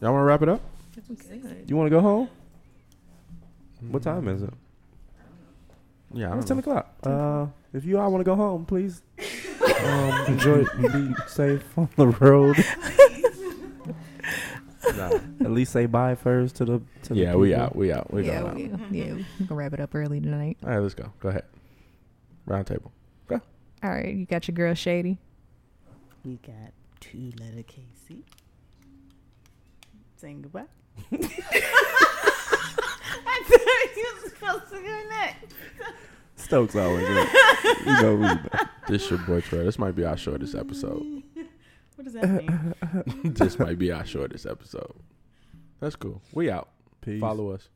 S5: y'all want to wrap it up?
S2: You want to go home? What time is it?
S5: Yeah. I
S2: It's
S5: don't
S2: 10
S5: know.
S2: o'clock. Uh, if you all want to go home, please
S3: *laughs*
S2: um, enjoy, be safe on the road.
S5: *laughs*
S2: *laughs* At least say bye first to the. To
S5: Yeah,
S2: the
S5: we
S2: people.
S5: out. We out. We
S4: yeah,
S5: going out.
S4: we, yeah. We can wrap it up early tonight.
S5: All right, let's go. Go ahead. Round table.
S4: All right. You got your girl Shady.
S3: We got two letter Casey. Saying goodbye. *laughs* I thought you were supposed to go next.
S2: Stokes always. is. you know we back.
S5: This your boy Trey. This might be our shortest episode. *laughs*
S3: *laughs* What does that
S2: *laughs*
S3: mean?
S5: this might be our shortest episode. That's cool. We out.
S2: Peace.
S5: Follow us.
S3: Oh.